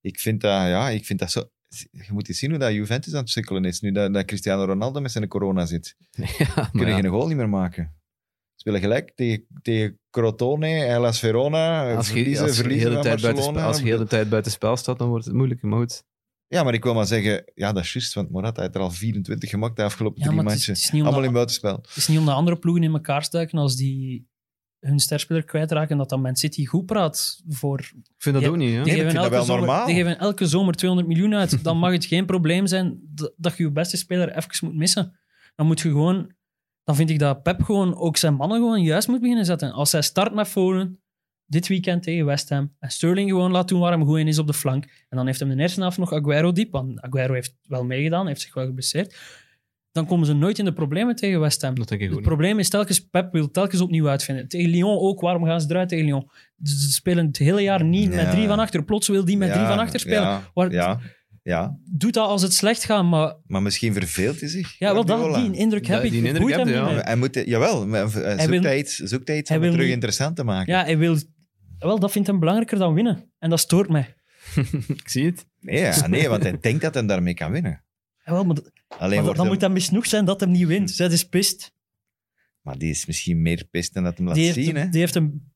Speaker 3: Ik vind dat, ja, ik vind dat zo... Je moet eens zien hoe dat Juventus aan het sukkelen is. Nu dat, dat Cristiano Ronaldo met zijn corona
Speaker 1: *laughs*
Speaker 3: zit.
Speaker 1: Ja, maar
Speaker 3: Kunnen
Speaker 1: ja.
Speaker 3: geen goal niet meer maken. Ze spelen gelijk tegen, tegen Crotone, Hellas Verona.
Speaker 1: Als je,
Speaker 3: verliezen,
Speaker 1: als je de
Speaker 3: verliezen
Speaker 1: hele
Speaker 3: van
Speaker 1: tijd buiten,
Speaker 3: Barcelona.
Speaker 1: als je de hele tijd buiten spel staat, dan wordt het moeilijk. Maar goed.
Speaker 3: Ja, maar ik wil maar zeggen... Ja, dat is juist, want Morata heeft er al 24 gemaakt de afgelopen
Speaker 4: Ja,
Speaker 3: drie
Speaker 4: maar het is,
Speaker 3: matchen.
Speaker 4: het is niet
Speaker 3: Allemaal
Speaker 4: omdat,
Speaker 3: in buitenspel.
Speaker 4: het is niet omdat andere ploegen in elkaar stuiken als die hun sterspeler kwijtraken, dat dan Man City goed praat voor
Speaker 1: Ik vind dat
Speaker 4: Ja,
Speaker 1: ook niet. Hè?
Speaker 4: Die
Speaker 3: Nee, maar
Speaker 4: geven,
Speaker 3: ik vind dat
Speaker 4: elke
Speaker 3: wel
Speaker 4: zomer,
Speaker 3: normaal.
Speaker 4: die geven elke zomer 200 miljoen uit. Dan mag het geen probleem zijn dat, dat je je beste speler even moet missen. Dan moet je gewoon... Dan vind ik dat Pep gewoon ook zijn mannen gewoon juist moet beginnen zetten. Als hij start met Foden, dit weekend tegen West Ham, en Sterling gewoon laat doen waar hij goed in is op de flank, en dan heeft hem de eerste helft nog Aguero diep, want Aguero heeft wel meegedaan, heeft zich wel geblesseerd, dan komen ze nooit in de problemen tegen West
Speaker 1: *laughs*
Speaker 4: Ham.
Speaker 1: Dat denk ik ook
Speaker 4: Het
Speaker 1: niet.
Speaker 4: probleem is telkens, Pep wil telkens opnieuw uitvinden. Tegen Lyon ook, waarom gaan ze eruit tegen Lyon? Ze ze spelen het hele jaar niet
Speaker 3: Ja.
Speaker 4: met drie van achter. Plots wil die met
Speaker 3: Ja,
Speaker 4: drie van achter spelen.
Speaker 3: Ja,
Speaker 4: Waar-
Speaker 3: ja, ja.
Speaker 4: Doet dat als het slecht gaat, maar
Speaker 3: maar misschien verveelt hij zich.
Speaker 4: ja, wel, dat,
Speaker 3: Guardiola.
Speaker 4: die indruk heb
Speaker 1: Dat-
Speaker 4: ik.
Speaker 1: die
Speaker 4: Het
Speaker 1: indruk
Speaker 4: boeit
Speaker 1: heb je,
Speaker 4: hem niet
Speaker 1: ja.
Speaker 4: meer.
Speaker 3: Hij moet, jawel, maar zoekt hij,
Speaker 4: wil-
Speaker 3: iets, zoekt hij iets
Speaker 4: hij
Speaker 3: om het
Speaker 4: wil
Speaker 3: terug
Speaker 4: niet-
Speaker 3: interessant te maken.
Speaker 4: Ja, hij wil... Wel, dat vindt hem belangrijker dan winnen. En dat stoort mij.
Speaker 1: *laughs* Ik zie het.
Speaker 3: Nee, ja, nee, want hij denkt dat hij daarmee kan winnen.
Speaker 4: Ja, wel, maar dat-
Speaker 3: Alleen
Speaker 4: maar
Speaker 3: wordt
Speaker 4: dan
Speaker 3: hem-
Speaker 4: moet dat misnoeg zijn dat hem niet wint. Zij is pist.
Speaker 3: Maar die is misschien meer pist dan dat hem laat
Speaker 4: Die heeft,
Speaker 3: zien. Hè?
Speaker 4: die heeft een,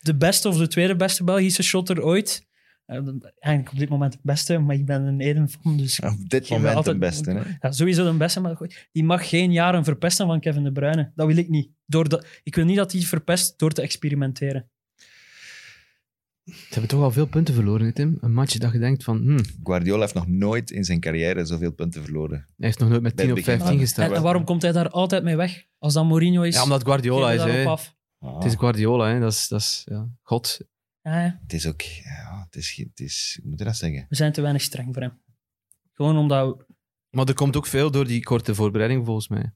Speaker 4: de beste of de tweede beste Belgische shotter ooit. Eh, Eigenlijk op dit moment de beste, maar ik ben een Eden van, dus
Speaker 3: Op dit
Speaker 4: Geven we
Speaker 3: moment de
Speaker 4: altijd-
Speaker 3: beste. Hè?
Speaker 4: Ja, sowieso de beste, maar goed, die mag geen jaren verpesten van Kevin De Bruyne. Dat wil ik niet. Door de, ik wil niet dat hij verpest door te experimenteren.
Speaker 1: Ze hebben toch al veel punten verloren, hè, Tim. Een match dat je denkt van, hm, hij
Speaker 3: Guardiola heeft nog nooit in zijn carrière zoveel punten verloren.
Speaker 1: heeft nog nooit met
Speaker 3: Bij
Speaker 1: 10
Speaker 3: het
Speaker 1: of
Speaker 3: begin
Speaker 1: 15
Speaker 3: van-
Speaker 1: gestaan.
Speaker 4: En, en waarom komt hij daar altijd mee weg? Als dat Mourinho is,
Speaker 1: Ja, omdat Guardiola
Speaker 4: geef
Speaker 1: is.
Speaker 4: je
Speaker 1: Hè.
Speaker 4: daarop af.
Speaker 3: Ah,
Speaker 1: Het is Guardiola, hè. dat is, dat is ja. God.
Speaker 4: Ja, ja.
Speaker 3: het is ook... Ja, het is, geen- het is, hoe moet je dat zeggen?
Speaker 4: we zijn te weinig streng voor hem. Gewoon omdat... we-
Speaker 1: Maar er komt ook veel door die korte voorbereiding, volgens mij.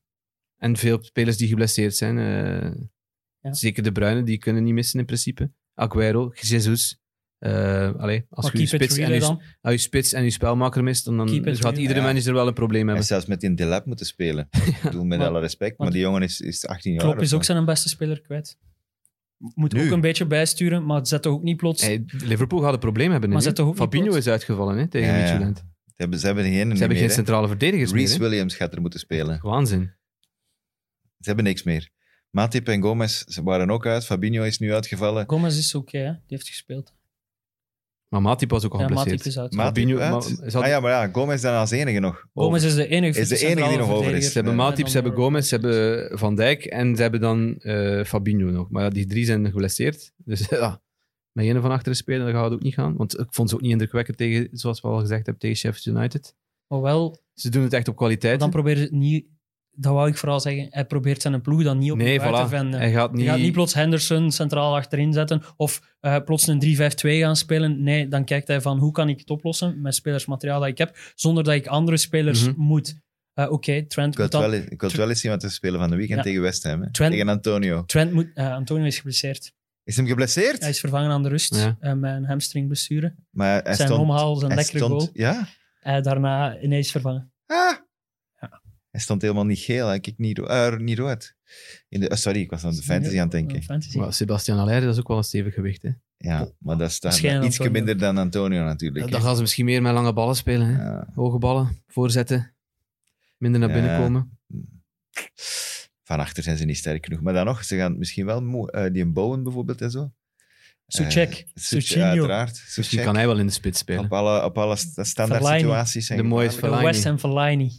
Speaker 1: En veel spelers die geblesseerd zijn. eh,
Speaker 4: Ja.
Speaker 1: Zeker de Bruine, die kunnen niet missen in principe. Aguero, Jesus. eh allee, als
Speaker 4: Maar
Speaker 1: je je
Speaker 4: keep it
Speaker 1: spits, en
Speaker 4: real
Speaker 1: je,
Speaker 4: dan.
Speaker 1: als je spits en je spelmaker mist, dan, dan
Speaker 4: Keep it
Speaker 1: gaat
Speaker 4: real.
Speaker 1: iedere
Speaker 3: Ja.
Speaker 1: manager wel een probleem hebben.
Speaker 3: Hij heeft zelfs met in Delap moeten
Speaker 4: *laughs*
Speaker 3: spelen. Ik bedoel, met
Speaker 4: Maar-
Speaker 3: alle respect, maar
Speaker 4: want-
Speaker 3: die jongen is, is 18 jaar.
Speaker 4: Klopp
Speaker 3: of
Speaker 4: is
Speaker 3: zo.
Speaker 4: ook zijn beste speler kwijt. Moet
Speaker 3: Nu.
Speaker 4: ook een beetje bijsturen, maar zet toch ook niet plots...
Speaker 1: Hey, Liverpool gaat een probleem hebben.
Speaker 4: Maar
Speaker 1: hè, nu.
Speaker 4: zet toch ook niet
Speaker 1: Fabinho
Speaker 4: plots-
Speaker 1: is uitgevallen hè, tegen
Speaker 3: Ja, ja.
Speaker 1: Midtjylland.
Speaker 3: Ze hebben, ze hebben geen,
Speaker 1: Ze hebben geen centrale verdedigers
Speaker 3: Reese
Speaker 1: meer.
Speaker 3: Williams gaat er moeten spelen.
Speaker 1: hè. Waanzin.
Speaker 3: Ze hebben niks meer. Matip en Gomez ze waren ook uit. Fabinho is nu uitgevallen.
Speaker 4: Gomez is oké, hè. die heeft gespeeld.
Speaker 1: Maar Matip was ook al
Speaker 4: Ja, Matip
Speaker 1: geblesseerd.
Speaker 4: is uit.
Speaker 3: Maar-
Speaker 1: Fabinho,
Speaker 3: uit?
Speaker 1: maar ze
Speaker 3: Ah
Speaker 1: hadden-
Speaker 3: ja, maar ja, Gomez dan als enige nog.
Speaker 4: Gomez
Speaker 3: Over.
Speaker 4: is de enige,
Speaker 3: Is de enige die
Speaker 4: centrale
Speaker 3: nog over is.
Speaker 1: Ze hebben
Speaker 4: verdediger.
Speaker 1: Matip, ze
Speaker 4: En
Speaker 1: hebben
Speaker 4: dan-
Speaker 1: Gomez, ze hebben Van Dijk en ze hebben dan eh, Fabinho nog. Maar ja, die drie zijn geblesseerd. Dus *laughs* ja, met een van achteren spelen, dat gaat ook niet gaan. Want ik vond ze ook niet indrukwekkend tegen, zoals we al gezegd hebben, tegen Sheffield United.
Speaker 4: Hoewel,
Speaker 1: Ze doen het echt op
Speaker 4: Maar
Speaker 1: kwaliteit.
Speaker 4: dan probeert het niet... Dat wou ik vooral zeggen. Hij probeert zijn ploeg dan niet op
Speaker 1: nee,
Speaker 4: elkaar
Speaker 1: voilà.
Speaker 4: te vinden.
Speaker 1: Hij gaat niet...
Speaker 4: Je gaat niet plots Henderson centraal achterin zetten of eh, plots een 3-5-2 gaan spelen. Nee, dan kijkt hij van hoe kan ik het oplossen met spelersmateriaal dat ik heb, zonder dat ik andere spelers
Speaker 1: Mhm.
Speaker 4: moet. Eh, Oké, Trent,
Speaker 3: Ik wil
Speaker 4: moet
Speaker 3: het
Speaker 4: dan-
Speaker 3: wel, eens- ik wil het wel eens zien, want ze spelen van de weekend
Speaker 4: Ja.
Speaker 3: tegen West Ham. hè.
Speaker 4: Twente-
Speaker 3: Tegen Antonio.
Speaker 4: Trent moet... eh, Antonio is geblesseerd.
Speaker 3: Is hem geblesseerd?
Speaker 4: Hij is vervangen aan de rust
Speaker 1: Ja.
Speaker 4: eh, met een hamstringblessure.
Speaker 3: maar hij
Speaker 4: Zijn
Speaker 3: stond,
Speaker 4: omhaal, zijn
Speaker 3: hij
Speaker 4: lekkere
Speaker 3: stond-
Speaker 4: goal.
Speaker 3: Ja.
Speaker 4: Eh, daarna ineens vervangen.
Speaker 3: Ah. Hij stond helemaal niet geel. Hij keek niet, ro- eh, niet rood. In de, oh, sorry, ik was aan de fantasy aan het
Speaker 4: Eh,
Speaker 3: denken.
Speaker 4: fantasy.
Speaker 1: Maar Sebastian Allaire, dat is ook wel een stevig gewicht. Hè?
Speaker 3: Ja, maar dat is dan
Speaker 4: Waarschijnlijk
Speaker 3: iets
Speaker 4: Antonio.
Speaker 3: minder dan Antonio natuurlijk.
Speaker 1: Dan
Speaker 3: hè.
Speaker 1: gaan ze misschien meer met lange ballen spelen. Hè?
Speaker 3: Ja.
Speaker 1: Hoge ballen, voorzetten, minder naar binnen
Speaker 3: Ja.
Speaker 1: komen.
Speaker 3: Van achter zijn ze niet sterk genoeg. Maar dan nog, ze gaan misschien wel moe, eh, die Bowen bijvoorbeeld en zo.
Speaker 4: Suchek,
Speaker 3: Eh, Suchek,
Speaker 4: Suchinho.
Speaker 3: uiteraard.
Speaker 1: Misschien
Speaker 3: Suchek.
Speaker 1: kan hij wel in de spits spelen.
Speaker 3: Op alle, op alle sta- standaard
Speaker 4: Verlaine.
Speaker 3: situaties. zijn
Speaker 1: De mooiste
Speaker 3: gevaarlijk.
Speaker 1: Fellaini.
Speaker 4: De West Ham Fellaini.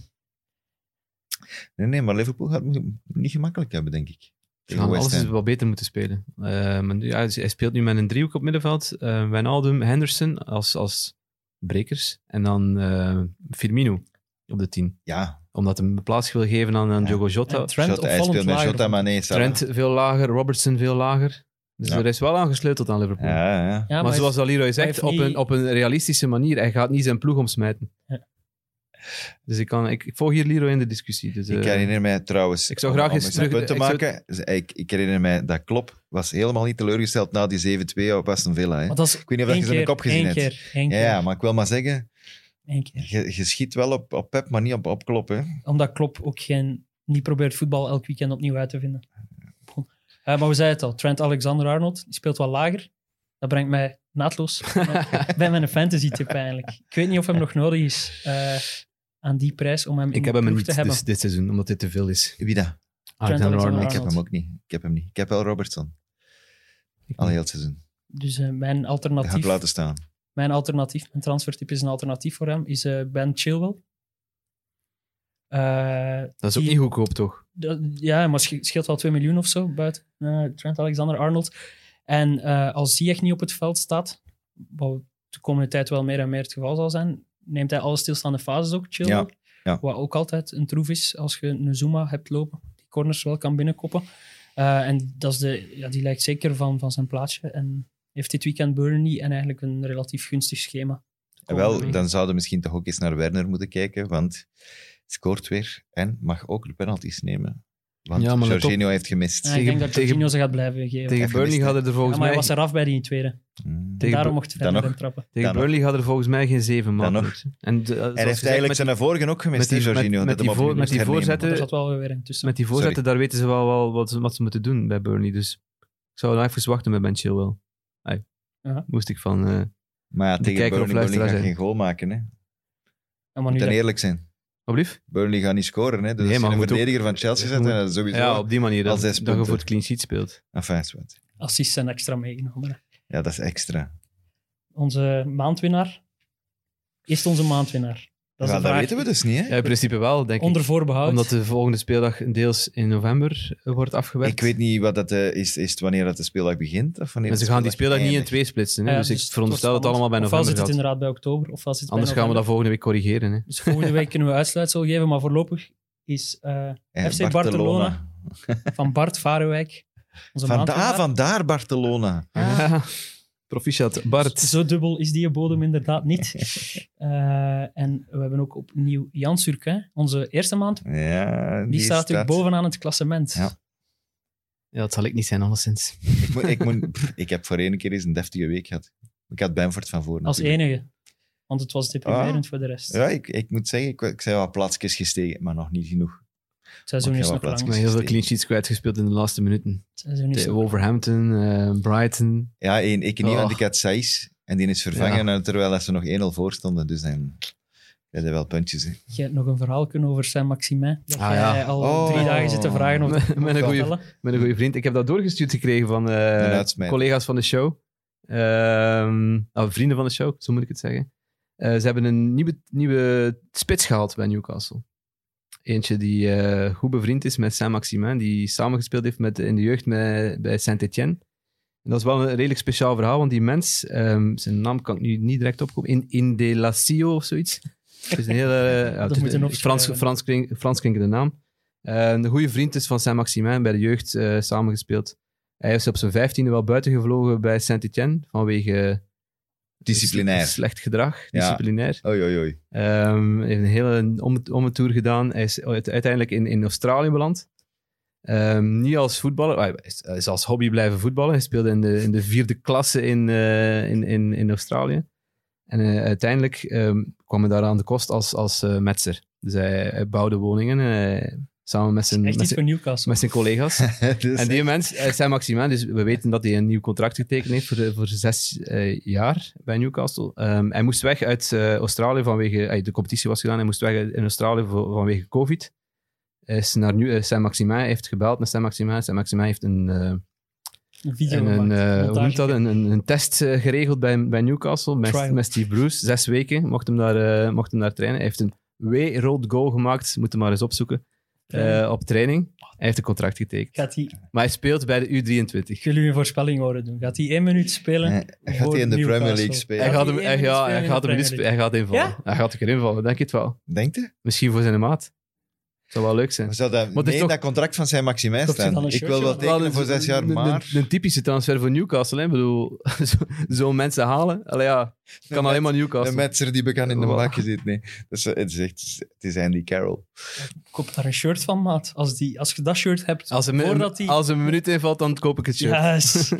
Speaker 3: Nee, nee, maar Liverpool gaat het niet gemakkelijk hebben, denk ik.
Speaker 1: Ze
Speaker 3: Tegen
Speaker 1: gaan
Speaker 3: West
Speaker 1: alles dus
Speaker 3: Ham.
Speaker 1: wel beter moeten spelen. Eh, maar nu- ja, hij speelt nu met een driehoek op middenveld. Eh Wijnaldum, Henderson als, als brekers. En dan eh, Firmino op de tien.
Speaker 3: Ja,
Speaker 1: Omdat hij plaats wil geven aan, aan
Speaker 3: Ja.
Speaker 1: Diogo Jota.
Speaker 4: En Trent
Speaker 3: Jota, hij
Speaker 4: opvallend
Speaker 3: speelt met
Speaker 4: lager.
Speaker 3: Jota Mané. Salah.
Speaker 1: Trent veel lager, Robertson veel lager. Dus
Speaker 3: Ja.
Speaker 1: er is wel aangesleuteld aan Liverpool.
Speaker 3: Ja, ja.
Speaker 4: Ja,
Speaker 1: maar
Speaker 4: maar
Speaker 1: zoals Aliroy zegt,
Speaker 4: heeft
Speaker 1: op,
Speaker 4: niet-
Speaker 1: een, op een realistische manier. Hij gaat niet zijn ploeg omsmijten.
Speaker 4: Ja.
Speaker 1: Dus ik, kan, ik, ik volg hier Leroy in de discussie. Dus, eh,
Speaker 3: Ik herinner mij trouwens.
Speaker 1: ik zou graag
Speaker 3: om- om
Speaker 1: eens
Speaker 3: een
Speaker 1: terug-
Speaker 3: punt te
Speaker 1: ik zou-
Speaker 3: maken. Ik, ik herinner mij dat Klopp was helemaal niet teleurgesteld na die 7-2 op Aston Villa. Hè.
Speaker 4: Want dat is
Speaker 3: Ik weet niet of
Speaker 4: één
Speaker 3: je ze in de
Speaker 4: keer,
Speaker 3: kop gezien
Speaker 4: één
Speaker 3: hebt.
Speaker 4: keer, één
Speaker 3: Ja,
Speaker 4: keer,
Speaker 3: ja, maar ik wil maar zeggen,
Speaker 4: één keer.
Speaker 3: je, je schiet wel op, op Pep, maar niet op, op Klopp. Hè.
Speaker 4: omdat Klopp ook geen, niet probeert voetbal elk weekend opnieuw uit te vinden. Bon. Eh, maar we zeiden het al, Trent Alexander-Arnold die speelt wel lager. Dat brengt mij naadloos bij mijn fantasy-tip eigenlijk. Ik weet niet of hem nog nodig is eh, aan die prijs om hem in
Speaker 1: ik
Speaker 4: de
Speaker 1: heb hem
Speaker 4: ploeg
Speaker 1: niet dus-
Speaker 4: te hebben.
Speaker 1: dit, dit seizoen, omdat dit te veel is.
Speaker 3: Wie dat?
Speaker 1: Alexander-Arnold.
Speaker 3: Ik heb
Speaker 4: Arnold.
Speaker 3: hem ook niet. Ik heb hem niet. Ik heb wel Robertson. Al heel het seizoen.
Speaker 4: Dus eh, mijn,
Speaker 3: Dat ga ik
Speaker 4: alternatief,
Speaker 3: laten staan.
Speaker 4: mijn alternatief, mijn transfertip is een alternatief voor hem, is eh, Ben Chilwell. Eh,
Speaker 1: Dat is ook
Speaker 4: die-
Speaker 1: niet goedkoop, toch?
Speaker 4: Dat- ja, maar sche- scheelt wel 2 miljoen of zo buiten eh, Trent Alexander-Arnold. En eh, als die echt niet op het veld staat, wat de komende tijd wel meer en meer het geval zal zijn, neemt hij alle stilstaande fases ook chill.
Speaker 3: Ja, ja.
Speaker 4: Wat ook altijd een troef is als je een Zuma hebt lopen, die corners wel kan binnenkoppen. Eh, en dat is de, ja, die lijkt zeker van, van zijn plaatsje. En heeft dit weekend Burnley en eigenlijk een relatief gunstig schema.
Speaker 3: En wel, dan zouden we misschien toch ook eens naar Werner moeten kijken, want scoort weer en mag ook de penalties nemen. Want
Speaker 1: Ja, maar let op.
Speaker 3: Jorginho heeft gemist.
Speaker 4: Ja,
Speaker 1: tegen-
Speaker 4: ik denk dat
Speaker 1: tegen-
Speaker 4: Jorginho ze gaat blijven geven.
Speaker 1: Tegen
Speaker 3: Even
Speaker 1: Burnley
Speaker 3: gemist,
Speaker 1: hadden er
Speaker 4: Ja,
Speaker 1: volgens
Speaker 4: maar hij
Speaker 1: mij...
Speaker 4: was eraf bij die tweede.
Speaker 3: Hmm.
Speaker 1: Tegen
Speaker 4: Daarom
Speaker 1: Bur-
Speaker 4: mocht hij
Speaker 3: dan
Speaker 4: hem
Speaker 3: nog.
Speaker 4: trappen.
Speaker 1: Tegen
Speaker 3: Dan
Speaker 1: Burnley hadden er volgens mij geen zeven man.
Speaker 3: Dan
Speaker 1: En de- zoals
Speaker 3: Hij heeft
Speaker 1: gezegd,
Speaker 3: eigenlijk
Speaker 1: met,
Speaker 3: zijn vorige ook gemist,
Speaker 1: met
Speaker 3: die
Speaker 1: die-
Speaker 3: Jorginho.
Speaker 1: met-
Speaker 3: dat
Speaker 1: met die
Speaker 3: hem opnieuw
Speaker 1: voor- met die
Speaker 3: moest hernemen.
Speaker 1: voorzetten-
Speaker 4: Maar er zat wel weer intussen.
Speaker 1: met die voorzetten, daar weten ze wel, wel wat, ze- wat ze moeten doen bij Burnley. Dus ik zou nog even wachten met Ben Chilwell. Ai.
Speaker 4: Ja.
Speaker 1: Moest ik van... eh,
Speaker 3: Maar ja,
Speaker 1: De
Speaker 3: tegen
Speaker 1: kijker of
Speaker 3: Burnley, Burnley
Speaker 1: luisteraar
Speaker 3: gaat
Speaker 1: zijn.
Speaker 3: geen goal maken. Hè.
Speaker 4: Ja, maar nu
Speaker 3: Moet dan
Speaker 4: dat-
Speaker 3: eerlijk zijn.
Speaker 1: wat blieft?
Speaker 3: Burnley gaat niet scoren. Hè.
Speaker 1: Nee,
Speaker 3: Dus als je
Speaker 1: maar
Speaker 3: een
Speaker 1: moet ook-
Speaker 3: verdediger van Chelsea zet,
Speaker 1: moet-
Speaker 3: dan is het sowieso...
Speaker 1: Ja, op die manier.
Speaker 3: Al
Speaker 1: Dat,
Speaker 3: zes
Speaker 1: dat je
Speaker 3: punten.
Speaker 1: voor het clean sheet speelt.
Speaker 3: Enfin, is wat.
Speaker 4: assists zijn extra meegenomen. hè.
Speaker 3: Ja, dat is extra.
Speaker 4: Onze maandwinnaar is onze maandwinnaar.
Speaker 3: Dat,
Speaker 4: Dat is
Speaker 3: ja,
Speaker 4: de
Speaker 3: dat
Speaker 4: vraag.
Speaker 3: weten we dus niet. Hè.
Speaker 1: Ja, in principe wel, denk
Speaker 4: Onder
Speaker 1: ik.
Speaker 4: voorbehoud.
Speaker 1: Omdat de volgende speeldag deels in november eh, wordt afgewerkt.
Speaker 3: Ik weet niet wat dat eh, is, is het wanneer dat de speeldag begint. Of wanneer
Speaker 1: Maar ze
Speaker 3: de
Speaker 1: gaan die speeldag niet in
Speaker 3: eindigt.
Speaker 1: twee splitsen. Hè?
Speaker 4: Ja,
Speaker 1: dus,
Speaker 4: dus
Speaker 1: ik
Speaker 4: het
Speaker 1: veronderstel dat
Speaker 4: wordt
Speaker 1: het allemaal bij
Speaker 4: Ofwel
Speaker 1: november
Speaker 4: zit het
Speaker 1: gaat.
Speaker 4: inderdaad bij oktober, ofwel zit het
Speaker 1: Anders
Speaker 4: bij
Speaker 1: gaan we dat
Speaker 4: november.
Speaker 1: volgende week corrigeren. Hè?
Speaker 4: Dus volgende week kunnen we uitsluitsel geven, maar voorlopig is eh,
Speaker 3: Eh,
Speaker 4: FC Barcelona. van Bart Varewijk onze
Speaker 3: Vandaar,
Speaker 4: maandwinnaar. Ah,
Speaker 3: vandaar Barcelona.
Speaker 1: *laughs* Proficiat, Bart.
Speaker 4: Zo dubbel is die bodem inderdaad
Speaker 3: *laughs*
Speaker 4: niet. Eh, en we hebben ook opnieuw Jan Surquin, onze eerste maand.
Speaker 3: Ja,
Speaker 4: Die, staat natuurlijk bovenaan het klassement.
Speaker 3: Ja.
Speaker 1: Ja, dat zal ik niet zijn, alleszins.
Speaker 3: Ik, moet, ik, moet, pff, ik heb voor één keer eens een deftige week gehad. Ik had Bamford van voor.
Speaker 4: Als
Speaker 3: natuurlijk.
Speaker 4: enige. Want het was deprimerend voor de rest.
Speaker 3: Ah. Ja, ik, ik moet zeggen, ik, ik zijn wel plaatsjes gestegen, maar nog niet genoeg.
Speaker 4: Het seizoen
Speaker 3: Mag
Speaker 4: is
Speaker 3: je
Speaker 4: nog
Speaker 3: wel
Speaker 4: lang.
Speaker 1: Maar
Speaker 3: plaatsen.
Speaker 4: Het
Speaker 1: heel veel clean sheets kwijtgespeeld in de laatste minuten.
Speaker 4: seizoen is
Speaker 1: Tegen
Speaker 4: nog-
Speaker 1: Wolverhampton, eh, Brighton.
Speaker 3: Ja, één, ik niet,
Speaker 1: Oh.
Speaker 3: want ik had Saiz. En die is vervangen eh, terwijl dat ze nog 1-0 voor stonden. Dus dan dat zijn wel puntjes. Hè.
Speaker 4: Je hebt nog een verhaal kunnen over Saint-Maximin. Dat
Speaker 1: Ah,
Speaker 4: jij
Speaker 1: ja.
Speaker 4: al
Speaker 3: Oh.
Speaker 4: drie dagen zit te vragen of
Speaker 1: Met- met een
Speaker 4: of
Speaker 1: goeie-
Speaker 4: vertellen.
Speaker 1: Met een goede vriend. Ik heb dat doorgestuurd gekregen van eh,
Speaker 3: uitsmijter.
Speaker 1: collega's van de show. Ehm, nou, vrienden van de show, zo moet ik het zeggen. Eh, ze hebben een nieuwe, nieuwe spits gehaald bij Newcastle. Eentje die eh, goed bevriend is met Saint-Maximin, die samengespeeld heeft met, in de jeugd met, bij Saint-Etienne. En dat is wel een redelijk speciaal verhaal, want die mens, ehm, zijn naam kan ik nu niet direct opkomen, in, Indelatio of zoiets. Het is een hele eh, ja, het is
Speaker 4: moeten we
Speaker 1: een
Speaker 4: opschrijven.
Speaker 1: Frans, Frans, klink- Frans klinkende naam. Eh, een goede vriend is van Saint-Maximin, bij de jeugd eh, samengespeeld. Hij is op zijn vijftiende wel buitengevlogen bij Saint-Etienne vanwege eh,
Speaker 3: Disciplinair.
Speaker 1: slecht gedrag, disciplinair.
Speaker 3: Oei, oei, oei.
Speaker 1: Ehm, hij heeft een hele om, om tour gedaan. Hij is uit- uiteindelijk in, in Australië beland. Ehm, niet als voetballer, hij is, hij is als hobby blijven voetballen. Hij speelde in de, in de vierde klasse in, eh, in, in, in Australië. En eh, uiteindelijk ehm, kwam hij daar aan de kost als, als eh, metser. Dus hij, hij bouwde woningen eh, samen met zijn,
Speaker 4: Echt
Speaker 1: met
Speaker 4: iets
Speaker 1: zijn,
Speaker 4: voor Newcastle.
Speaker 1: met zijn collega's.
Speaker 3: *laughs* Dus-
Speaker 1: En die mens, eh, Saint-Maximin, dus we weten dat hij een nieuw contract getekend heeft voor, eh, voor zes eh, jaar bij Newcastle. Ehm, hij moest weg uit eh, Australië vanwege, eh, de competitie was gedaan, hij moest weg uit- in Australië voor- vanwege COVID. Hij Is naar nu, eh, Saint-Maximin hij heeft gebeld naar Saint-Maximin. Saint-Maximin heeft een, eh,
Speaker 4: Een video
Speaker 1: en een,
Speaker 4: gemaakt.
Speaker 1: eh, hoe
Speaker 4: montage.
Speaker 1: noemt dat? Een, een, een test eh, geregeld bij, bij Newcastle, met,
Speaker 4: Trial.
Speaker 1: met Steve Bruce. Zes weken mocht hem daar, eh, mocht hem daar trainen. Hij heeft een W-rood goal gemaakt, moet hem maar eens opzoeken, eh,
Speaker 4: Training.
Speaker 1: op training. Hij heeft een contract getekend.
Speaker 4: Gaat hij,
Speaker 1: Maar hij speelt bij de U23.
Speaker 4: ik wil u een voorspelling horen doen. Gaat hij één minuut spelen?
Speaker 3: Eh, Gaat hij in de
Speaker 4: Newcastle.
Speaker 3: Premier League spelen?
Speaker 1: Hij
Speaker 4: Gaat
Speaker 1: gaat
Speaker 4: hij
Speaker 1: hem,
Speaker 4: één
Speaker 1: hij,
Speaker 4: minuut
Speaker 1: ja,
Speaker 4: spelen
Speaker 1: hij
Speaker 4: in
Speaker 1: gaat
Speaker 4: de
Speaker 1: hem niet
Speaker 4: Premier
Speaker 1: spe- hij gaat invallen.
Speaker 4: Ja?
Speaker 1: Hij gaat er invallen, denk je het wel.
Speaker 3: Denkt hij?
Speaker 1: Misschien voor zijn maat. Zou wel leuk zijn.
Speaker 3: Zou dat,
Speaker 1: het is
Speaker 3: nee,
Speaker 1: toch-
Speaker 3: dat contract van zijn Maximijn
Speaker 4: Koopt hij dan
Speaker 3: staan.
Speaker 4: een
Speaker 3: Ik wil
Speaker 4: shirtje
Speaker 3: wel
Speaker 4: of-
Speaker 1: Wel
Speaker 3: tekenen
Speaker 1: een-
Speaker 3: voor zes jaar,
Speaker 1: een- een-
Speaker 3: maar...
Speaker 1: Een, typische transfer voor Newcastle. Hè? Ik bedoel, *laughs* zo- zo'n mensen halen. Allee, ja, kan alleen maar
Speaker 3: De
Speaker 1: Newcastle.
Speaker 3: metser die bekend in de
Speaker 1: Wow.
Speaker 3: bakje zit, nee. Dat is, het, is echt, het is Andy Carroll.
Speaker 4: Koop daar een shirt van, maat. Als, die, als je dat shirt hebt,
Speaker 1: als, een,
Speaker 4: voordat hij...
Speaker 1: als een minuut invalt, dan koop ik het shirt. *laughs*
Speaker 4: Yes.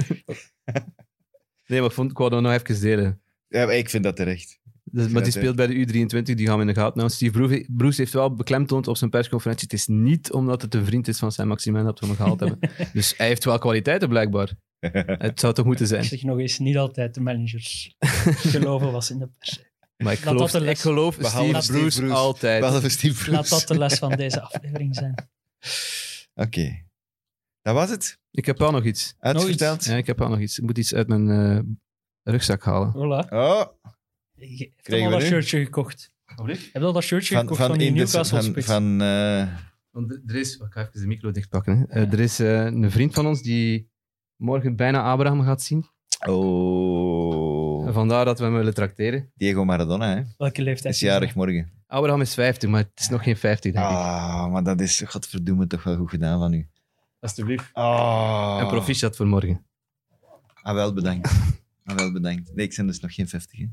Speaker 1: Nee, maar ik, vond, ik wou dat nog even delen.
Speaker 3: Ja, maar ik vind dat terecht.
Speaker 1: Dus, maar die
Speaker 3: Ja,
Speaker 1: speelt bij de U23, die gaan we in de gaten houden. Steve Bruce, Bruce heeft wel beklemtoond op zijn persconferentie. Het is niet omdat het een vriend is van zijn Maximin dat we hem gehaald
Speaker 3: *laughs*
Speaker 1: hebben. Dus hij heeft wel kwaliteiten, blijkbaar. Het zou toch moeten
Speaker 4: Ik
Speaker 1: zijn.
Speaker 4: zeg nog eens, niet altijd de managers geloven was in de pers.
Speaker 1: Maar ik
Speaker 4: Laat
Speaker 1: geloof,
Speaker 4: dat de les-
Speaker 1: ik geloof Steve,
Speaker 3: Behalve Steve
Speaker 1: Bruce,
Speaker 3: Bruce.
Speaker 1: altijd.
Speaker 3: Behalve Steve Bruce.
Speaker 4: Laat dat eh, de les van deze aflevering zijn.
Speaker 3: Oké. Dat was het.
Speaker 1: Ik heb wel nog iets.
Speaker 3: Uitverteld.
Speaker 1: Ja, ik heb wel nog iets. Ik moet iets uit mijn eh, rugzak halen.
Speaker 4: Voilà.
Speaker 3: Oh,
Speaker 4: Ik heb
Speaker 3: Krijgen
Speaker 4: al
Speaker 3: we
Speaker 4: dat
Speaker 3: nu?
Speaker 4: shirtje gekocht. Heb je al dat shirtje
Speaker 3: van, van,
Speaker 4: gekocht van, die
Speaker 3: in de-
Speaker 4: Newcastle
Speaker 3: van,
Speaker 4: spits?
Speaker 3: van, eh,
Speaker 1: Want er is... Ik ga even de micro dichtpakken. Hè. Eh, er is eh, een vriend van ons die morgen bijna Abraham gaat zien.
Speaker 3: Oh,
Speaker 1: Vandaar dat we hem willen tracteren.
Speaker 3: Diego Maradona, hè?
Speaker 4: Welke leeftijd?
Speaker 3: Is jarig morgen.
Speaker 1: Abraham is 50, maar het is nog geen 50, denk ik.
Speaker 3: Ah, maar dat is godverdomme toch wel goed gedaan van u.
Speaker 1: Alsjeblieft.
Speaker 3: Ah.
Speaker 1: En proficiat voor morgen.
Speaker 3: Ah, wel bedankt. Ah, wel bedankt. Nee, ik ben dus nog geen 50, hè?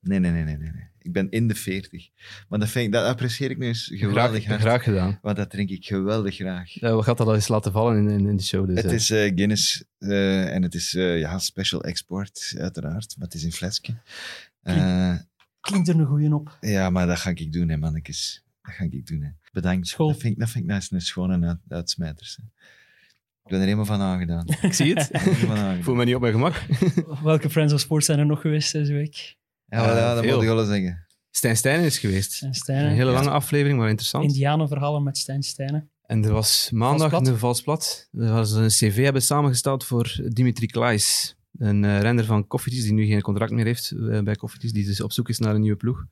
Speaker 3: Nee, nee, nee, nee, nee. nee. Ik ben in de 40. Maar dat, vind ik, dat apprecieer ik nu eens
Speaker 1: Graag,
Speaker 3: geweldig. hard.
Speaker 1: graag gedaan.
Speaker 3: Want dat drink ik geweldig graag.
Speaker 1: Eh, we gaan dat al eens laten vallen in, in, in de show. Dus,
Speaker 3: Het
Speaker 1: eh.
Speaker 3: is eh, Guinness eh, en het is eh, ja, special export, uiteraard. Maar het is in flesje. Eh,
Speaker 4: Klinkt er een
Speaker 3: *laughs*
Speaker 4: goeie op.
Speaker 3: ja, maar dat ga ik doen, hè, mannetjes. Dat ga ik doen, hè. Bedankt.
Speaker 4: School.
Speaker 3: Dat vind ik, dat vind ik nou eens een schone uit, uitsmijters. hè. Ik ben er helemaal van
Speaker 1: *laughs*
Speaker 3: aangedaan. Ik
Speaker 1: Ik zie het.
Speaker 3: ben er helemaal van
Speaker 1: Ik voel
Speaker 3: aangedaan.
Speaker 1: me niet op mijn gemak.
Speaker 4: Welke Friends of Sports zijn er nog geweest deze week?
Speaker 3: Ja, maar
Speaker 1: Ja,
Speaker 3: ja, dat
Speaker 1: veel.
Speaker 3: moet ik wel zeggen.
Speaker 1: Stijn Stijn is geweest.
Speaker 4: Zijn
Speaker 1: Een
Speaker 4: Stijnen.
Speaker 1: hele lange aflevering, maar interessant.
Speaker 4: Indianenverhalen met Stijn Stijnen.
Speaker 1: En er was maandag
Speaker 4: Vals plat?
Speaker 1: een vals plat. Er was een cv hebben samengesteld voor Dimitri Klaes. Een eh renner van Koffietjes die nu geen contract meer heeft eh, bij Koffietjes. Die dus op zoek is naar een nieuwe ploeg.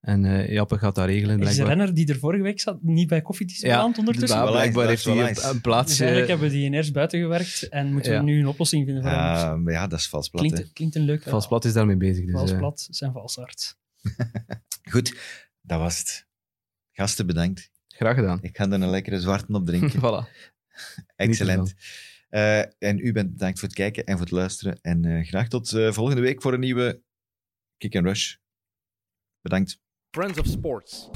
Speaker 1: En eh Jappe gaat dat regelen,
Speaker 4: Is de
Speaker 1: blijkbaar.
Speaker 4: renner die er vorige week zat niet bij Koffietjes
Speaker 1: Ja,
Speaker 4: beland ondertussen?
Speaker 1: Maar
Speaker 3: Wel eens,
Speaker 1: blijkbaar
Speaker 3: dat
Speaker 1: heeft
Speaker 3: is wel
Speaker 1: hij
Speaker 3: eens.
Speaker 1: een, eh, een
Speaker 4: Dus
Speaker 1: plaatsje.
Speaker 4: eigenlijk hebben we die ineens buiten gewerkt en moeten
Speaker 1: Ja.
Speaker 4: we nu een oplossing vinden voor hem. Dus
Speaker 3: Ah, maar ja, dat is vals plat, hè.
Speaker 4: Klinkt, klinkt een leuk
Speaker 1: Vals plat is daarmee bezig. Dus,
Speaker 4: Vals
Speaker 1: eh,
Speaker 4: plat zijn valsarts.
Speaker 3: Goed, dat was het. Gasten, bedankt.
Speaker 1: graag
Speaker 3: *laughs*
Speaker 1: gedaan.
Speaker 3: Ik ga er een lekkere zwarte
Speaker 1: *laughs*
Speaker 3: op drinken.
Speaker 1: voilà.
Speaker 3: Excellent. Eh, en u bent bedankt voor het kijken en voor het luisteren. En eh, graag tot eh, volgende week voor een nieuwe Kick and Rush. Bedankt.
Speaker 5: Friends of Sports.